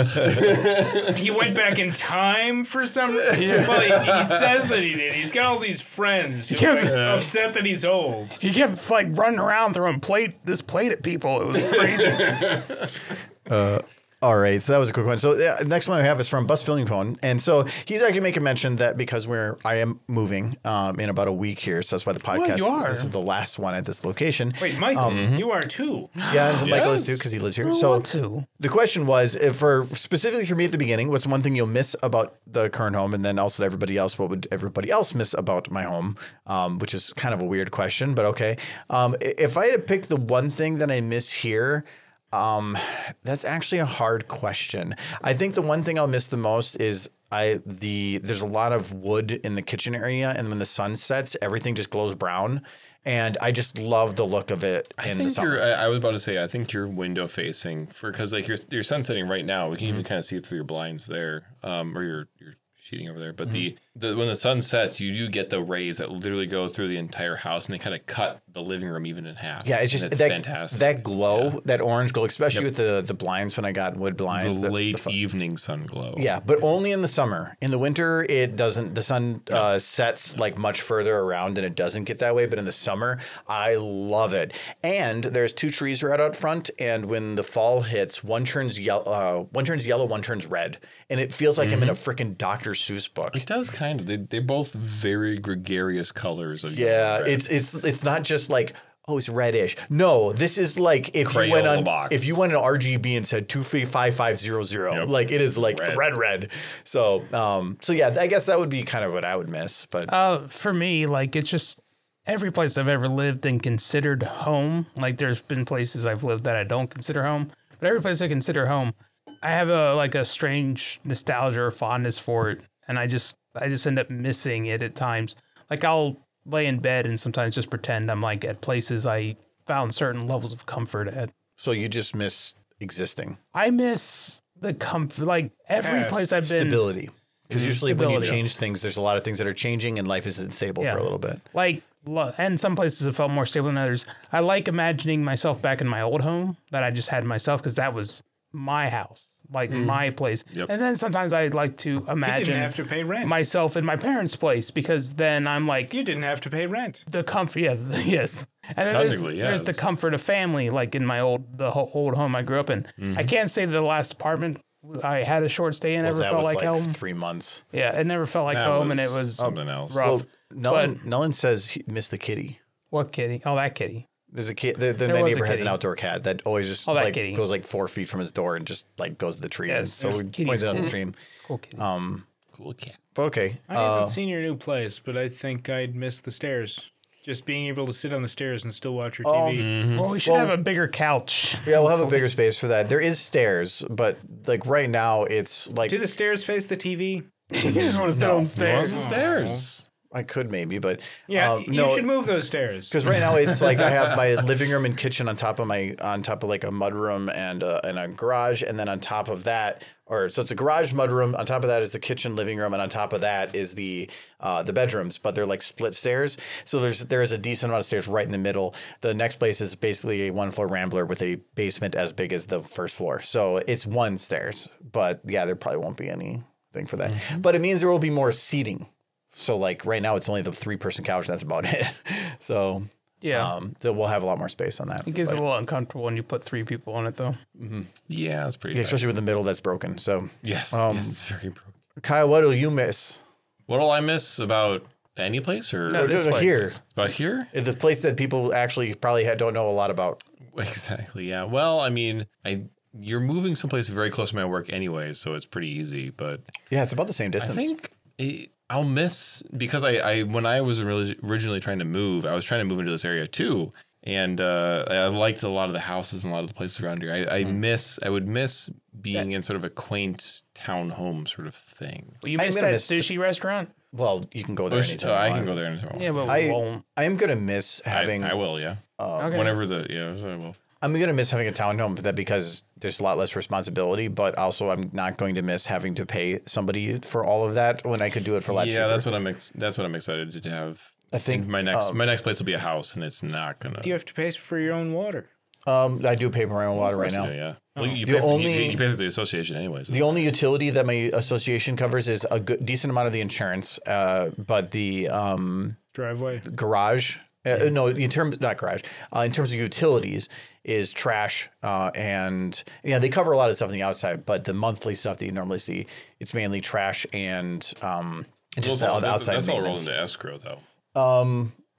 [SPEAKER 3] he went back in time for some. Well, he, he says that he did. He's got all these friends who
[SPEAKER 1] Yeah.
[SPEAKER 3] are upset that he's old.
[SPEAKER 1] He kept like running around throwing plate this plate at people. It was crazy.
[SPEAKER 4] All right, so that was a quick one. So the next one I have is from Bus Filling Phone, and so he's actually making mention that because we're I am moving um, in about a week here, so that's why the podcast.
[SPEAKER 1] you are.
[SPEAKER 4] This is the last one at this location.
[SPEAKER 3] Wait, Michael, you are too.
[SPEAKER 4] Yeah, and Michael is
[SPEAKER 2] Yes.
[SPEAKER 4] too because he lives here.
[SPEAKER 1] I
[SPEAKER 4] so
[SPEAKER 1] want to.
[SPEAKER 4] the question was, if for specifically for me at the beginning, what's one thing you'll miss about the current home, and then also to everybody else, what would everybody else miss about my home? Um, which is kind of a weird question, but okay. Um, i- if I had to pick the one thing that I miss here. Um, that's actually a hard question. I think the one thing I'll miss the most is I the there's a lot of wood in the kitchen area, and when the sun sets, everything just glows brown, and I just love the look of it
[SPEAKER 2] I
[SPEAKER 4] in the
[SPEAKER 2] think
[SPEAKER 4] summer.
[SPEAKER 2] you're, I, I was about to say, I think you're window facing for because like your your sun's setting right now. We can
[SPEAKER 4] Mm-hmm.
[SPEAKER 2] even kind of see it through your blinds there, um, or your your sheeting over there. But
[SPEAKER 4] Mm-hmm.
[SPEAKER 2] the, the when the sun sets, you do get the rays that literally go through the entire house, and they kind of cut the living room even in half.
[SPEAKER 4] Yeah, it's
[SPEAKER 2] And
[SPEAKER 4] just that,
[SPEAKER 2] fantastic.
[SPEAKER 4] that glow, that orange glow, especially with the the blinds when I got wood
[SPEAKER 2] the
[SPEAKER 4] blinds. the- the
[SPEAKER 2] late
[SPEAKER 4] fu-
[SPEAKER 2] evening sun glow.
[SPEAKER 4] yeah, but only in the summer. In the winter, it doesn't. The sun uh, sets like much further around, and it doesn't get that way. But in the summer, I love it. And there's two trees right out front, and when the fall hits, one turns yellow, uh, one turns yellow, one turns red, and it feels like I'm in a
[SPEAKER 2] Mm-hmm.
[SPEAKER 4] freaking Dr. Seuss book.
[SPEAKER 2] It does kind of. They, they're both very gregarious colors of
[SPEAKER 4] Yeah,
[SPEAKER 2] red.
[SPEAKER 4] it's it's it's not just like oh it's reddish. No, this is like if you went
[SPEAKER 2] Crayola
[SPEAKER 4] on
[SPEAKER 2] box.
[SPEAKER 4] if you went on RGB and said two three five five zero zero,
[SPEAKER 2] Yep.
[SPEAKER 4] like it is like red.
[SPEAKER 2] Red.
[SPEAKER 4] red So um so yeah, I guess that would be kind of what I would miss. But
[SPEAKER 1] Uh, for me, like it's just every place I've ever lived and considered home. Like there's been places I've lived that I don't consider home, but every place I consider home, I have a like a strange nostalgia or fondness for it, and I just I just end up missing it at times. Like I'll lay in bed and sometimes just pretend I'm like at places I found certain levels of comfort at.
[SPEAKER 4] so you just miss existing
[SPEAKER 1] I miss the comfort, like every
[SPEAKER 3] Yes.
[SPEAKER 1] place I've been.
[SPEAKER 4] stability. Because usually when you
[SPEAKER 1] Stability.
[SPEAKER 4] change things, there's a lot of things that are changing, and life is unstable
[SPEAKER 1] Yeah.
[SPEAKER 4] for a little bit.
[SPEAKER 1] like lo- and some places have felt more stable than others. I like imagining myself back in my old home that I just had myself because that was my house, like my place.
[SPEAKER 2] Mm-hmm. Yep.
[SPEAKER 1] And then sometimes I like to
[SPEAKER 3] You
[SPEAKER 1] imagine
[SPEAKER 3] didn't have to pay rent.
[SPEAKER 1] myself in my parents' place because then I'm like
[SPEAKER 3] you didn't have to pay rent.
[SPEAKER 1] the comfort. Yeah, yes. And then there's,
[SPEAKER 2] Technically,
[SPEAKER 1] there's the
[SPEAKER 2] yes.
[SPEAKER 1] comfort of family, like in my old the ho- old home I grew up in.
[SPEAKER 2] Mm-hmm.
[SPEAKER 1] I can't say the last apartment I had a short stay in
[SPEAKER 4] Well,
[SPEAKER 1] ever
[SPEAKER 4] that
[SPEAKER 1] felt
[SPEAKER 4] was
[SPEAKER 1] like,
[SPEAKER 4] like,
[SPEAKER 1] home.
[SPEAKER 4] three months.
[SPEAKER 1] yeah, it never felt like
[SPEAKER 2] That
[SPEAKER 1] home, and it
[SPEAKER 2] was
[SPEAKER 1] was
[SPEAKER 2] something else.
[SPEAKER 1] Rough.
[SPEAKER 4] Well, Nolan, Nolan says he missed the kitty.
[SPEAKER 1] what kitty? Oh, that kitty.
[SPEAKER 4] There's a kid. The, the,
[SPEAKER 1] was
[SPEAKER 4] my
[SPEAKER 1] a
[SPEAKER 4] neighbor has an
[SPEAKER 1] kitty.
[SPEAKER 4] outdoor cat that always just
[SPEAKER 1] Oh, that
[SPEAKER 4] like
[SPEAKER 1] kitty.
[SPEAKER 4] goes like four feet from his door and just like goes to the tree. and
[SPEAKER 1] Yes,
[SPEAKER 4] so we
[SPEAKER 1] there's kitties.
[SPEAKER 4] pointed out the stream.
[SPEAKER 1] Cool kitty.
[SPEAKER 2] cool cat.
[SPEAKER 4] But okay, Uh,
[SPEAKER 3] I haven't seen your new place, but I think I'd miss the stairs. Just being able to sit on the stairs and still watch your TV.
[SPEAKER 1] Well, we should have a bigger couch.
[SPEAKER 4] yeah, we'll have a bigger space for that. There is stairs, but like right now, it's like
[SPEAKER 3] Do the stairs face the TV?
[SPEAKER 5] You just want to sit on stairs.
[SPEAKER 2] Stairs.
[SPEAKER 4] I could maybe, but
[SPEAKER 3] Yeah,
[SPEAKER 4] um,
[SPEAKER 3] you should move those stairs.
[SPEAKER 4] Because right now it's like I have my living room and kitchen on top of my on top of like a mudroom and a, and a garage, and then on top of that, or so it's a garage mudroom. On top of that is the kitchen, living room, and on top of that is the uh, the bedrooms. But they're like split stairs, so there's there is a decent amount of stairs right in the middle. The next place is basically a one floor rambler with a basement as big as the first floor, so it's one stairs. But yeah, there probably won't be anything for that. But it means there will be more seating. So like right now, it's only the three person couch. That's about it. So
[SPEAKER 1] Yeah.
[SPEAKER 4] um, so we'll have a lot more space on that,
[SPEAKER 1] It gets a little uncomfortable when you put three people on it, though.
[SPEAKER 2] Yeah, that's pretty.
[SPEAKER 4] Yeah,
[SPEAKER 2] Yeah,
[SPEAKER 4] especially with the middle that's broken. So, Um,
[SPEAKER 2] yes, yes, it's very broken.
[SPEAKER 4] Kyle, what do you miss?
[SPEAKER 2] What'll I miss about any place or
[SPEAKER 1] No, this
[SPEAKER 4] no, no,
[SPEAKER 1] place.
[SPEAKER 4] here.
[SPEAKER 2] about here?
[SPEAKER 4] The place that people actually probably had, don't know a lot about.
[SPEAKER 2] Exactly. Yeah. Well, I mean, I you're moving someplace very close to my work anyway, so it's pretty easy. But
[SPEAKER 4] Yeah, it's about the same
[SPEAKER 2] I
[SPEAKER 4] distance.
[SPEAKER 2] think it, I'll miss because I, I when I was orig- originally trying to move, I was trying to move into this area too, and uh, I liked a lot of the houses and a lot of the places around here. I, I miss. I would miss being in sort of a quaint town home sort of thing.
[SPEAKER 1] Well, you
[SPEAKER 4] I'm
[SPEAKER 1] missed
[SPEAKER 4] gonna
[SPEAKER 1] that
[SPEAKER 4] miss the-
[SPEAKER 1] sushi restaurant?
[SPEAKER 4] Well, you can go there anytime.
[SPEAKER 2] So I
[SPEAKER 4] you
[SPEAKER 2] can go
[SPEAKER 4] want.
[SPEAKER 2] there in a
[SPEAKER 1] Yeah, but we
[SPEAKER 4] I
[SPEAKER 1] won't.
[SPEAKER 4] I am gonna miss having.
[SPEAKER 2] I, I will, yeah. Whenever the yeah, I will.
[SPEAKER 4] I'm gonna miss having a townhome, but that because there's a lot less responsibility. But also, I'm not going to miss having to pay somebody for all of that when I could do it for a lot.
[SPEAKER 2] yeah,
[SPEAKER 4] cheaper.
[SPEAKER 2] that's what I'm. Ex- that's what I'm excited to have.
[SPEAKER 4] I think,
[SPEAKER 2] my next my next place will be a house, and it's not gonna.
[SPEAKER 3] Do you have to pay for your own water?
[SPEAKER 4] um, I do pay for my own water right now.
[SPEAKER 2] Yeah, yeah. Well, you,
[SPEAKER 4] Oh. The
[SPEAKER 2] pay for,
[SPEAKER 4] only-
[SPEAKER 2] you, you pay for the association anyways.
[SPEAKER 4] The only utility that my association covers is a good, decent amount of the insurance, uh, but the um,
[SPEAKER 3] Driveway.
[SPEAKER 4] garage. Uh,
[SPEAKER 2] Mm-hmm.
[SPEAKER 4] no, in terms not garage. Uh, in terms of utilities, is trash uh, and yeah, they cover a lot of stuff on the outside, but the monthly stuff that you normally see, it's mainly trash and um, and just
[SPEAKER 2] Those all-
[SPEAKER 4] the,
[SPEAKER 2] that-
[SPEAKER 4] outside.
[SPEAKER 2] that's all rolled
[SPEAKER 4] maintenance.
[SPEAKER 2] into escrow though.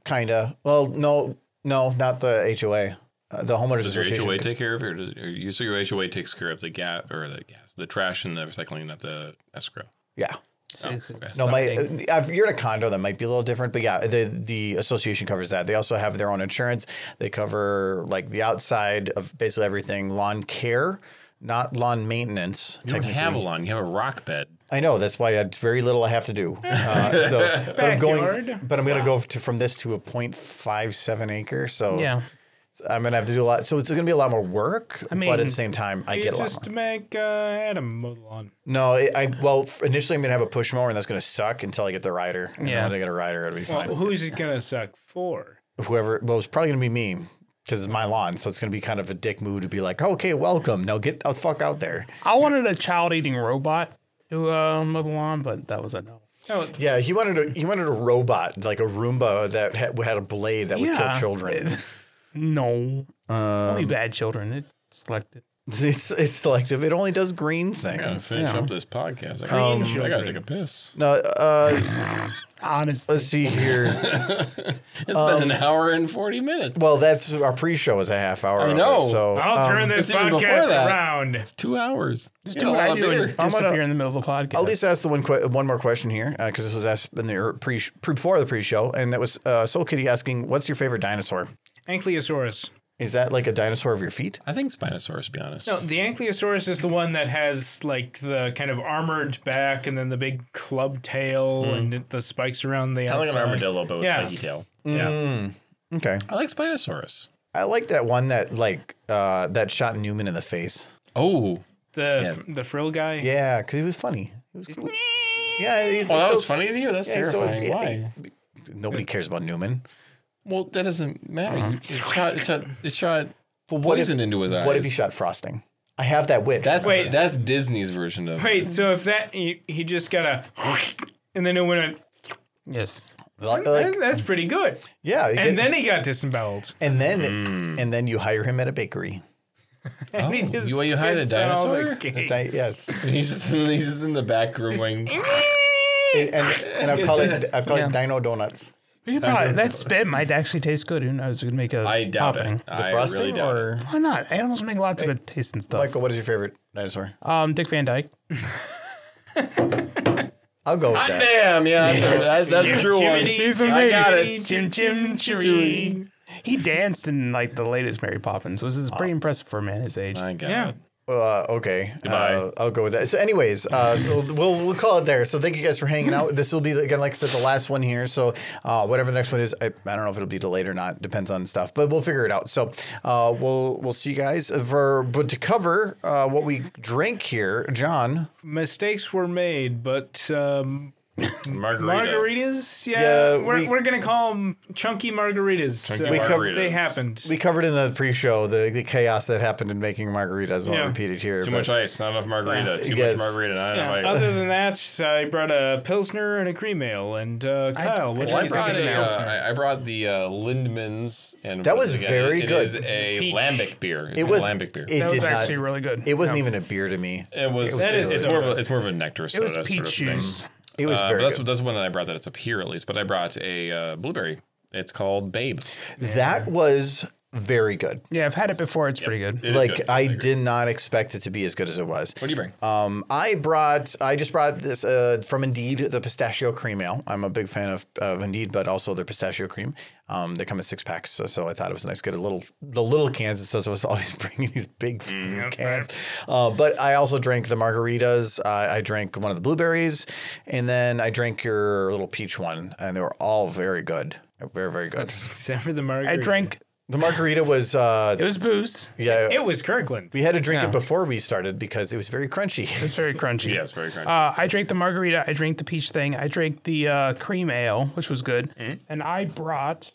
[SPEAKER 4] Kinda. Well, no, no, not the HOA. Uh, the homeowners
[SPEAKER 2] Does your
[SPEAKER 4] association.
[SPEAKER 2] HOA take care of it, or, does, or you, so your HOA takes care of the gas or the gas, the trash and the recycling, not the escrow.
[SPEAKER 4] yeah.
[SPEAKER 2] okay.
[SPEAKER 4] No, my uh, if you're in a condo that might be a little different, but yeah, the the association covers that. They also have their own insurance. They cover like the outside of basically everything, lawn care, not lawn maintenance.
[SPEAKER 2] You don't have a lawn. You have a rock bed.
[SPEAKER 4] I know that's why it's very little I have to do. Uh, so, but I'm going,
[SPEAKER 3] Backyard.
[SPEAKER 4] but I'm going to go to, from this to a 0.57 acre. So
[SPEAKER 1] Yeah.
[SPEAKER 4] I'm going to have to do a lot. So it's going to be a lot more work.
[SPEAKER 1] I mean,
[SPEAKER 4] but at the same time, I
[SPEAKER 3] You
[SPEAKER 4] get a lot.
[SPEAKER 3] just make uh, Adam mow the lawn.
[SPEAKER 4] more. No, it, I well f- initially I'm going to have a push mower, and that's going to suck until I get the rider. And
[SPEAKER 1] Yeah.
[SPEAKER 4] then when I get a rider, it'll be fine.
[SPEAKER 3] Well, who's it gonna suck for?
[SPEAKER 4] whoever well it's probably gonna be me because it's my lawn so it's gonna be kind of a dick move to be like okay welcome now get the fuck out there
[SPEAKER 1] I wanted a child eating robot to uh, mow the lawn, but that was a no.
[SPEAKER 3] No,
[SPEAKER 4] yeah he wanted a he wanted a robot like a roomba that had, had a blade that would
[SPEAKER 1] Yeah.
[SPEAKER 4] kill children
[SPEAKER 1] No. Only bad children. It selected.
[SPEAKER 4] it's, it's selective it only does green things
[SPEAKER 2] I gotta finish
[SPEAKER 1] Yeah.
[SPEAKER 2] up this podcast. I gotta, I gotta
[SPEAKER 3] children.
[SPEAKER 2] take a piss.
[SPEAKER 4] no uh
[SPEAKER 1] Honestly.
[SPEAKER 4] let's see here
[SPEAKER 2] It's been an hour and forty minutes.
[SPEAKER 4] um, well that's our pre-show was a half hour
[SPEAKER 2] I
[SPEAKER 4] of it,
[SPEAKER 2] know.
[SPEAKER 4] so
[SPEAKER 3] I'll turn this
[SPEAKER 2] it's even before
[SPEAKER 3] podcast
[SPEAKER 2] that.
[SPEAKER 3] around.
[SPEAKER 2] two hours. Just
[SPEAKER 1] do what I do and
[SPEAKER 4] I'm gonna-
[SPEAKER 1] disappear in the middle of the podcast.
[SPEAKER 4] I'll at least ask the one que- one more question here because this was asked in the er- pre pre- before the pre-show and that was uh, Soul Kitty asking what's your favorite dinosaur
[SPEAKER 3] Ankylosaurus.
[SPEAKER 4] is that like a dinosaur of your feet
[SPEAKER 2] I think Spinosaurus. To be honest,
[SPEAKER 3] No, the Ankylosaurus is the one that has like the kind of armored back and then the big club tail
[SPEAKER 2] Hmm.
[SPEAKER 3] and the spikes around the outside.
[SPEAKER 2] but
[SPEAKER 3] with uh, Yeah. spiky
[SPEAKER 2] tail.
[SPEAKER 3] Yeah.
[SPEAKER 4] okay
[SPEAKER 2] I like Spinosaurus.
[SPEAKER 4] I like that one that like uh, that shot Newman in the face.
[SPEAKER 2] Oh,
[SPEAKER 3] The the frill guy.
[SPEAKER 4] Yeah, because he was funny. He was cool. Yeah, he's,
[SPEAKER 2] well, Oh, that
[SPEAKER 4] so-
[SPEAKER 2] was funny to you. That's
[SPEAKER 4] yeah, he's so-
[SPEAKER 2] terrifying.
[SPEAKER 4] yeah,
[SPEAKER 2] Why?
[SPEAKER 4] Nobody cares about Newman.
[SPEAKER 2] Well, that doesn't matter. You- It shot. It shot. It shot
[SPEAKER 4] what if-
[SPEAKER 2] poison into his eyes.
[SPEAKER 4] What if he shot frosting? I have that wish.
[SPEAKER 2] That's
[SPEAKER 3] Wait.
[SPEAKER 2] that's Disney's version of.
[SPEAKER 3] Wait, so if that he, he just got a and then it went
[SPEAKER 1] yes.
[SPEAKER 4] like,
[SPEAKER 3] a,
[SPEAKER 2] uh,
[SPEAKER 3] that's pretty good.
[SPEAKER 4] yeah, you
[SPEAKER 3] And
[SPEAKER 4] get-
[SPEAKER 3] then he got disemboweled.
[SPEAKER 4] and then
[SPEAKER 2] Hmm.
[SPEAKER 4] and then you hire him at a bakery.
[SPEAKER 2] Oh,
[SPEAKER 3] And he just
[SPEAKER 2] you, you hide a
[SPEAKER 3] spits out all the
[SPEAKER 2] dinosaur.
[SPEAKER 3] cake.
[SPEAKER 4] Di- yes,
[SPEAKER 2] He's just in, he's just in the back room. Wing.
[SPEAKER 4] and and I call it I call it Dino Donuts.
[SPEAKER 1] You could probably, that spit might actually taste good. Who knows? We could make a
[SPEAKER 2] I doubt
[SPEAKER 1] topping.
[SPEAKER 2] it. I
[SPEAKER 4] Frosting
[SPEAKER 2] really doubt it.
[SPEAKER 4] or
[SPEAKER 1] Why not? Animals make lots of good tasting stuff.
[SPEAKER 4] Michael? What is your favorite dinosaur?
[SPEAKER 1] um, Dick Van Dyke.
[SPEAKER 4] I'll go with that.
[SPEAKER 2] Ah, Damn, yeah, that's, a, that's, that's a true one.
[SPEAKER 3] Jiminy,
[SPEAKER 2] I got it.
[SPEAKER 3] jiminy,
[SPEAKER 1] Jim Jim Cherie. He danced in like the latest Mary Poppins, which is pretty impressive for a man his age.
[SPEAKER 2] I got
[SPEAKER 3] Yeah.
[SPEAKER 2] it.
[SPEAKER 4] Uh, okay,
[SPEAKER 2] Goodbye.
[SPEAKER 4] Uh, I'll go with that. So, anyways, uh, so we'll we'll call it there. So, thank you guys for hanging out. This will be again, like I said, the last one here. So, uh, whatever the next one is, I, I don't know if it'll be delayed or not. Depends on stuff, but we'll figure it out. So, uh, we'll we'll see you guys for. But to cover uh, what we drink here, John.
[SPEAKER 3] Mistakes were made, but um,
[SPEAKER 2] Margarita.
[SPEAKER 3] margaritas, yeah,
[SPEAKER 4] Yeah,
[SPEAKER 3] we're,
[SPEAKER 4] we-
[SPEAKER 3] we, are going to call them chunky margaritas.
[SPEAKER 2] Chunky
[SPEAKER 4] We covered-
[SPEAKER 3] They
[SPEAKER 2] margaritas.
[SPEAKER 3] happened.
[SPEAKER 4] We covered in the pre-show the, the chaos that happened in making margaritas. Won't
[SPEAKER 3] Yeah.
[SPEAKER 4] repeat it here.
[SPEAKER 2] Too
[SPEAKER 4] but-
[SPEAKER 2] much ice, not enough margarita. Too
[SPEAKER 4] Yes.
[SPEAKER 2] much margarita, not
[SPEAKER 3] Yeah,
[SPEAKER 2] enough ice.
[SPEAKER 3] Other than that, I brought a pilsner and a cream ale. And uh, Kyle, what
[SPEAKER 2] Well,
[SPEAKER 3] do
[SPEAKER 2] I
[SPEAKER 3] you
[SPEAKER 2] brought,
[SPEAKER 3] think?
[SPEAKER 2] a, uh, I- I brought the uh, Lindman's, and
[SPEAKER 4] That
[SPEAKER 2] what is
[SPEAKER 4] was
[SPEAKER 2] it again?
[SPEAKER 4] very
[SPEAKER 2] It-
[SPEAKER 4] good.
[SPEAKER 2] It is a
[SPEAKER 3] Peach.
[SPEAKER 2] lambic beer. It's
[SPEAKER 4] It was
[SPEAKER 2] a lambic beer.
[SPEAKER 4] It
[SPEAKER 1] That
[SPEAKER 4] did
[SPEAKER 1] was
[SPEAKER 4] not.
[SPEAKER 1] actually really good.
[SPEAKER 4] it wasn't even a beer to me.
[SPEAKER 2] It was.
[SPEAKER 3] That is
[SPEAKER 2] It's
[SPEAKER 3] soda.
[SPEAKER 2] more of a, it's more of a nectar
[SPEAKER 1] it
[SPEAKER 2] soda.
[SPEAKER 1] was peach
[SPEAKER 2] sort of thing.
[SPEAKER 1] juice.
[SPEAKER 4] It was
[SPEAKER 2] Uh,
[SPEAKER 4] very
[SPEAKER 2] but that's
[SPEAKER 4] good.
[SPEAKER 2] that's the one that I brought that it's up here at least. But I brought a uh, blueberry. It's called Babe.
[SPEAKER 4] That was very good.
[SPEAKER 1] Yeah, I've had it before. It's pretty good.
[SPEAKER 2] It is
[SPEAKER 4] like
[SPEAKER 2] good.
[SPEAKER 4] I
[SPEAKER 2] agree.
[SPEAKER 4] did not expect it to be as good as it was.
[SPEAKER 2] What do you bring?
[SPEAKER 4] Um, I brought, I just brought this uh, from Indeed, the pistachio cream ale. I'm a big fan of, of Indeed, but also their pistachio cream. Um, they come in six packs, so, so I thought it was nice. Get a little, the little cans. It says I was always bringing these big
[SPEAKER 2] Mm,
[SPEAKER 4] fucking cans. Uh, but I also drank the margaritas. I I drank one of the blueberries, and then I drank your little peach one, and they were all very good, very very good.
[SPEAKER 3] Except for the margarita.
[SPEAKER 1] I drank
[SPEAKER 4] The margarita was uh,
[SPEAKER 1] It was booze.
[SPEAKER 4] yeah.
[SPEAKER 3] It was Kirkland.
[SPEAKER 4] we had to drink it before we started because it was very crunchy.
[SPEAKER 1] It's very crunchy.
[SPEAKER 2] Yes, very crunchy.
[SPEAKER 1] Uh, I drank the margarita. I drank the peach thing. I drank the uh, cream ale, which was good.
[SPEAKER 2] Mm-hmm.
[SPEAKER 1] And I brought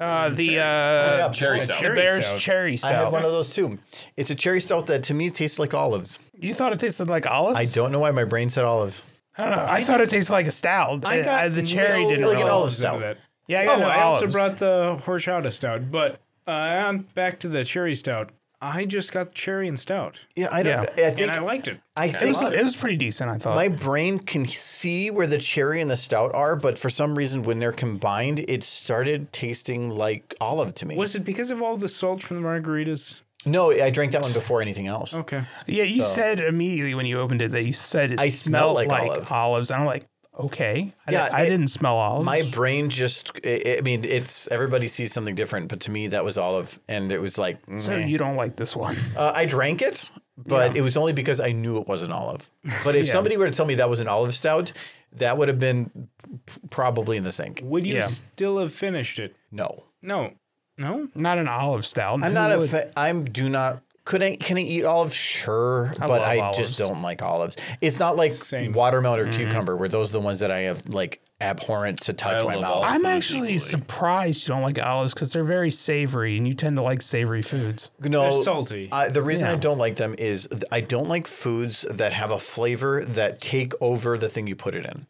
[SPEAKER 1] uh, the uh,
[SPEAKER 2] Cherry stout.
[SPEAKER 1] the
[SPEAKER 3] cherry
[SPEAKER 1] Bears
[SPEAKER 3] stout.
[SPEAKER 1] cherry
[SPEAKER 4] I had
[SPEAKER 1] stout.
[SPEAKER 4] one of those too. It's a cherry stout that to me tastes like olives.
[SPEAKER 1] you thought it tasted like olives?
[SPEAKER 4] I don't know why my brain said olives.
[SPEAKER 1] I thought it tasted like a stout. I
[SPEAKER 3] got
[SPEAKER 1] the cherry
[SPEAKER 3] no-
[SPEAKER 1] didn't.
[SPEAKER 4] Like an
[SPEAKER 1] really-
[SPEAKER 4] olive
[SPEAKER 3] Into
[SPEAKER 4] stout.
[SPEAKER 3] that.
[SPEAKER 1] Yeah, I
[SPEAKER 3] Oh,
[SPEAKER 1] got no
[SPEAKER 3] I also
[SPEAKER 1] olives.
[SPEAKER 3] brought the horchata stout, but uh, I'm back to the cherry stout. I just got the cherry and stout,
[SPEAKER 4] Yeah, I don't. I think
[SPEAKER 3] and I liked it.
[SPEAKER 4] I
[SPEAKER 1] It
[SPEAKER 4] think
[SPEAKER 1] was, it was pretty decent, I thought.
[SPEAKER 4] my brain can see where the cherry and the stout are, but for some reason, when they're combined, it started tasting like olive to me.
[SPEAKER 3] Was it because of all the salt from the margaritas?
[SPEAKER 4] no, I drank that one before anything else.
[SPEAKER 3] Okay.
[SPEAKER 1] yeah, you said immediately when you opened it that you said it
[SPEAKER 4] I smelled
[SPEAKER 1] smelled
[SPEAKER 4] like
[SPEAKER 1] like,
[SPEAKER 4] olive.
[SPEAKER 1] olives. And I'm like, okay. I,
[SPEAKER 4] Yeah,
[SPEAKER 1] di- I
[SPEAKER 4] it-
[SPEAKER 1] didn't smell olives.
[SPEAKER 4] My brain just, I I mean, it's everybody sees something different, but to me, that was olive. And it was like,
[SPEAKER 1] so
[SPEAKER 4] meh.
[SPEAKER 1] you don't like this one.
[SPEAKER 4] Uh, I drank it, but it was only because I knew it was an olive. But if somebody were to tell me that was an olive stout, that would have been p- probably in the sink.
[SPEAKER 3] Would you
[SPEAKER 1] Yeah.
[SPEAKER 3] still have finished it?
[SPEAKER 4] No,
[SPEAKER 3] No. No?
[SPEAKER 1] Not an olive stout.
[SPEAKER 4] I'm not a. Fa- I'm do not. Could I? Can I eat olives? Sure, but
[SPEAKER 1] love
[SPEAKER 4] I
[SPEAKER 1] olives.
[SPEAKER 4] just don't like olives. It's not like watermelon or cucumber, where those are the ones that I have like abhorrent to touch
[SPEAKER 2] I
[SPEAKER 4] my
[SPEAKER 2] love
[SPEAKER 4] mouth.
[SPEAKER 2] olives.
[SPEAKER 1] I'm
[SPEAKER 2] food
[SPEAKER 1] actually
[SPEAKER 2] equally.
[SPEAKER 1] surprised you don't like olives because they're very savory and you tend to like savory foods.
[SPEAKER 4] No,
[SPEAKER 3] They're salty.
[SPEAKER 4] I, the reason I
[SPEAKER 1] Yeah.
[SPEAKER 4] don't like them is th- I don't like foods that have a flavor that take over the thing you put it in.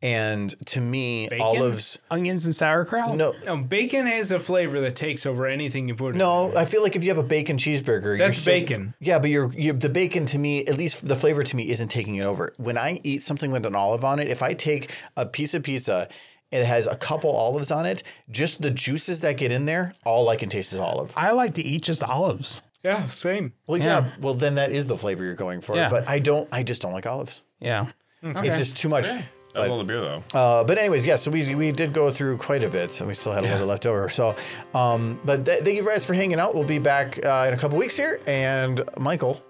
[SPEAKER 4] And to me, olives.
[SPEAKER 1] Onions and sauerkraut?
[SPEAKER 4] No,
[SPEAKER 3] No, bacon has a flavor that takes over anything you put in.
[SPEAKER 4] no. I feel like if you have a bacon cheeseburger, you're
[SPEAKER 3] That's
[SPEAKER 4] still-
[SPEAKER 3] bacon.
[SPEAKER 4] Yeah, but you're, you're the bacon to me, at least the flavor to me, isn't taking it over. When I eat something with an olive on it, if I take a piece of pizza. It has a couple olives on it. Just the juices that get in there, all I can taste is olive.
[SPEAKER 1] I like to eat just olives.
[SPEAKER 3] Yeah, same.
[SPEAKER 4] Well, yeah. Well, then that is the flavor you're going for.
[SPEAKER 1] Yeah.
[SPEAKER 4] But I don't. I just don't like olives.
[SPEAKER 1] Yeah.
[SPEAKER 4] It's just too much.
[SPEAKER 2] I love the beer though.
[SPEAKER 4] Uh, but anyways, yes, so we, we did go through quite a bit, so we still had a little bit left over. So, um, but th- thank you guys for hanging out. We'll be back uh, in a couple weeks here. And Michael,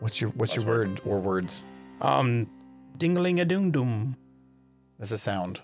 [SPEAKER 4] what's your what's your word or words?
[SPEAKER 1] Um, dingling a doom doom.
[SPEAKER 4] That's a sound.